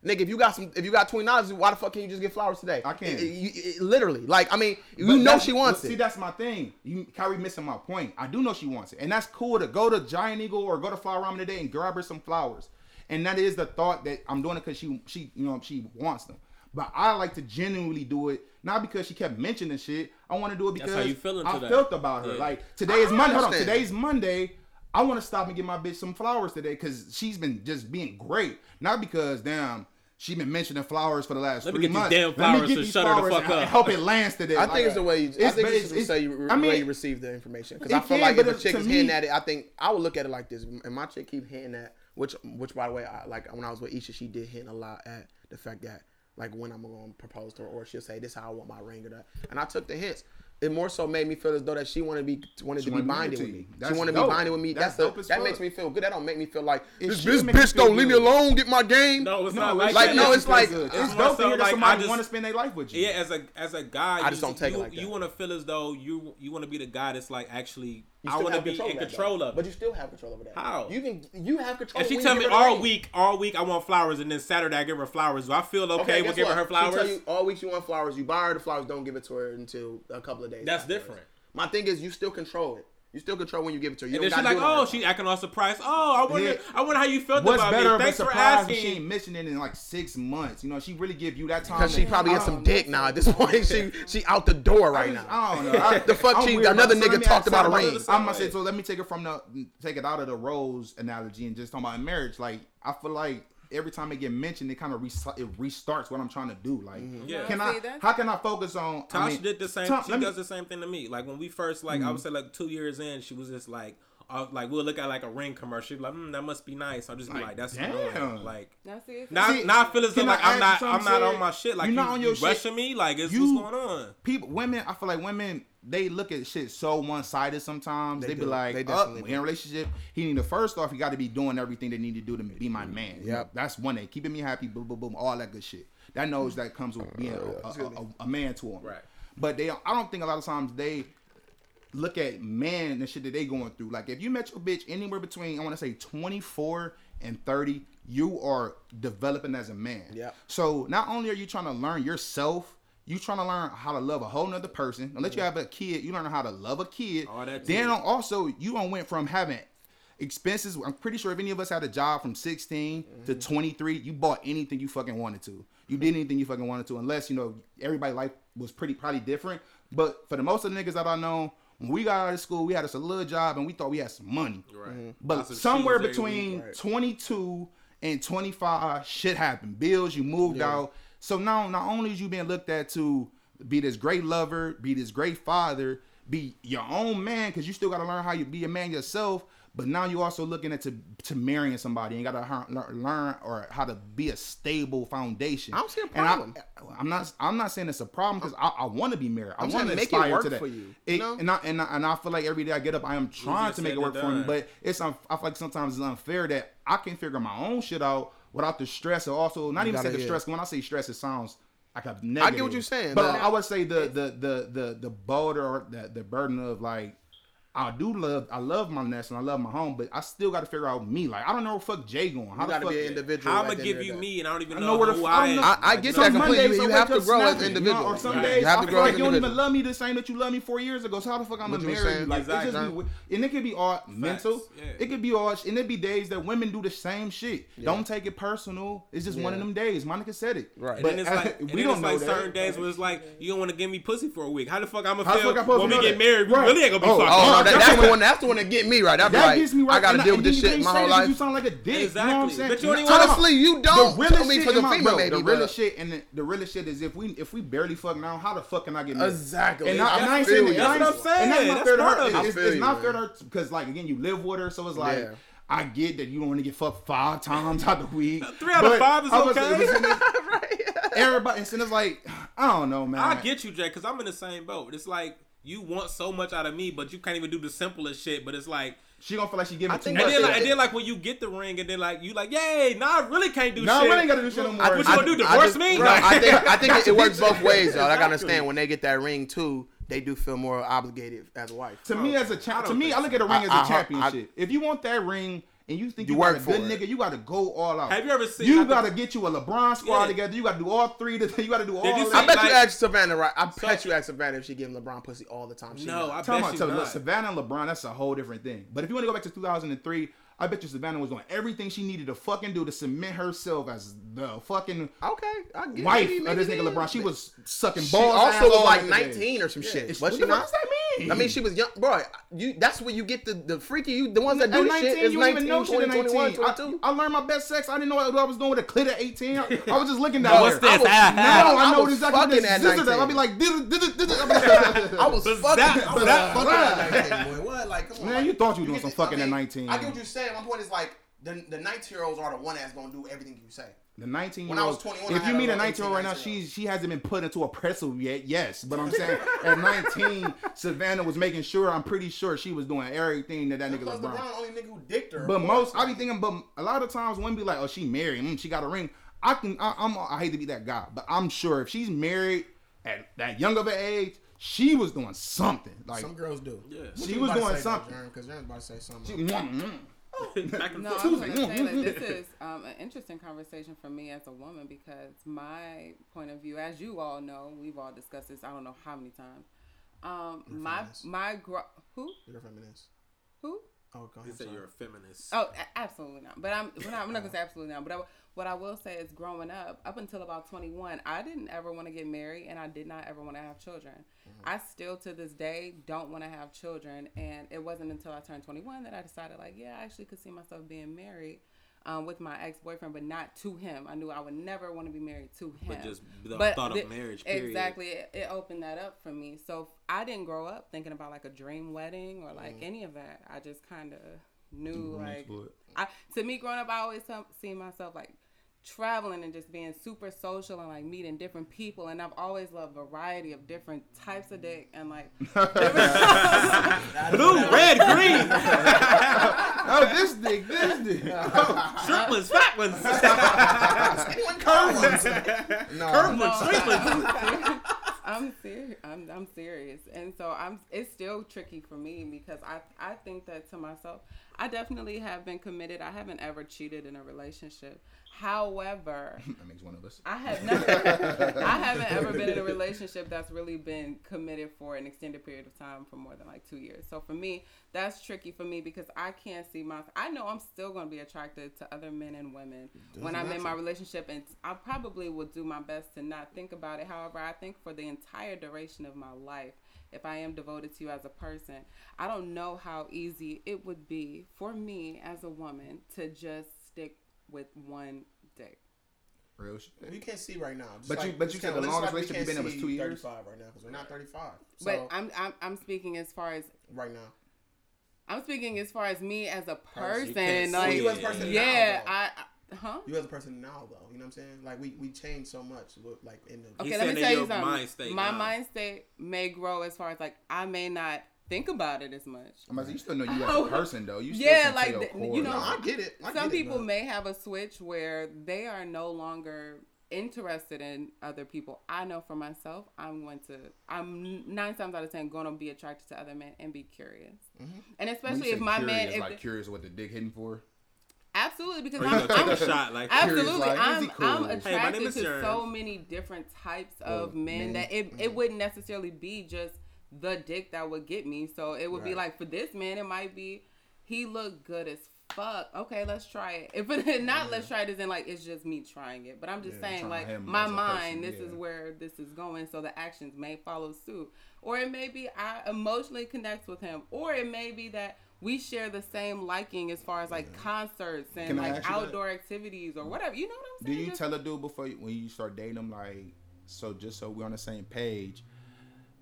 Nigga, if you got some, if you got twenty dollars, why the fuck can you just get flowers today? I can't. It- it- it- literally, like, I mean, you But know that's- she wants but See, it. that's my thing. You Kyrie missing my point. I do know she wants it, and that's cool to go to Giant Eagle or go to Flower Ramen today and grab her some flowers. And that is the thought that I'm doing it because she, she, you know, she wants them. But I like to genuinely do it, not because she kept mentioning shit. I want to do it because how you feeling I today. felt about her. Yeah. Like today is Monday. Hold on, understand. today's Monday. I want to stop and get my bitch some flowers today because she's been just being great. Not because damn, she been mentioning flowers for the last Let me three get these months. damn flowers to shut her the fuck and up. help it lands today. I think it's the way you. I think it's, the way you, I mean, way you receive the information. Because it I feel can, like but if a it- chick to is me- hitting at it, I think I would look at it like this. And my chick keep hitting at which, which by the way, I, like when I was with Isha, she did hit a lot at the fact that like when I'm going to propose to her, or she'll say this how I want my ring or that. And I took the hints. It more so made me feel as though that she wanted to be wanted to be wanted binded to be to with you. me. She That's wanted to be dope. binded with me. That's That's, the dope as that fuck. makes me feel good. That don't make me feel like It this should this make you bitch feel don't leave me good. alone. Get my game. No, it's No, not like, like- that. no, It's it's like- it's it's, more dope to so hear that like, I somebody just- want to spend their life with you. Yeah, as a as a guy, I just don't take it you, like that. You want to feel as though you you want to be the guy that's like actually You I still want to have be of in that, control though. of. But it. you still have control over that. How? You can you have control. If she when tell you me give her the all ring. week, all week I want flowers, and then Saturday I give her flowers, do I feel okay, guess with giving what? her She tell flowers? you all week you want flowers. You buy her the flowers. Don't give it to her until a couple of days. That's afterwards. different. My thing is you still control it. You still control when you give it to her. You And then don't she's gotta like, do it on "Oh, her she time. acting all surprised. Oh, I wonder, Yeah. I wonder how you felt What's about better me. of a Thanks for surprise if she asking." ain't mentioning it in like six months? You know, she really give you that time. Cause she to- probably I has some don't dick now at this *laughs* point. She she out the door I right just- now. oh, I don't know. *laughs* I- The fuck I'm she- weird about another it. So let nigga me talked ask- about a so let me- ring. I'm gonna say so. Let me take it from the take it out of the rose analogy and just talk about marriage. Like I feel like every time it get mentioned, it kind of restart, it restarts what I'm trying to do. Like, Yeah. can No, see, I? that's- How can I focus on? Mm-hmm. Tasha I mean, did the same. Tom- she let me- Mm-hmm. does the same thing to me. Like when we first, like I would say, like two years in, she was just like, off, like we'll look at like a ring commercial, like mm, that must be nice. I'll just be Like, like, that's damn. annoying. Like Now, see, it's now, See, now I feel as though can I like I'm ask not, you I'm something, not Sid? on my shit. Like You're you not on your you shit. rushing me. Like it's You- what's going on. people, women, I feel like women, they look at shit so one sided sometimes. They, be do. like, They up definitely in a relationship, he need to first off, he got to be doing everything they need to do to be my man. Mm-hmm. Yep. that's one thing. Keeping me happy, boom, boom, boom, all that good shit. That knows that comes with being Uh, a, a, a- a man to him. Right. But they, I don't think a lot of times they look at man and shit that they going through. Like if you met your bitch anywhere between I want to say 24 and 30, you are developing as a man. Yep. So not only are you trying to learn yourself, you trying to learn how to love a whole nother person. Unless you have a kid, you learn how to love a kid. All that then too. on- also you on went from having expenses. I'm pretty sure if any of us had a job from 16 to 23, you bought anything you fucking wanted to. You did anything you fucking wanted to, unless you know everybody life was pretty probably different. But for the most of the niggas that I know, when we got out of school, we had us a little job and we thought we had some money. Right. Mhm. But That's what she somewhere was able to between 22 and 25, shit happened. Bills, you moved out. So now, not only is you being looked at to be this great lover, be this great father, be your own man, because you still got to learn how you be a man yourself. But now you also looking at to, to marrying somebody and got to learn or how to be a stable foundation. I don't see a And problem. I, am not. I'm not saying it's a problem because I, I want to be married. I I'm saying want to make it aspire work to that. for you, It- you know? and I, and I and I feel like every day I get up, I am trying to make said it work than for me. done. But it's un- I feel like sometimes it's unfair that I can figure my own shit out, without the stress and also not You even gotta- say the yeah. stress. When I say stress, it sounds like a negative. you're saying, but though. I would say the the the the the boulder or the the burden of like. I do love I love my nest and I love my home, but I still got to figure out me. Like I don't know where the fuck Jay going. How You the gotta fuck be an individual. I'm at gonna the end give of you the day. me, and I don't even I know, know where the f- who I I am. know- I, I get that Some completely. Mondays You I have wake to up grow as snapping, you know, individuals. Or some Right. days you have I to feel grow like as you don't even individuals. love me the same that you love me four years ago. So how the fuck I'm What gonna you were marry you? saying. Like it just be, Exactly. we- and it could be all mental. yeah. It could be all, and it be days that women do the same shit. Don't take it personal. It's just one of Yeah. them days. Monica said it. Right. And then it's uh, *laughs* like and then it's like certain days where it's like you don't want to give me pussy for a week. How the fuck I'ma How the feel fuck I supposed when to we know get that? married? We Right. really ain't gonna be Oh, fucking. Oh no, Oh, that, that's that's what- the one. That's the one that get me right. I'd be That like, gets me right. I gotta and deal with and then this you shit can't my say whole that 'cause life. You sound like a dick. You know what I'm Exactly. saying? But you don't even Time out. wanna- Honestly, you don't. The realest I mean, shit for the in my- female, bro, maybe, The realest but- shit and the, the realest shit is if we if we barely fuck now, how the fuck can I get married? Exactly. And, I, and I ain't That's saying what and I ain't- I'm And saying. that's not That's fair to part her. of it. It's, I it's, feel it's you, not fair to man. her because like again, you live with her, so it's like. Yeah. I get that you don't want to get fucked five times out the week. *laughs* Three out of but five is I was- okay. it was *laughs* in this- Everybody, and it's like, I don't know, man. I get you, Jay, because I'm in the same boat. It's like you want so much out of me, but you can't even do the simplest shit. But it's like, She gonna feel like she giving too think much. and then But- like, and then like when you get the ring, and then like you like, yay, nah, I really can't do no, shit. I ain't gotta do shit no more. What you gonna do? I Divorce just- me? No, I think I think it, it *laughs* works both ways, though. I Exactly. gotta understand when they get that ring too, they do feel more obligated as a wife. To me, as a cha- to don't me, think I look at a ring as I- a I- championship. if you want that ring and you think You you, got work a for good it. nigga, you got to go all out. Have you ever seen- You I got to think- get you a LeBron squad Yeah. together. You got to do all three. To, *laughs* you got to do all. Did you that. see- I bet like- you ask Savannah, right? I So- bet you ask Savannah if she giving LeBron pussy all the time. She no, I not. Talking about bet to you Le- not. Savannah and LeBron, that's a whole different thing. But if you want to go back to 2003, I bet you Savannah was doing everything she needed to fucking do to cement herself as the fucking okay, I get it. wife Maybe- of this maybe nigga it LeBron. is. She was sucking She balls. also ass all was like over the place. 19 or some shit. It's- but what she the fuck not. does that mean? I mean, she was young, bro. You that's where you get the, the freaky. You the ones that At do 19, this shit is you 19, don't even know shit at 20, 21, 19. 22. I, I learned my best sex. I didn't know what I was doing with a clit *laughs* at 18. I, I was just looking down Now, there. what's I this? was, Ah, ah. no, I, I know was exactly what fucking this at scissors are. 19. I'll be like, "Did- did- did- did-" I *laughs* I was was But fucking. that- I was that- fucking at *laughs* 19, boy. What? Like, come on. Man, like, you thought you were *laughs* doing get some this- fucking I at mean, 19. I get what you're saying. My point is like the the 19 year olds are the one that's gonna do everything you say. the 19 year When I was old. 21, If I you had meet a about 19 year old right 18, now, 19. she's she hasn't been put into a pretzel yet. Yes, but I'm *laughs* saying at 19, Savannah was making sure. I'm pretty sure she was doing everything that that nigga Plus, LeBron. LeBron only nigga who dicked her. But Of most, I course. be thinking, but a lot of times women be like, "Oh, she married. Mm, she got a ring." I can, I, I'm, I hate to be that guy, but I'm sure if she's married at that young of an age, she was doing something. Like some girls do. Yeah. *laughs* What She you was about to say, doing though, something. Jaren? 'Cause Jaren's about to say something. she, mwah, mwah. Back and No, I forth. was going Mm. to say that this is um, an interesting conversation for me as a woman because my point of view, as you all know, we've all discussed this. I don't know how many times. Um, my feminist. my gro- who You're a feminist. who? Oh, go You ahead. say sorry. you're a feminist. Oh, a- absolutely not. But I'm we're not, I'm not gonna say absolutely not. But I, what I will say is, growing up, up until about 21, I didn't ever want to get married, and I did not ever want to have children. I still to this day don't want to have children, and it wasn't until I turned 21 that I decided, like, yeah, I actually could see myself being married. Um, with my ex boyfriend, but not to him. I knew I would never want to be married to him. But just the thought of marriage, period. Exactly, it, it opened that up for me. So I didn't grow up thinking about like a dream wedding or like Mm. any of that. I just kind of knew like I, to me growing up, I always some- seen myself like traveling and just being super social and like meeting different people. And I've always loved variety of different types of dick and like Blue, red, green, oh, this dick, this dick. short Oh, ones, fat *laughs* ones, curved ones, curved ones, straight ones. *laughs* I'm serious. I'm, I'm serious, and so I'm. It's still tricky for me because I I think that to myself. I definitely have been committed. I haven't ever cheated in a relationship. However, that makes one of us. I have never. I haven't ever been in a relationship that's really been committed for an extended period of time for more than like two years. So for me, that's tricky for me because I can't see my. I know I'm still going to be attracted to other men and women when I'm in my relationship, and I probably will do my best to not think about it. However, I think for the entire duration of my life. If I am devoted to you as a person, I don't know how easy it would be for me as a woman to just stick with one dick. Real shit. You can't see right now. Just But you- but you just said the can't- longest just we relationship you've can't been in was see two years? 35 right now because we're not 35. So, But I'm, I'm I'm speaking as far as right now. I'm speaking as far as me as a Person, you can't person. see Like you as a person now, yeah, though. I, I huh? You as a person now, though, you know what I'm saying? Like we we changed so much, look, like in the He's Okay, saying let me that tell you your something. mind state My now. mind state may grow as far as like I may not think about it as much. I'm about to say, you still know you as Oh. a person though. You still Yeah, can like, feel the- core, you know, though. I get it. I Some get it, people man. may have a switch where they are no longer interested in other people. I know for myself, I'm going to, I'm nine times out of ten going to be attracted to other men and be curious. And Mm-hmm. When you especially say if my curious, man, if, like curious what the dick hitting for. absolutely, because Or Oh, you I'm, gonna take I'm a shot like Absolutely, like, is he I'm, cool? Hey, I'm my name attracted is to Sharon. so many different types of men men. mm. that it, it wouldn't necessarily be just the dick that would get me. So it would be Right. like for this man, it might be he looked good as fuck. Okay, let's try it. *laughs* If but not, let's try it. As in like it's just me trying it. But I'm just Yeah, saying trying like him my as a person, mind, this yeah. is where this is going. So the actions may follow suit, or it may be I emotionally connect with him, or it may be that. We share the same liking as far as like concerts and Can I like ask you that? outdoor activities or whatever. You know what I'm Do saying? you Just- tell a dude before you, when you start dating him like, so just so we're on the same page,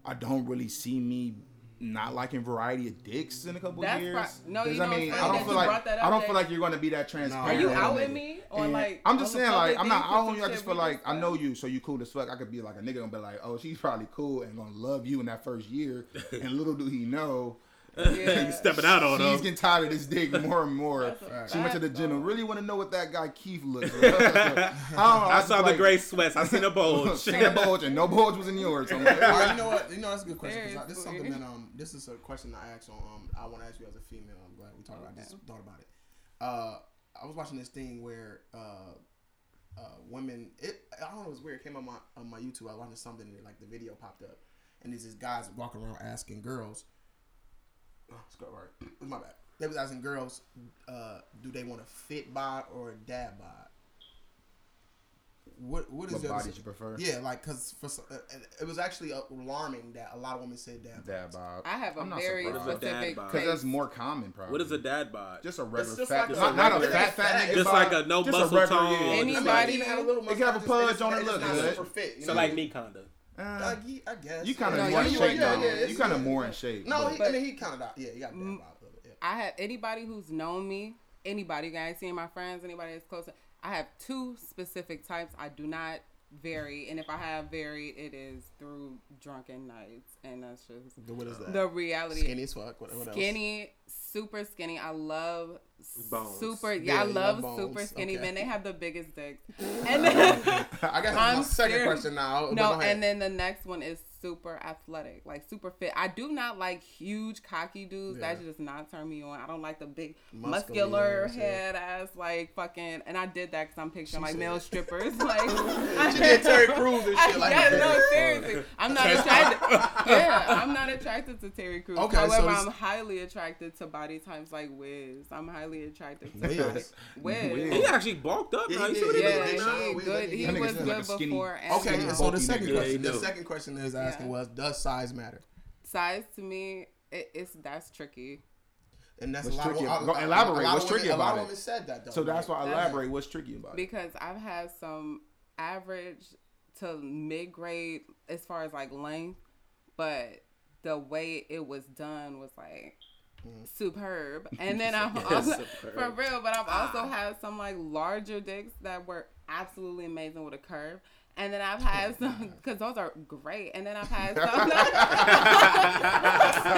I don't really see me not liking variety of dicks in a couple That's years. pro- no, you 'Cause, know, I mean, it's I funny don't that feel you like brought that I up don't feel that- like you're going to be that transparent. Are you with out a with nigga. me or And like? I'm just on the saying like public I'm not dates or out on some you. I shit just we feel like I discussed? know you, so you cool as fuck. I could be like a nigga and be like, oh, she's probably cool and gonna love you in that first *laughs* year. and little do he know, you Yeah. stepping out on She's them. getting tired of this *laughs* dick more and more. That's a She went to the fact, gym and though. really want to know what that guy Keith looks *laughs* like. I, don't know, I I was saw the like, gray sweats. I seen *laughs* a *laughs* bulge. Seen a bulge and no bulge was in yours. So I'm like, All *laughs* right, you know what? You know that's a good question. 'cause I- this is Very something clear. that um, this is a question I asked on um, I want to ask you as a female. I'm glad we talked about this. Thought about it. Uh, I was watching this thing where uh, uh, women. It I don't know. It was weird. It came on my on my YouTube. I was watching something and like the video popped up, and it's these guys walking around asking girls. Oh, it's got right. *clears throat* My bad. They was asking girls, uh, do they want a fit bod or a dad bod? What what is What the other body s- you prefer? Yeah, like because for so- uh, and it was actually alarming that a lot of women said *laughs* dad. bod. That vibe. I have a I'm not very surprised. What is a dad specific. bod? Because that's taste. more common, probably. What is a dad bod? Just a regular just fat, like a not, not a regular fat fat fat. nigga. Just bod, like a no just muscle regular, tone. yeah, just like- Anybody- Even had a little It can have a mustache, pudge it's- on it, it's look not good. super fit, you so know? like me, kinda. Uh, Uh, ye- I guess you kind of Yeah, more yeah, in yeah, shape yeah, though. yeah, you it's- kind of more in shape. No, though. he, I But- mean he kind of yeah, he got dad bod a little bit. Yeah. I have anybody who's known me, anybody you guys seen my friends, anybody that's close. I have two specific types. I do not vary, and if I have varied, it is through drunken nights, and that's just The- What is that? the reality. skinny as fuck. What, what else? skinny, super skinny. I love Bones. super. Yeah, Yeah, I you love love super bones. skinny Okay. men. They have the biggest *laughs* dicks. And then, I got my I'm second serious. question now. Oh, but no, go ahead. *laughs* and then the next one is super athletic, like super fit. I do not like huge cocky dudes. That Yeah. just not turn me on. I don't like the big Muscular muscular dudes, yeah. head ass like fucking. And I did that because I'm picturing like said *laughs* male strippers. *laughs* like She did Terry Crews *laughs* and shit like yeah, that. no, seriously. I'm not attracted. *laughs* yeah, I'm not attracted to Terry Crews. Okay, so However, this- I'm highly attracted to body types like Wiz. I'm highly attracted to Wiz. body. Wiz. Wiz. He actually bulked up. Yeah, now. he You see what he did. Yeah, look like now? he Wiz, good. He that nigga was sounds like good a skinny- before. And Okay, now. so the bulky second nigga. question, Yeah, the you do. second question is asking Yeah. was, does size matter? size to me, it, it's that's tricky. And that's What's a lot. Of, tricky about- go a- a- elaborate, A lot what's of tricky women, a lot about of it? women said that though. So that's why I That's- elaborate. What's tricky about it? because I've had some average to mid grade as far as like length, but the way it was done was like Mm-hmm. *laughs* superb. And then I've also *laughs* for superb. real, but I've Ah. also had some like larger dicks that were absolutely amazing with a curve. And then *laughs* I've had some because those are great. And then I've had some.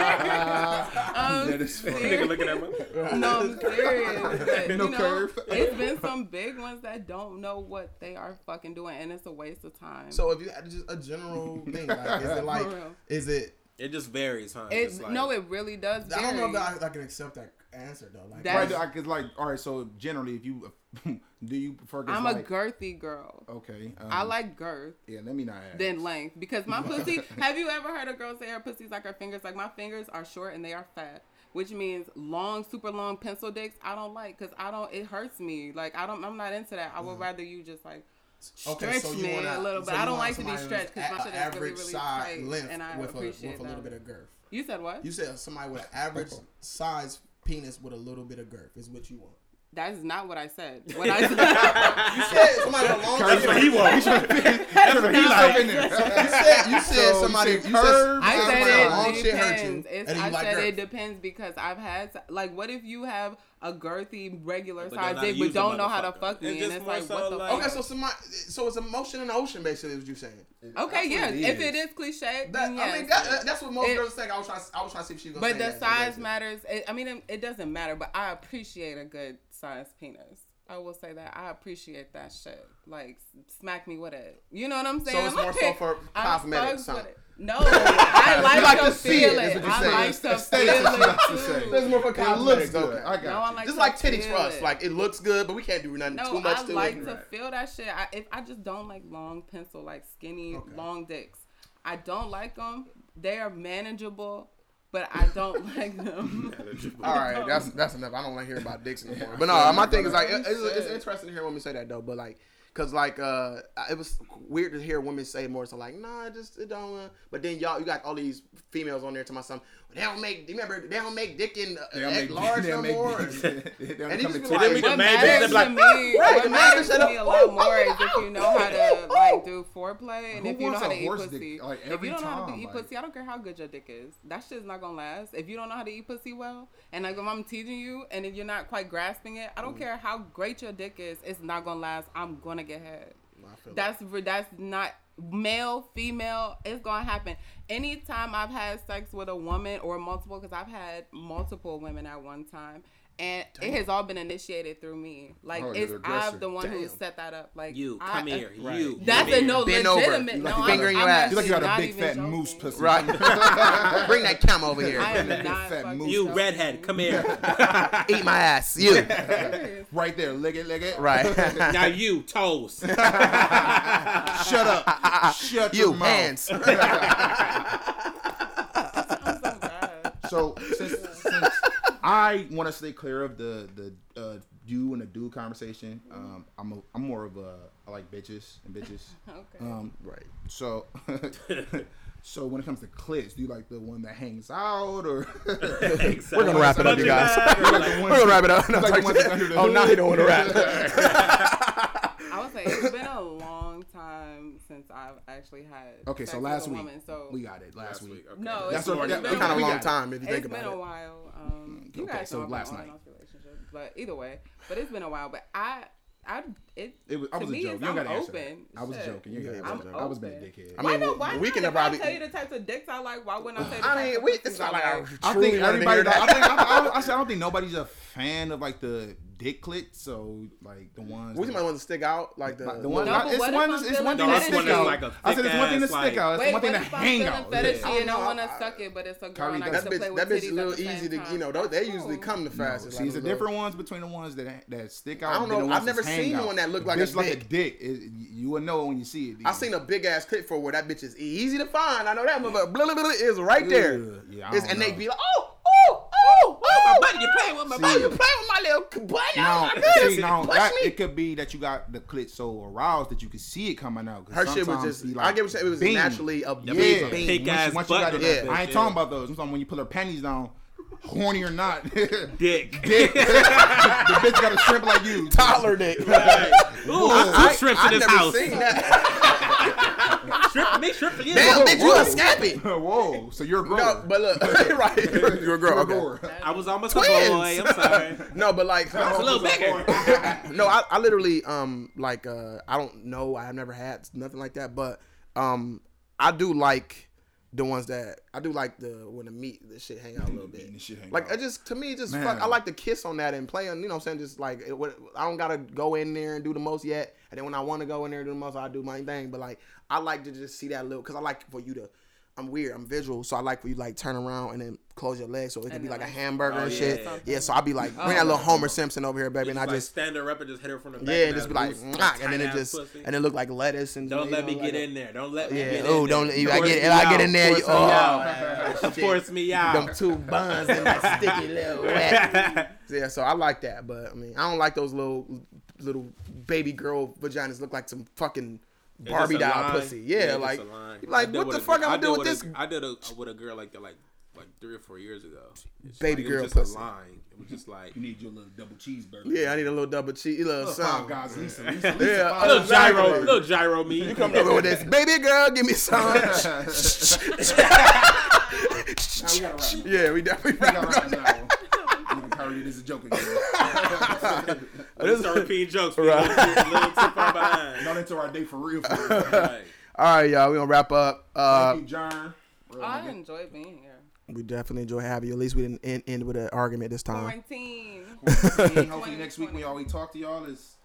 I'm That is funny. serious. Nigga looking at my. *laughs* No, I'm serious. But, No you know, curve. it's been some big ones that don't know what they are fucking doing, and it's a waste of time. So if you had just a general *laughs* thing, like, *laughs* is it like, real. is it? It just varies, huh? it Just like- no, it really does. I Vary. don't know if I, I can accept that answer though. Like, That's- Right, I could like all right. So generally, if you *laughs* do you prefer? 'cause I'm a like, girthy girl. Okay. um, I Mm-hmm. like girth Yeah, let me not ask. than length because my pussy. Have you ever heard a girl say her pussy's like her fingers? Like my fingers are short and they are fat. Which means long, super long pencil dicks. I don't like because I don't. It hurts me. Like I don't. I'm not into that. I would rather you just like Mm-hmm. Okay, stretch so you me wanna- a little so bit. you I don't want like to be somebody with stretched because a- my shit is really, average really side tight, length and I with a with appreciate a little that. bit of girth. You said what? You said somebody with average size penis with a little bit of girth is what you want. that is not what I said. *laughs* What I said. You said somebody with a Oh, long. That's what he wants. *laughs* That's what he like. You *laughs* said you said So you somebody. You said said, curved, I you said somebody with long it shit hurt you, depends. It's, and you I like said girth. it depends because I've had like, what if you have a girthy regular But don't size know how dick, to but use a don't know how to motherfucker. fuck It's me, and just it's more like so what the like- Okay, so somebody, so it's emotion in the ocean, basically, is what you saying. okay, yeah. what it If is. it is cliche, That, then I mean, yes. that, that's what most It- girls think. I was trying, I was trying to see if she was. but Gonna say that, the size basically. matters. It, I mean, it, it doesn't matter, but I appreciate a good sized penis. I will say that I appreciate that shit. Like, s- smack me with it. You know what I'm saying? it's My more so *laughs* pic- for I cosmetic fucks sound. with it. No, *laughs* I like, like to, to see feel it, is it. what you're I saying. like to feel Aesthetics is what you're it saying. too. That's more for It cosmex, looks though. good. I got No, I like Just to like titties feel for us. it. Like it looks good, but we can't do nothing No, too much I to like it. to feel that shit. I, if I just don't like long pencil, like skinny long dicks. I don't like them. They are manageable, but *laughs* I don't like them. All right, that's that's enough. I don't want to hear about dicks no more. But no, my thing is like it- it's, it's interesting to hear women say that though. But like, cause like uh, it was weird to hear women say more. So like, nah, it just it don't. Uh, but then y'all, you got all these females on there to my son. They don't make. Remember, they don't make dick in uh, They don't at make- large *laughs* they no don't make- more. *laughs* they don't And he come just be to tell like, you. They be What mad, they matters be to like, me, right, what the man matters said, to me a "Oh, lot oh, more is if you know how to like do foreplay and Who if you know wants how a to eat horse pussy. dick, like, if every you don't know how to time, eat like- pussy, I don't care how good your dick is. That shit's not gonna last. If you don't know how to eat pussy well, and like if I'm teaching you and if you're not quite grasping it, I Mm. don't care how great your dick is. It's not gonna last. I'm gonna get head. That's re- that's not male, female. It's gonna happen. Anytime I've had sex with a woman or multiple, because I've had multiple women at one time, and it has all been initiated through me. Like Oh, you're it's the aggressor. I'm the one who Damn. set that up. Like You I- come here. Right. You. That's come a no Bend over. legitimate. You no, like a I'm, finger in your I'm ass. You like you got not a big even fat joking. moose pussy. Right. Bring that cam over here. I *laughs* am Big not fat fucking moose. You joking. redhead, come here. Eat my ass. *laughs* You. Serious. *laughs* Right there, lick it, lick it. Right. now *laughs* you toes. Shut up. Shut you your mouth. hands. *laughs* I'm so bad. So since, since I want to stay clear of the the uh, you and the dude conversation, Mm-hmm. um, I'm a, I'm more of a I like bitches and bitches. *laughs* Okay. Um, right. so *laughs* so when it comes to clits, do you like the one that hangs out or *laughs* *laughs* We're gonna wrap it up, you guys. We're gonna wrap it up. No, *laughs* Like the ones under *laughs* the oh, now he don't want to hood. rap. I would say it's been a long time since I've actually had. Okay, so sex with last a week woman, so we got it last, week. No, That's it's, what- it's that- been that's a kind of a We while. long got it. time if you It's think been about a it. while. Um, you okay, guys so know I'm last on and night. off relationship, but either way, but it's been a while. But I, I, it. It was, I to was a me, joke. You it's- don't I'm gotta answer. that. open. I was Shit. joking. You gotta Yeah, answer I'm that. I was being a open. dickhead. I Why mean, not? Why we not? can If probably. I tell you the types of dicks I like. Why wouldn't I tell you? The I mean, types we, of pussies it's not like I I, like? I truly think wanted to hear everybody. I that. think I, I, I, said I don't think nobody's a fan of like the dick clit. So like the ones. We that- might want to stick out like the, the, one. No, I- but it's what if one. I'm It's, feeling one thing No, to this one stick is out. like a I said it's one thing to thick ass, stick out. It's Wait, one what thing to if I'm hang feeling out. fetishy Yeah. and I know. want to I- suck it, but it's a girl Kyrie, and I that get That to play bitch, with that bitch is a titties at little the easy same to, you know, time? Oh. they, they usually Cool. come the See, fastest. like it's a the little- different ones between the ones that that stick out. I don't than the know. ones I've never that's seen hang out. one that looked like a Bitch, like a dick. dick. It- You would know when you see it. I seen a big ass clip for where that bitch is easy to find. I know that motherfucker blah, blah, blah, is right there. Ugh, yeah, I It's- don't and they know. be like, oh, oh, oh, oh, But you playing with my why See. you playing with my little butt? Now, oh my goodness, see, now push that, me. it could be that you got the clit so aroused that you could see it coming out. 'cause Her shit was sometimes just. she, I get what you're saying. It was bing. naturally a Yeah, big bing. thing. Thick ass once you got butt it, in that I ain't bitch, talking yeah. about those. I'm talking when you pull her panties down, horny or not, *laughs* the Dick. *laughs* bitch got a shrimp like you. Toddler dick. Ooh, I, two shrimps in I've this never house. seen *laughs* that. Shrimp, make shrimp for you. Damn, bitch, you a Whoa. scappy. *laughs* *laughs* Whoa! So you're a grower. No, but look, *laughs* right? You're a girl. You're a okay. grower. I was almost Twins. a boy. *laughs* I'm sorry. No, but like, It's a little bigger. *laughs* no, I, I literally um like uh I don't know I've never had nothing like that, but um I do like the ones that I do like the when the meat the shit hang out a little meat and bit. shit hang Like out. I just to me it just Man. fuck, I like to kiss on that and play on you know what I'm saying just like it, what, I don't gotta go in there and do the most yet, and then when I want to go in there and do the most I do my thing. But like I like to just see that little because I like for you to. I'm weird. I'm visual, so I like for you like turn around and then close your legs, so it can And be then, like a like- hamburger Oh, and shit. yeah. Yeah, so I'll be like, bring that little Homer Simpson over here, baby, and I Just, like, just stand her up and just hit her from the back. yeah, of and that just be like, roof. "Mwah," and then it Tight-ass just pussy. and it looked like lettuce and Don't you let know, me like get that. in there. Don't let me Yeah. get in Oh, there. don't. If I get Force me if I get out. in there, you, Force me oh, out. Force me *laughs* out. them two buns and that sticky *laughs* little wet. Yeah, so I like that, but I mean, I don't like those little little baby girl vaginas. Look like some fucking It's just Barbie a doll line. pussy. it's Yeah, just like a line. I like did what the a- fuck I'm gonna I did do with a- this? I did a with a girl like that like like three or four years ago. It's Baby like, it was girl pussy. just A line. It was just like You need your little double cheeseburger. Yeah, I need a little double cheese, a Oh, little Five something. guys, *laughs* Lisa, Lisa, Lisa. Yeah, five a little guys. gyro, a little gyro me. You come Over with *laughs* this baby girl, give me some. Nah, we gotta wrap it. yeah, we definitely. *laughs* We gotta wrap it now. Nigga, Kyrie it as a joke again. *laughs* Let's start repeating jokes. Right. A little too *laughs* far behind. Not into our day for real. For real. Like, All right, y'all. We gonna wrap up. *laughs* Uh, Thank you, John. Real I nigga. enjoy being here. we definitely enjoy having you. At least we didn't end, end with an argument this time. Quarantine. And Hopefully next week when y'all we talk to y'all is.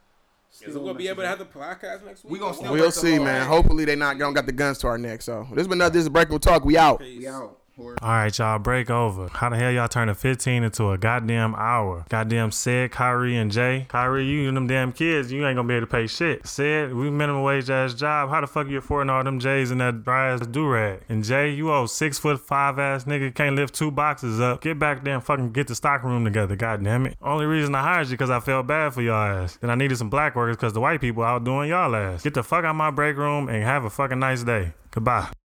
so we'll be able to have the podcast next week. We gonna still- We'll see, man. Hopefully they not gonna got the guns to our neck. So this has been another. This is breakable talk. We out. Peace. We out. Or- All right, y'all, break over. How the hell y'all turning 15 into a goddamn hour? Goddamn said Kyrie and Jay. Kyrie, you and them damn kids, you ain't gonna be able to pay shit. Said, we minimum wage ass job. How the fuck you affording all them J's and that dry ass do rag? And Jay, you old six foot five ass nigga can't lift two boxes up. Get back there and fucking get the stock room together, goddamn it. Only reason I hired you because I felt bad for y'all ass. And I needed some black workers because the white people outdoing y'all ass. Get the fuck out my break room and have a fucking nice day. Goodbye.